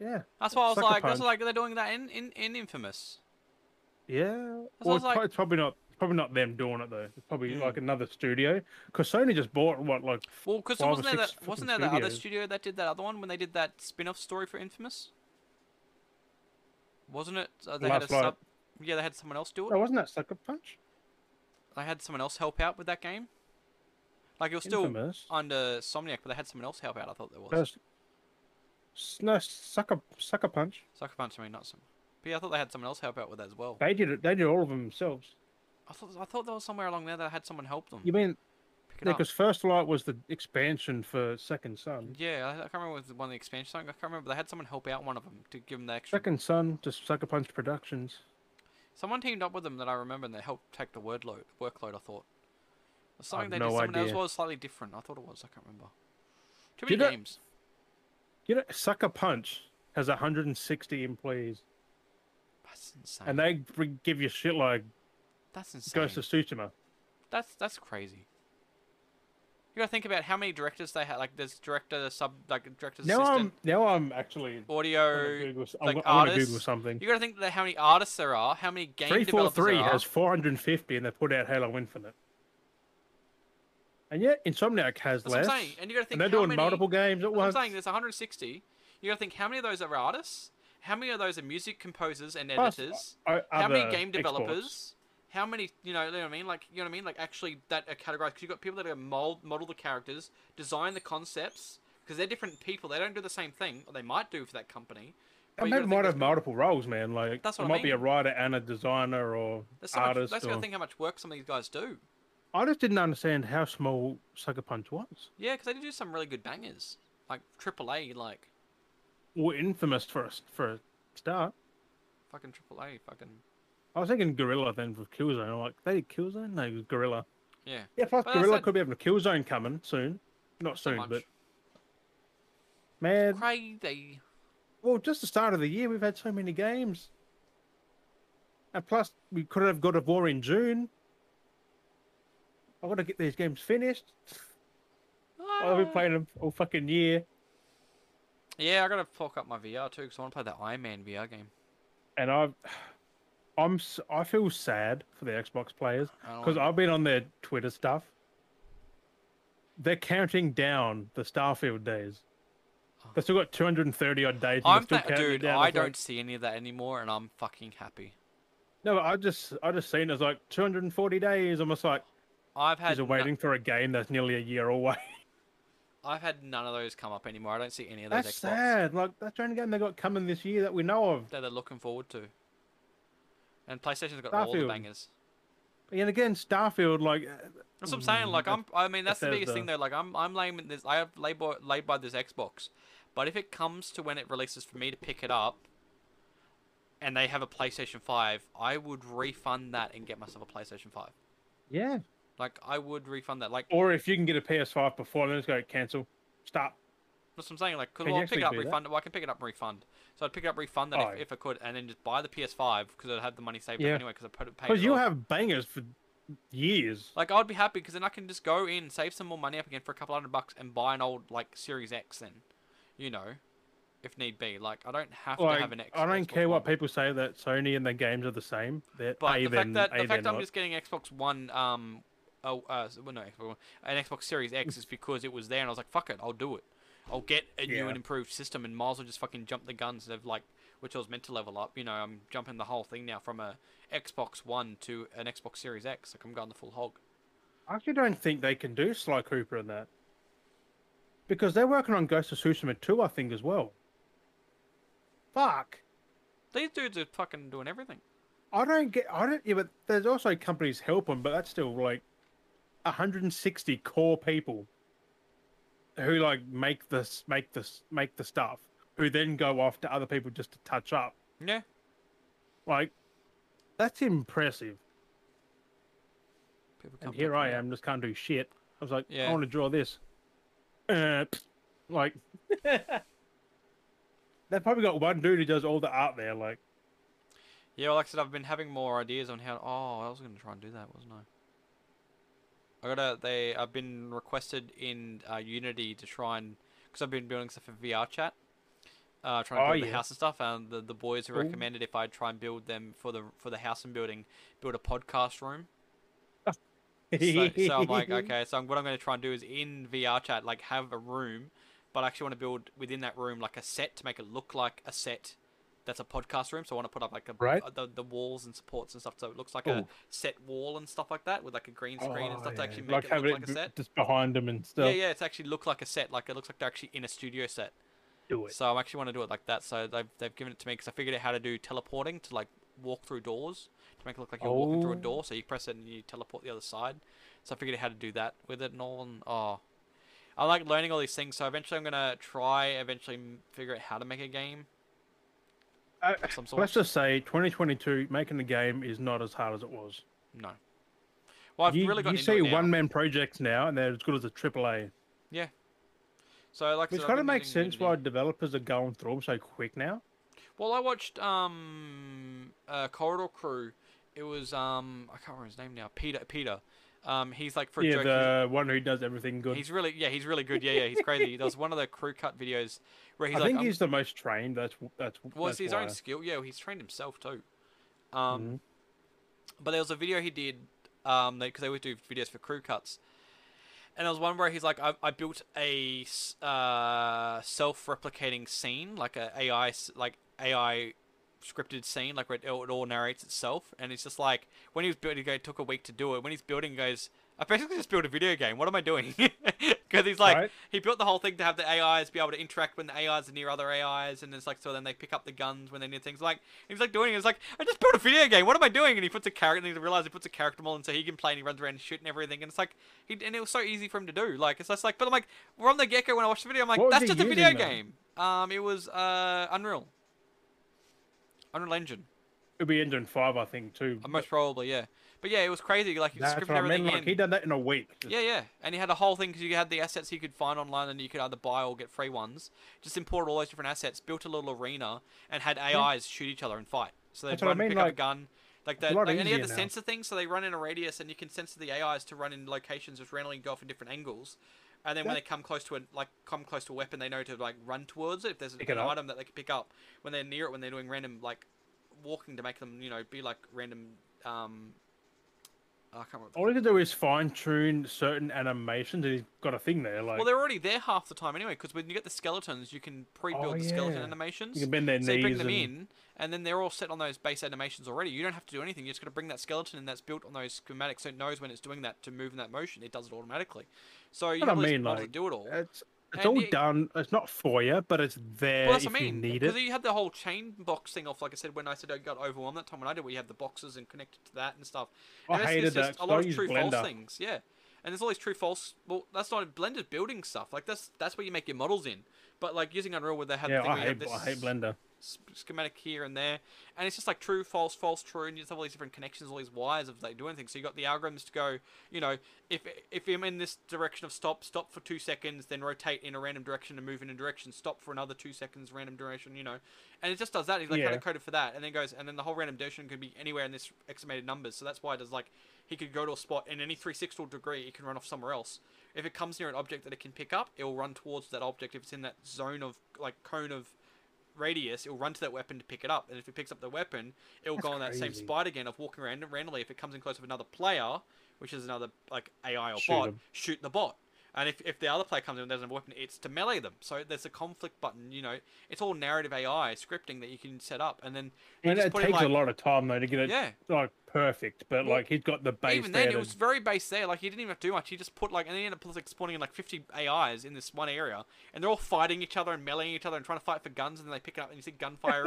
A: yeah,
B: That's why I was
A: Sucker
B: like, that's
A: Punch.
B: like they're doing that in in, in Infamous.
A: yeah.
B: I
A: Well,
B: was
A: it's pro-
B: like-
A: it's probably not. Probably not them doing it though. It's probably
B: Mm.
A: like another studio. Because Sony just bought what, like
B: Well, because
A: Five or
B: wasn't there
A: six
B: that wasn't there
A: fucking
B: that other
A: studios.
B: studio that did that other one when they did that spin-off story for Infamous? Wasn't it? Uh, they had a
A: Last Light.
B: sub. Yeah, they had someone else do it.
A: Oh, wasn't that Sucker Punch?
B: They had someone else help out with that game. Like it was still
A: Infamous.
B: under Somniac, but they had someone else help out. I thought there was.
A: First- S- No, Sucker Sucker Punch.
B: Sucker Punch, I mean, not some. But yeah, I thought they had someone else help out with that as well.
A: They did it. They did all of them themselves.
B: I thought I thought there was somewhere along there that had someone help them.
A: You mean
B: pick it up.
A: because First Light was the expansion for Second Son.
B: Yeah, I, I can't remember with one of the expansion song. I can't remember. They had someone help out one of them to give them the extra.
A: Second Son to Sucker Punch Productions.
B: Someone teamed up with them that I remember, and they helped take the word load, workload. I thought. Or something
A: I've
B: they
A: no
B: did. Someone else
A: idea.
B: was slightly different. I thought it was. I can't remember. Too
A: You
B: many
A: got-
B: games.
A: You know, Sucker Punch has 160 employees,
B: That's insane.
A: and they br- give you shit like
B: that's insane.
A: Ghost of Tsushima.
B: That's that's crazy. You gotta think about how many directors they had. Like there's director, sub, like director's
A: Now
B: assistant,
A: I'm now I'm actually. gonna
B: audio.
A: Google, s-
B: like
A: I'm, gonna- I'm gonna
B: artists,
A: Google something.
B: You gotta think that how many artists there are, how many game
A: Three four
B: developers
A: three
B: there are.
A: has four hundred and fifty, and they put out Halo Infinite. And yet, Insomniac has
B: That's
A: less.
B: what I'm saying. And you gotta
A: and
B: think
A: they're
B: how
A: doing
B: many,
A: multiple games at
B: that's what I'm
A: once.
B: saying there's 160. You gotta think how many of those are artists, how many of those are music composers and
A: Plus,
B: editors,
A: o-
B: how many
A: other
B: game
A: exports.
B: developers, how many you know, you know what I mean? Like you know what I mean? Like actually that are categorized because you've got people that are mold model the characters, design the concepts because they're different people. They don't do the same thing, or they might do for that company. but
A: And
B: you
A: they
B: gotta think
A: might
B: there's
A: have
B: been-
A: multiple roles, man. Like
B: That's what
A: there
B: I
A: might be a writer and a designer or
B: That's so much,
A: artist.
B: that's
A: or-
B: gotta think how much work some of these guys do.
A: I just didn't understand how small Sucker Punch was.
B: Yeah, because they do some really good bangers, like AAA, like
A: Or infamous for a, s- for a start.
B: fucking AAA, fucking
A: I was thinking Gorilla then for Killzone. I'm like, they did Killzone? No, it was Gorilla.
B: yeah.
A: Yeah, plus
B: But that's
A: Gorilla
B: not-
A: could be having a Killzone coming soon. Not
B: so
A: soon,
B: much.
A: but man,
B: crazy.
A: Well, just the start of the year, we've had so many games. And plus, we could have got a war in June. I've got to get these games finished. I'll be
B: Ah.
A: playing them all fucking year.
B: Yeah, I gotta fuck up my VR too because I want to play that Iron Man VR game.
A: And I've, I'm, s- I feel sad for the Xbox players
B: I don't
A: because
B: wanna-
A: I've been on their Twitter stuff. They're counting down the Starfield days. They've still got 230 odd days. and they're
B: I'm
A: still
B: tha-
A: counting it
B: Oh. dude.
A: down.
B: I
A: It's like-
B: don't see any of that anymore, and I'm fucking happy.
A: No, but I just, I just seen it's like 240 days. I'm just like,
B: I've had
A: He's
B: no-
A: waiting for a game that's nearly a year away.
B: I've had none of those come up anymore. I don't see any of those
A: That's
B: Xbox
A: sad. Like that's the only game they got coming this year that we know of.
B: that they're looking forward to. And PlayStation's got all the
A: Starfield.
B: bangers.
A: And again, Starfield. Like uh,
B: That's what I'm saying. Like I'm, I mean, that's the biggest thing
A: Bethesda.
B: though. Like I'm, I'm laying with this. I have laid by, laid by this Xbox, but if it comes to when it releases for me to pick it up, and they have a PlayStation Five, I would refund that and get myself a PlayStation Five.
A: yeah.
B: Like I would refund that. Like
A: Or if you can get a PS5 before, then just go cancel. Stop.
B: that's what I'm saying. Like because
A: Can you
B: I'll pick
A: actually
B: it up,
A: do that?
B: refund it. Well, I can pick it up and refund. So I'd pick it up, refund that
A: Oh.
B: if, if I could, and then just buy the PS Five because I'd have the money saved up
A: Yeah.
B: anyway because I put it paid.
A: Because
B: it
A: you
B: off.
A: have bangers for years.
B: Like I'd be happy because then I can just go in, save some more money up again for a couple hundred bucks, and buy an old like Series X. Then, you know, if need be. Like I don't have to
A: Like,
B: have an X.
A: I don't
B: Xbox
A: care what
B: One.
A: people say that Sony and their games are the same. They're,
B: But
A: A,
B: the fact
A: then-
B: that
A: A,
B: the fact
A: they're
B: I'm
A: not.
B: just getting Xbox One, um, oh, uh, s- well, no, Xbox One, an Xbox Series X is because it was there, and I was like, fuck it, I'll do it. I'll get a new
A: Yeah.
B: and improved system, and might as well just fucking jump the guns of like, which I was meant to level up. You know, I'm jumping the whole thing now from a Xbox One to an Xbox Series X. Like I'm going the full hog.
A: I actually don't think they can do Sly Cooper in that. Because they're working on Ghost of Tsushima 2, I think, as well. Fuck.
B: These dudes are fucking doing everything.
A: I don't get. I don't. Yeah, but there's also companies helping, but that's still like 160 core people who like make this, make this, make the stuff, who then go off to other people just to touch up.
B: Yeah.
A: Like, that's impressive.
B: People
A: And
B: come
A: here
B: talking
A: I
B: about-
A: am, just can't do shit. I was like,
B: Yeah.
A: I want to draw this. Uh, like, they've probably got one dude who does all the art there. Like,
B: Yeah, well, like I said, I've been having more ideas on how. Oh, I was going to try and do that, wasn't I? I got to They. I've been requested in uh, Unity to try and because I've been building stuff for VR chat. Uh, trying to
A: Oh,
B: build the
A: yeah.
B: house and stuff, and the, the boys have
A: Cool.
B: recommended if I try and build them for the for the house and building, build a podcast room. So, so I'm like, okay, so I'm, what I'm going to try and do is in VR chat, like have a room, but I actually want to build within that room like a set to make it look like a set that's a podcast room. So I want to put up like a,
A: Right.
B: uh, the, the walls and supports and stuff. So it looks like a
A: Ooh.
B: set wall and stuff like that with like a green screen and
A: Oh,
B: stuff to
A: yeah.
B: actually make
A: like
B: it
A: have
B: look like a
A: b-
B: set.
A: just behind them and stuff.
B: Yeah, yeah, it's actually look like a set. Like it looks like they're actually in a studio set.
A: Do it.
B: So I'm actually want to do it like that. So they've, they've given it to me because I figured out how to do teleporting to like walk through doors to make it look like you're walking through a
A: Oh.
B: door. So you press it and you teleport the other side. So I figured out how to do that with it and all. And oh, I like learning all these things. So eventually I'm gonna try eventually m- figure out how to make a game
A: Uh,
B: of some sort.
A: let's just say 2022 making the game is not as hard as it was.
B: No. Well, I've
A: you
B: really got
A: you
B: into it
A: see
B: now.
A: one man projects now, and they're as good as a AAA,
B: So like, I
A: which
B: said, I've
A: kind of
B: been
A: makes
B: using
A: sense
B: Unity.
A: why developers are going through them so quick now.
B: Well, I watched um uh, Corridor Crew. It was um I can't remember his name now. Peter Peter. Um, he's like for a
A: yeah,
B: joke. he's-
A: the one who does everything good.
B: He's really yeah, he's really good. Yeah, yeah, he's crazy. There was one of the crew cut videos where he's
A: I
B: like,
A: think
B: I'm-
A: he's the most trained. That's that's.
B: well,
A: that's
B: it's his
A: why. Mm-hmm.
B: own skill. Yeah, he's trained himself too. Um, but there was a video he did um because they always do videos for crew cuts, and there was one where he's like, I, I built a s- uh self-replicating scene, like a AI s- like AI scripted scene, like where it, it all narrates itself, and it's just like when he was building, it took a week to do it. When he's building, he goes. I basically just built a video game. What am I doing? Because he's like,
A: Right.
B: he built the whole thing to have the AIs be able to interact when the AIs are near other AIs, and it's like so then they pick up the guns when they need things. Like he's like doing, it. he's like, I just built a video game. What am I doing? And he puts a character, and he realizes he puts a character model, and so he can play, and he runs around and shooting everything, and it's like, he and it was so easy for him to do. Like it's just like, but I'm like, we're on the get go when I watched the video. I'm like,
A: What was
B: that's
A: he
B: just a
A: using,
B: video
A: though?
B: game. Um, it was uh Unreal, Unreal Engine.
A: It'll be Engine Five, I think, too.
B: Uh, Most probably, yeah. But yeah, it was crazy. Like he
A: That's
B: scripted
A: what I mean.
B: everything
A: Like
B: in.
A: he done that in a week. Just-
B: Yeah, yeah. And he had a whole thing because you had the assets you could find online and you could either buy or get free ones. Just imported all those different assets, built a little arena, and had AIs shoot each other and fight. So they'd
A: That's what I
B: run,
A: mean,
B: pick up a
A: like,
B: gun. Like
A: a
B: that,
A: lot
B: like, and he had the
A: easier now.
B: sensor thing, so they run in a radius, and you can censor the AIs to run in locations, just randomly go off in different angles. And then when they
A: That-
B: come close to a like come close to a weapon, they know to like run towards it. If there's an
A: Pick it up.
B: item that they can pick up when they're near it, when they're doing random like walking to make them, you know, be like random. Um, I can't remember.
A: All he can do is fine tune certain animations, and he's got a thing there. Like
B: Well, they're already there half the time anyway, because when you get the skeletons, you can pre-build
A: Oh,
B: the skeleton
A: yeah.
B: animations.
A: you can bend their
B: so
A: knees
B: you bring them
A: and
B: in, and then they're all set on those base animations already. You don't have to do anything. You're just going to bring that skeleton in that's built on those schematics, so it knows when it's doing that to move in that motion. It does it automatically. So you
A: What I
B: have all these
A: mean,
B: models
A: like,
B: that do it all.
A: it's It's
B: And
A: all
B: it-
A: done. It's not for you, but it's there
B: Well, that's
A: if
B: what I mean.
A: you need
B: Because
A: it.
B: you had the whole chain box thing off, like I said, when I said I got overwhelmed that time when I did, where you have the boxes and connected to that and stuff.
A: I
B: And it's-
A: hated
B: it's just
A: that. 'cause
B: A lot
A: I
B: of
A: use
B: true
A: Blender.
B: false things, yeah. And there's all these true false. Well, that's not Blender's building stuff. Like that's that's where you make your models in. But like using Unreal, where they have
A: Yeah,
B: the thing
A: I
B: where you have
A: hate,
B: this
A: I hate Blender.
B: s- schematic here and there, and it's just like true, false, false, true, and you just have all these different connections, all these wires of like doing things. So you got the algorithms to go, you know, if if I'm in this direction of stop, stop for two seconds, then rotate in a random direction and move in a direction, stop for another two seconds, random direction, you know, and it just does that. It's like kind
A: Yeah.
B: of coded for that, and then goes, and then the whole random direction can be anywhere in this estimated numbers. So that's why it does like he could go to a spot in any 360 degree, it can run off somewhere else. If it comes near an object that it can pick up, it will run towards that object. If it's in that zone of like cone of radius, it'll run to that weapon to pick it up. And if it picks up the weapon, it'll go on that same
A: crazy.
B: spot again of walking random randomly. If it comes in close with another player, which is another like AI or
A: Shoot
B: bot,
A: 'em.
B: shoot the bot. And if, if the other player comes in and doesn't have a weapon, it's to melee them. So there's a conflict button, you know. It's all narrative AI scripting that you can set up, and then you
A: And
B: just
A: it
B: put
A: takes
B: in, like,
A: a lot of time though to get it
B: Yeah.
A: like perfect. But
B: Well,
A: like he's got the base
B: even
A: there.
B: then, it
A: to-
B: was very based there. Like he didn't even have to do much. He just put like, and he ended up like spawning in like 50 AIs in this one area, and they're all fighting each other and meleeing each other and trying to fight for guns, and they pick it up and you see gunfire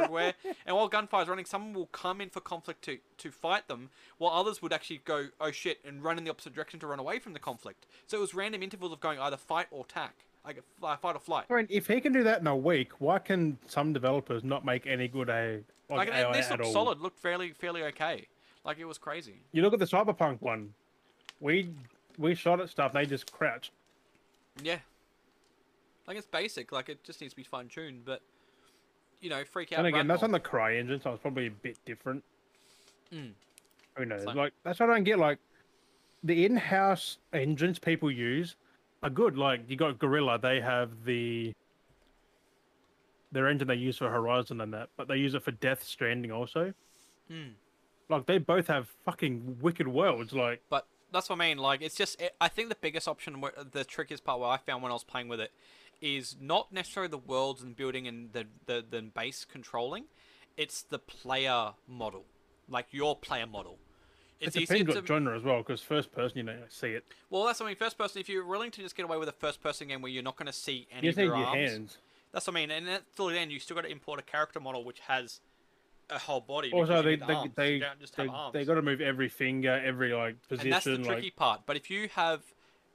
B: everywhere. And while gunfire's running, someone will come in for conflict to to fight them, while others would actually go oh shit and run in the opposite direction to run away from the conflict. So it was random intervals of going either fight or attack, like fly, fight or flight.
A: I mean, if he can do that in a week, why can some developers not make any good a like,
B: Like and
A: AI
B: this
A: at
B: looked
A: all?
B: solid, looked fairly fairly okay. Like it was crazy.
A: You look at the Cyberpunk one. We we shot at stuff. They just crouched.
B: Yeah. Like it's basic, like it just needs to be fine tuned, but you know, freak out.
A: And again, that's on
B: Ragnar.
A: the Cry engine, so it's probably a bit different.
B: Mm.
A: Who knows?
B: So-
A: Like that's what I don't get. Like the in-house engines people use are good. Like you got Gorilla, they have the their engine they use for Horizon and that, but they use it for Death Stranding also.
B: Mm.
A: Like they both have fucking wicked worlds. Like
B: But that's what I mean. Like it's just, it, I think the biggest option, where, the trickiest part where I found when I was playing with it, is not necessarily the worlds and building and the the, the base controlling. It's the player model, like your player model.
A: it
B: It's easier
A: depends
B: to
A: what genre as well, because first person you don't see it.
B: well. That's what I mean. First person. If you're willing to just get away with a first person game where you're not going to see any
A: You
B: of
A: just need
B: your,
A: your
B: arms,
A: hands.
B: That's what I mean, and that's still then you still got to import a character model which has a whole body. because
A: Also,
B: you
A: they
B: need the
A: they
B: arms, you
A: they,
B: don't just
A: they,
B: have arms.
A: got to move every finger, every like position.
B: and that's the tricky
A: like
B: part. But if you have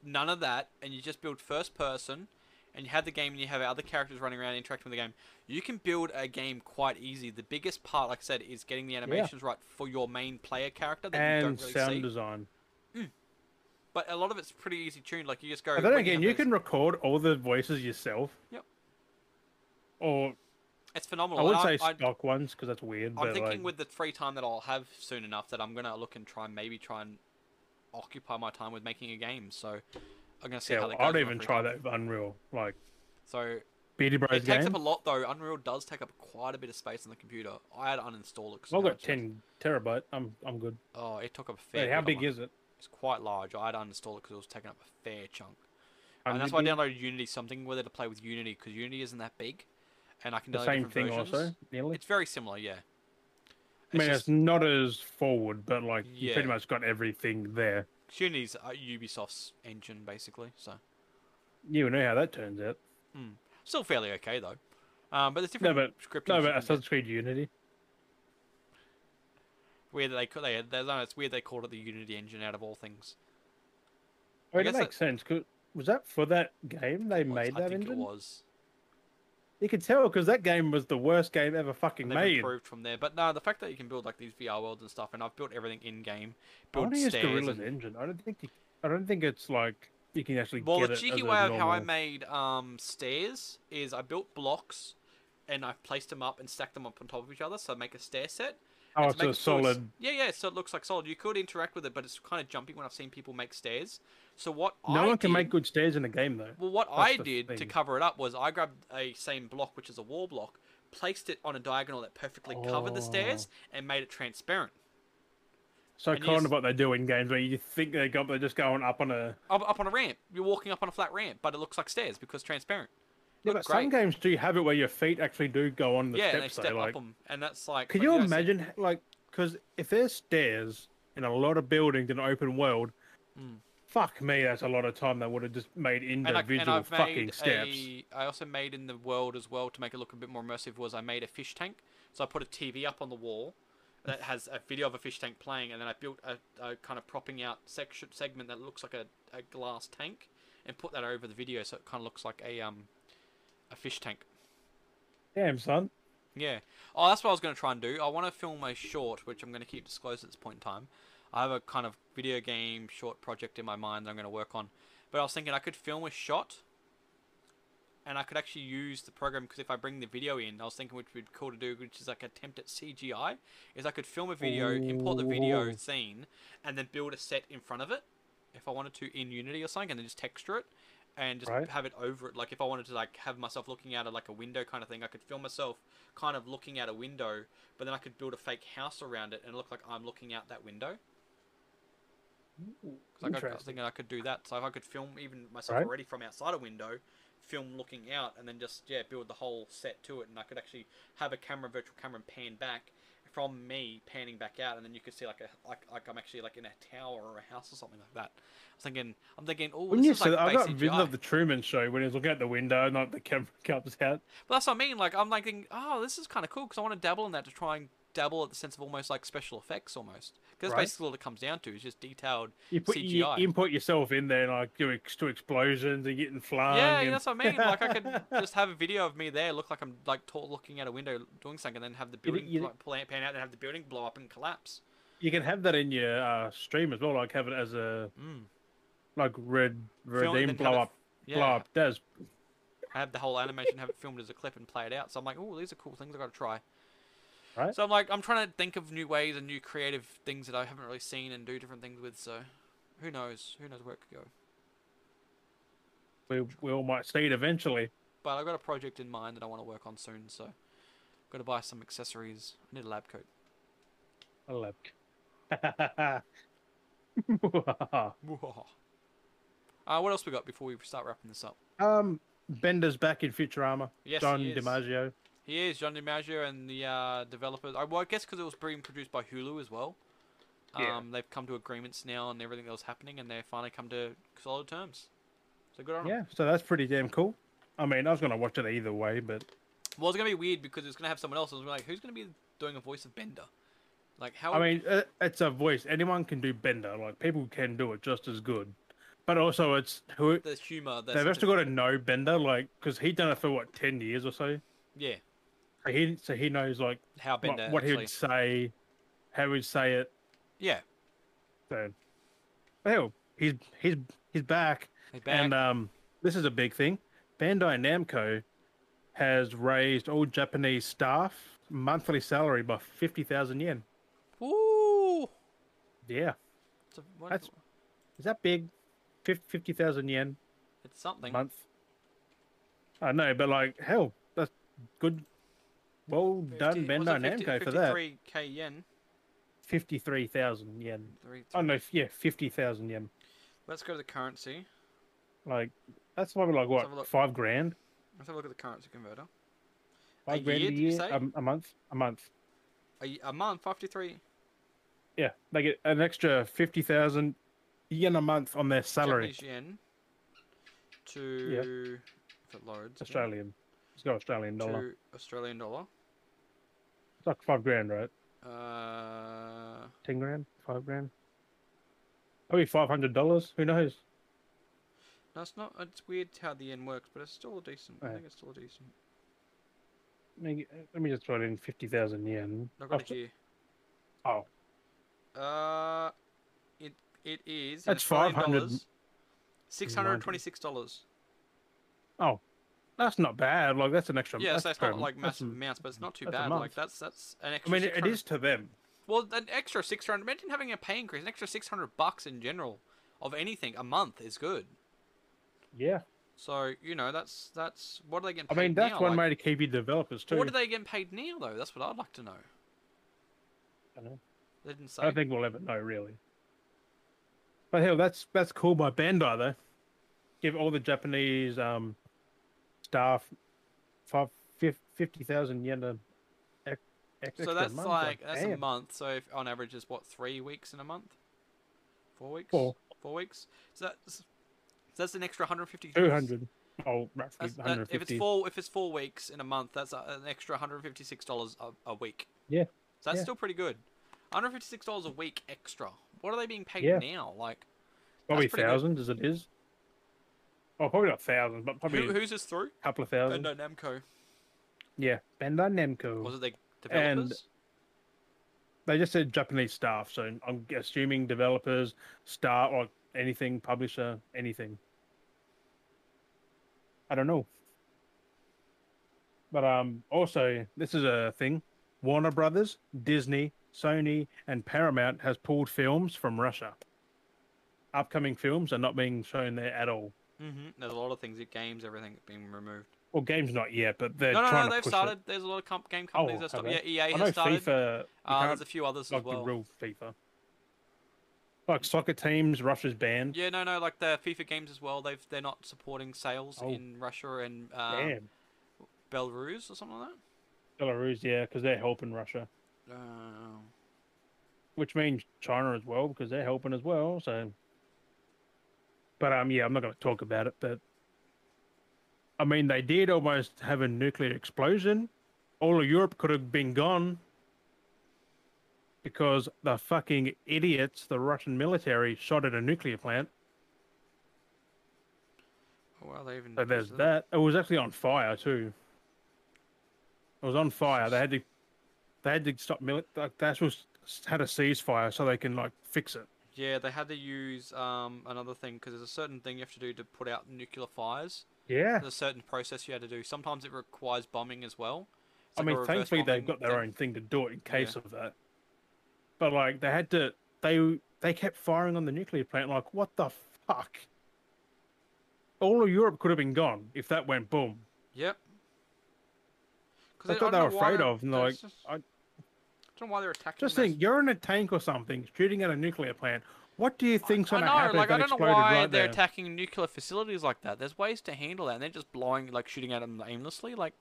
B: none of that and you just build first person, and you have the game and you have other characters running around interacting with the game, you can build a game quite easy. The biggest part, like I said, is getting the animations right for your main player character that you
A: and
B: don't really
A: sound
B: see.
A: design.
B: But a lot of it's pretty easy tuned. Like you just go.
A: But then
B: when have
A: again, you
B: those-
A: can record all the voices yourself.
B: Yep.
A: Or
B: It's
A: I
B: phenomenal.
A: would say
B: and I, I,
A: stock ones because that's weird.
B: I'm
A: but
B: thinking
A: like,
B: with the free time that I'll have soon enough that I'm gonna look and try and maybe try and occupy my time with making a game. So I'm gonna see
A: yeah,
B: how that goes.
A: I'd
B: in my
A: even
B: free
A: try
B: time.
A: that with Unreal, like
B: So
A: Beardy Bros
B: it takes
A: game.
B: up a lot though. Unreal does take up quite a bit of space on the computer. I had to uninstall it. 'cause
A: Well, I've
B: I
A: got
B: had to-
A: ten terabyte. I'm I'm good.
B: Oh, it took up a fair.
A: Wait, how
B: bit
A: big
B: on
A: is it?
B: It's quite large. I had to uninstall it because it was taking up a fair chunk. And
A: 100
B: that's why I
A: gig?
B: downloaded Unity something with it to play with Unity because Unity isn't that big, and I can
A: the
B: download
A: same
B: different
A: thing
B: versions.
A: also. Nearly.
B: It's very similar, yeah.
A: I mean,
B: just-
A: it's not as forward, but like you
B: Yeah.
A: pretty much got everything there.
B: Unity's uh, Ubisoft's engine basically, so.
A: You know how that turns out.
B: Still fairly okay though. Um, but there's
A: No,
B: different
A: but
B: scripting.
A: no, but
B: systems.
A: Assassin's Creed Unity.
B: weird that they could they, they no, it's weird they called it the Unity engine out of all things.
A: I
B: I
A: mean, it
B: guess
A: makes sense. 'cause- was that for that game they
B: It was-
A: made
B: I
A: that
B: think it
A: engine?
B: was.
A: You could tell because that game was the worst game ever fucking
B: And they've
A: made.
B: improved from there. But no, the fact that you can build like these VR worlds and stuff, and I've built everything in game,
A: I
B: build
A: want to use
B: stairs.
A: Gorilla's
B: And,
A: engine. I don't think you, I don't think it's like you can actually
B: well,
A: get
B: the
A: it as
B: cheeky
A: a
B: way of how I
A: normal-
B: made um, stairs is I built blocks, and I've placed them up and stacked them up on top of each other, so I make a stair set.
A: Oh,
B: and
A: it's
B: to make
A: a
B: it so it's-
A: solid.
B: yeah, yeah. So it looks like solid. You could interact with it, but it's kind of jumpy when I've seen people make stairs. So what
A: No
B: I
A: one can
B: did-
A: make good stairs in a game though.
B: Well, what
A: That's
B: I
A: the
B: did to
A: thing.
B: cover it up was I grabbed a same block, which is a wall block, placed it on a diagonal that perfectly covered the stairs,
A: Oh.
B: and made it transparent.
A: So
B: and
A: kind
B: yes-
A: of what they do in games where you think they got, they're just going up on a.
B: Up, up on a ramp, you're walking up on a flat ramp, but it looks like stairs because transparent.
A: Yeah,
B: Looked
A: but some
B: great.
A: games do have it where your feet actually do go on the
B: yeah, and they
A: steps.
B: step
A: though,
B: up
A: like,
B: 'em up them, and that's like.
A: Can
B: but
A: you
B: yeah, so-
A: imagine, like, because if there's stairs in a lot of buildings in an open world,
B: Mm.
A: Fuck me, that's a lot of time they would have just made
B: And, I,
A: individual
B: and I've
A: fucking
B: made
A: steps.
B: a. I also made in the world as well to make it look a bit more immersive. Was I made a fish tank? So I put a TV up on the wall that has a video of a fish tank playing, and then I built a, a kind of propping out section segment that looks like a, a glass tank, and put that over the video so it kind of looks like a um a fish tank.
A: Damn, son.
B: Yeah. Oh, that's what I was going to try and do. I want to film a short, which I'm going to keep disclosed at this point in time. I have a kind of video game short project in my mind that I'm going to work on. But I was thinking I could film a shot and I could actually use the program because if I bring the video in, I was thinking which would be cool to do, which is like attempt at CGI, is I could film a video, import the video
A: Ooh.
B: scene, and then build a set in front of it if I wanted to in Unity or something, and then just texture it and just
A: Right.
B: have it over it. Like if I wanted to like have myself looking out of like a window kind of thing, I could film myself kind of looking out a window, but then I could build a fake house around it and look like I'm looking out that window. 'Cause, like, I, I was
A: Interesting.
B: thinking I could do that. So if I could film even myself
A: Right.
B: already from outside a window, film looking out, and then just yeah build the whole set to it, and I could actually have a camera, virtual camera, and pan back from me panning back out, and then you could see like a like, like I'm actually like in a tower or a house or something like that. I was thinking, I'm thinking, oh,
A: When
B: this
A: you
B: is
A: said
B: like
A: that, I
B: base
A: got a vision
B: CGI."
A: of the Truman Show when he was looking out the window and like the camera comes out.
B: But that's what I mean. Like I'm like thinking, oh, this is kind of cool because I want to dabble in that to try and dabble at the sense of almost like special effects almost. Because
A: Right.
B: basically all it comes down to is just detailed
A: You put you
B: CGI.
A: input yourself in there and like do ex- to explosions and getting flung.
B: yeah,
A: and...
B: that's what I mean. Like I could just have a video of me there, look like I'm like tall, looking out a window doing something, and then have the
A: You-
B: building
A: you-
B: like, pull out, pan out, and have the building blow up and collapse.
A: you can have that in your uh, stream as well. Like have it as a
B: Mm.
A: like red
B: Film it,
A: redeem
B: then
A: blow
B: have it-
A: up
B: Yeah,
A: blow up. That's
B: have the whole animation, have it filmed as a clip, and play it out. So I'm like, oh, these are cool things I got to try.
A: Right.
B: So I'm like, I'm trying to think of new ways and new creative things that I haven't really seen and do different things with. So, who knows? Who knows where it could go?
A: we we all might see it eventually.
B: But I've got a project in mind that I want to work on soon, so got to buy some accessories. I need a lab coat.
A: I love.
B: uh, what else we got before we start wrapping this up?
A: um, Bender's back in Futurama.
B: Yes,
A: John
B: he is.
A: DiMaggio.
B: He is John DiMaggio and the uh, developers. I, well, I guess because it was being produced by Hulu as well.
A: Yeah.
B: Um, they've come to agreements now and everything that was happening, and they finally come to solid terms. So good on 'em.
A: Yeah, so that's pretty damn cool. I mean, I was gonna watch it either way, but
B: Well, it's gonna be weird because it's gonna have someone else. And it's gonna be like, who's gonna be doing a voice of Bender? Like how?
A: I mean, it, it's a voice. Anyone can do Bender. Like people can do it just as good. But also, it's who
B: the humor. That's
A: they've
B: into-
A: also got to know Bender, like because he done it for what ten years or so.
B: yeah.
A: So he so he knows like
B: How
A: what,
B: Bender?
A: what he
B: actually,
A: would say, how he'd say it.
B: yeah.
A: So, but hell, he's he's he's back,
B: He's back.
A: and um, this is a big thing. Bandai Namco has raised all Japanese staff monthly salary by fifty thousand yen. uh,
B: Woo!
A: Yeah,
B: It's, a, what-
A: That's- is that big? Fif- Fifty thousand yen
B: it's something.
A: month. I know, but like hell, that's good. Well done, Bandai Namco for that.
B: Three k yen.
A: Fifty-three thousand yen.
B: Three, three.
A: Oh no, f- yeah, fifty thousand yen.
B: Let's go to the currency.
A: Like that's probably like
B: have a look.
A: what five grand,
B: Let's have a look at the currency converter.
A: five grand
B: year,
A: a
B: did you
A: year,
B: say?
A: a, a month, a month.
B: A, y- a month, fifty-three
A: Yeah, they get an extra fifty thousand yen a month on their salary.
B: Japanese yen to if it loads yeah,
A: Australian. Let's go Australian dollar.
B: to Australian dollar.
A: It's like five grand, right?
B: Uh,
A: Ten grand, five grand. Probably five hundred dollars. Who knows?
B: no, it's not. It's weird how the yen works, but it's still a decent. I
A: Yeah.
B: think it's still a decent.
A: Let me, let me just write in fifty thousand yen.
B: I've got it
A: Austra-
B: here.
A: Oh,
B: Uh, it it is. in
A: That's
B: Australian
A: 500
B: dollars, Six hundred twenty-six dollars.
A: oh, that's not bad. Like that's an extra.
B: Yeah, so it's
A: per
B: not
A: m-
B: like
A: that's
B: massive
A: m-
B: amounts, but it's not too
A: that's a
B: bad. Like
A: month.
B: that's that's an
A: I
B: extra.
A: mean, it- it
B: 600
A: is to them.
B: Well, an extra six hundred. Imagine having a pay increase, an extra six hundred bucks in general of anything a month is good.
A: Yeah,
B: So you know that's that's what are they getting?
A: I
B: Paid
A: mean that's
B: now?
A: one
B: like,
A: way to keep your developers too.
B: What are they getting paid now though? That's what I'd like to know.
A: Dunno.
B: They didn't say.
A: I don't think we'll ever know really. But hell, that's that's cool by Bandai though. Give all the Japanese um, staff five fif- fifty thousand yen a ex- ex-
B: so
A: extra
B: that's
A: month.
B: like that's a
A: damn.
B: month. So if on average is what three weeks in a month, four weeks,
A: Four.
B: four weeks. So that's, so that's an extra 150.
A: Two hundred. Oh, roughly
B: That's-
A: hundred
B: that- if it's
A: fifty.
B: four, if it's four weeks in a month, that's a, an extra 156 dollars a week.
A: Yeah,
B: So that's
A: yeah.
B: still pretty good. 156 dollars a week extra. What are they being paid
A: Yeah.
B: now? Like
A: Probably
B: pretty good.
A: thousands as it is. Oh, probably not thousands, but probably
B: who, who's this through?
A: a couple of thousand.
B: Bandai Namco.
A: Yeah, Bandai Namco.
B: Was it the
A: And-
B: developers?
A: They just said Japanese staff, so I'm assuming developers, star or anything, publisher, anything. I don't know. But um, also this is a thing: Warner Brothers, Disney, Sony, and Paramount has pulled films from Russia. Upcoming films are not being shown there at all.
B: hmm There's a lot of things, games, everything being removed.
A: Well, games not yet, but they're
B: No, no,
A: trying
B: no.
A: to
B: They've
A: push
B: started.
A: it.
B: There's a lot of comp- game companies
A: Oh,
B: that
A: have
B: started.
A: they?
B: Yeah, EA
A: I know
B: has started.
A: FIFA. you
B: Uh,
A: can't
B: there's a few others as
A: like the
B: well.
A: real FIFA. Like soccer teams, Russia's banned.
B: Yeah, no, no, like the FIFA games as well. They've they're not supporting sales
A: Oh.
B: in Russia and uh,
A: Damn,
B: Belarus or something like
A: Belarus, yeah, because they're helping Russia,
B: that. Uh,
A: which means China as well, because they're helping as well. So, but um, yeah, I'm not going to talk about it. But I mean, they did almost have a nuclear explosion. All of Europe could have been gone because the fucking idiots, the Russian military, shot at a nuclear plant.
B: well, they even.
A: So there's
B: is it-
A: that. It was actually on fire too. It was on fire. They had to, they had to stop. Mil- like, they actually s- had a ceasefire so they can like fix it.
B: Yeah, they had to use um, another thing because there's a certain thing you have to do to put out nuclear fires.
A: Yeah.
B: There's a certain process you had to do. Sometimes it requires bombing as well.
A: I
B: It's like a
A: mean,
B: reverse
A: thankfully they've
B: bombing
A: got their
B: thing.
A: own thing to do it in case of that. But like they had to, they they kept firing on the nuclear plant. Like what the fuck? All of Europe could have been gone if that went boom.
B: Yep. 'Cause
A: That's
B: I
A: what they
B: don't
A: were
B: know why
A: afraid
B: they're-
A: of. And
B: that's
A: they're like,
B: just-
A: I
B: don't know why they're attacking.
A: just
B: those-
A: think, you're in a tank or something, shooting at a nuclear plant. What do you think's
B: I
A: going to
B: know,
A: happen
B: like
A: if
B: I
A: that
B: don't know
A: exploded
B: why
A: right
B: they're
A: there?
B: attacking nuclear facilities like that. There's ways to handle that, and they're just blowing, like shooting at them aimlessly. Like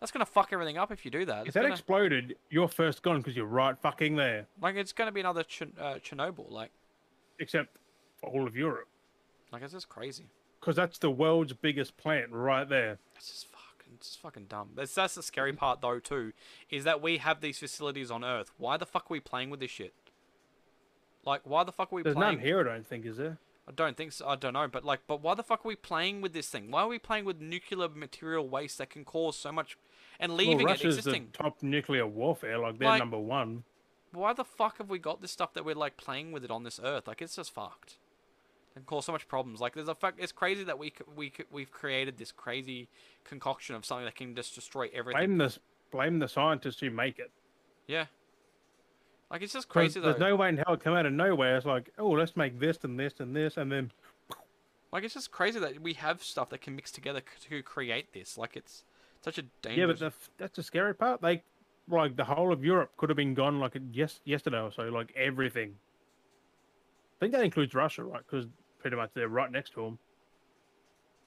B: that's gonna fuck everything up if you do that.
A: If
B: It's
A: that
B: gonna,
A: exploded, you're first gone because you're right fucking there.
B: like it's gonna be another Chern uh, Chernobyl. Like,
A: Except for all of Europe,
B: like it's just crazy.
A: because that's the world's biggest plant right there.
B: It's just fucking, it's just fucking dumb. That's that's the scary part though too, is that we have these facilities on Earth. Why the fuck are we playing with this shit? Like, why the fuck are we
A: There's
B: playing?
A: none here, I don't think, is there?
B: I don't think so. I don't know, but like, but why the fuck are we playing with this thing? Why are we playing with nuclear material waste that can cause so much, and leaving
A: well,
B: it
A: Russia's
B: existing?
A: the top nuclear warfare, like they're
B: Like-
A: number one.
B: Why the fuck have we got this stuff that we're like playing with it on this Earth? Like, it's just fucked. It can cause so much problems. Like, there's a fuck. It's crazy that we c- we c- we've created this crazy concoction of something that can just destroy everything.
A: Blame the blame the scientists who make it.
B: Yeah. Like it's just
A: 'Cause
B: crazy though.
A: There's no way in hell it come out of nowhere. It's like, oh, let's make this and this and this, and then
B: Like it's just crazy that we have stuff that can mix together c- to create this. Like it's such a
A: yeah,
B: dangerous.
A: but the, that's the scary part. They like the whole of Europe could have been gone like yes yesterday or so, like everything. I think that includes Russia, right? Because pretty much they're right next to them.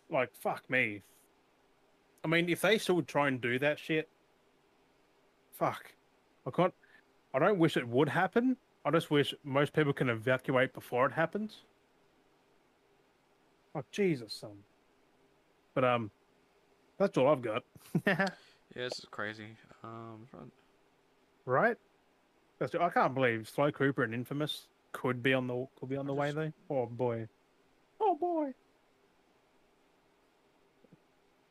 A: Like fuck me. I mean, if they still try and do that shit, fuck. I can't. I don't wish it would happen. I just wish most people can evacuate before it happens. Like Jesus, son. But um, that's all I've got.
B: yeah, this is crazy. Um, trying-
A: Right? That's, I can't believe Sly Cooper and Infamous could be on the could be on the way
B: just-
A: though. Oh boy. Oh boy.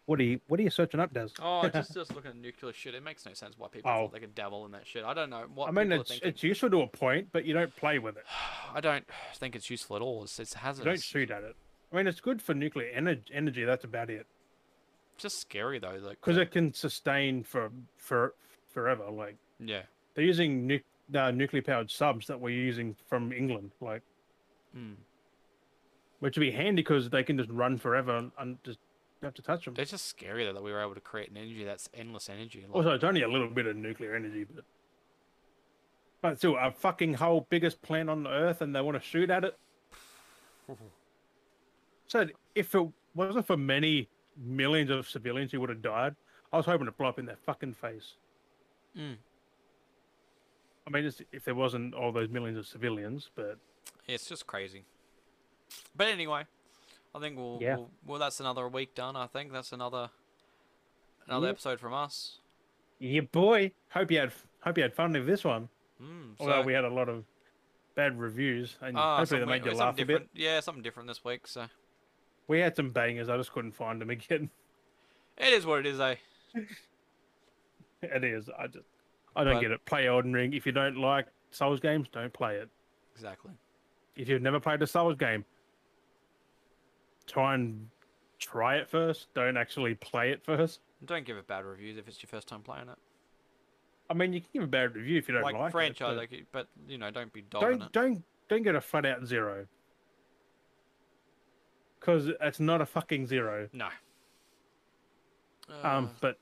A: What are you what are you searching up, Des?
B: oh, just just looking at nuclear shit. It makes no sense why people
A: Oh.
B: thought they could dabble in that shit. I don't know what
A: I mean
B: people
A: it's
B: are thinking.
A: it's useful to a point, but you don't play with it.
B: I don't think it's useful at all. It's, it's
A: You don't
B: hazardous.
A: shoot at it. I mean it's good for nuclear energy energy, that's about it.
B: It's just scary though. Like
A: Because
B: uh,
A: it can sustain for for forever. Like
B: yeah.
A: they're using nu- uh, nuclear powered subs that we're using from England, like
B: Mm.
A: which would be handy because they can just run forever and, and just don't have to touch them.
B: They're just scary though that we were able to create an energy that's endless energy. Like,
A: Also, it's only a little bit of nuclear energy, but but still, a fucking whole biggest plant on the Earth, and they want to shoot at it. so if it wasn't for many millions of civilians who would have died, I was hoping to blow up in their fucking face.
B: Mm.
A: I mean, it's, if there wasn't all those millions of civilians, but
B: it's just crazy. But anyway, I think we'll,
A: Yeah.
B: we'll well that's another week done. I think that's another another
A: Yeah.
B: episode from us.
A: Yeah, boy. Hope you had hope you had fun with this one.
B: Mm,
A: Although
B: so-
A: we had a lot of bad reviews, and
B: Ah,
A: hopefully they
B: something
A: made
B: we-
A: you
B: something
A: laugh a bit.
B: different. Yeah, something different this week. So
A: We had some bangers. I just couldn't find them again.
B: it is what it is, eh?
A: It is. I just I don't
B: But-
A: get it. Play Elden Ring. If you don't like Souls games, don't play it.
B: Exactly.
A: If you've never played a Souls game, try and try it first. Don't actually play it first.
B: Don't give it bad reviews if it's your first time playing it.
A: I mean, you can give a bad review if you don't
B: like,
A: like, it,
B: franchise,
A: but
B: like, you- but you know, don't be dogging
A: don't
B: it.
A: don't don't get a flat out zero. Because it's not a fucking zero.
B: No. Uh,
A: Um, but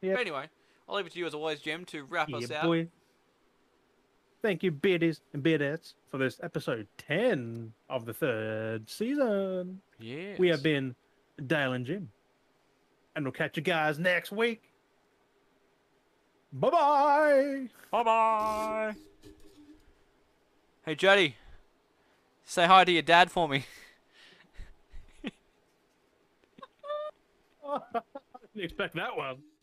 B: but
A: yep.
B: Uh, anyway, I'll leave it to you as always, Jim, to wrap us
A: yeah,
B: out.
A: boy. Thank you, beardies and beardettes, for this episode ten of the third season.
B: Yeah.
A: We have been Dale and Jim. And we'll catch you guys next week. Bye bye.
B: Bye bye. Hey Jody, say hi to your dad for me.
A: Didn't expect that one.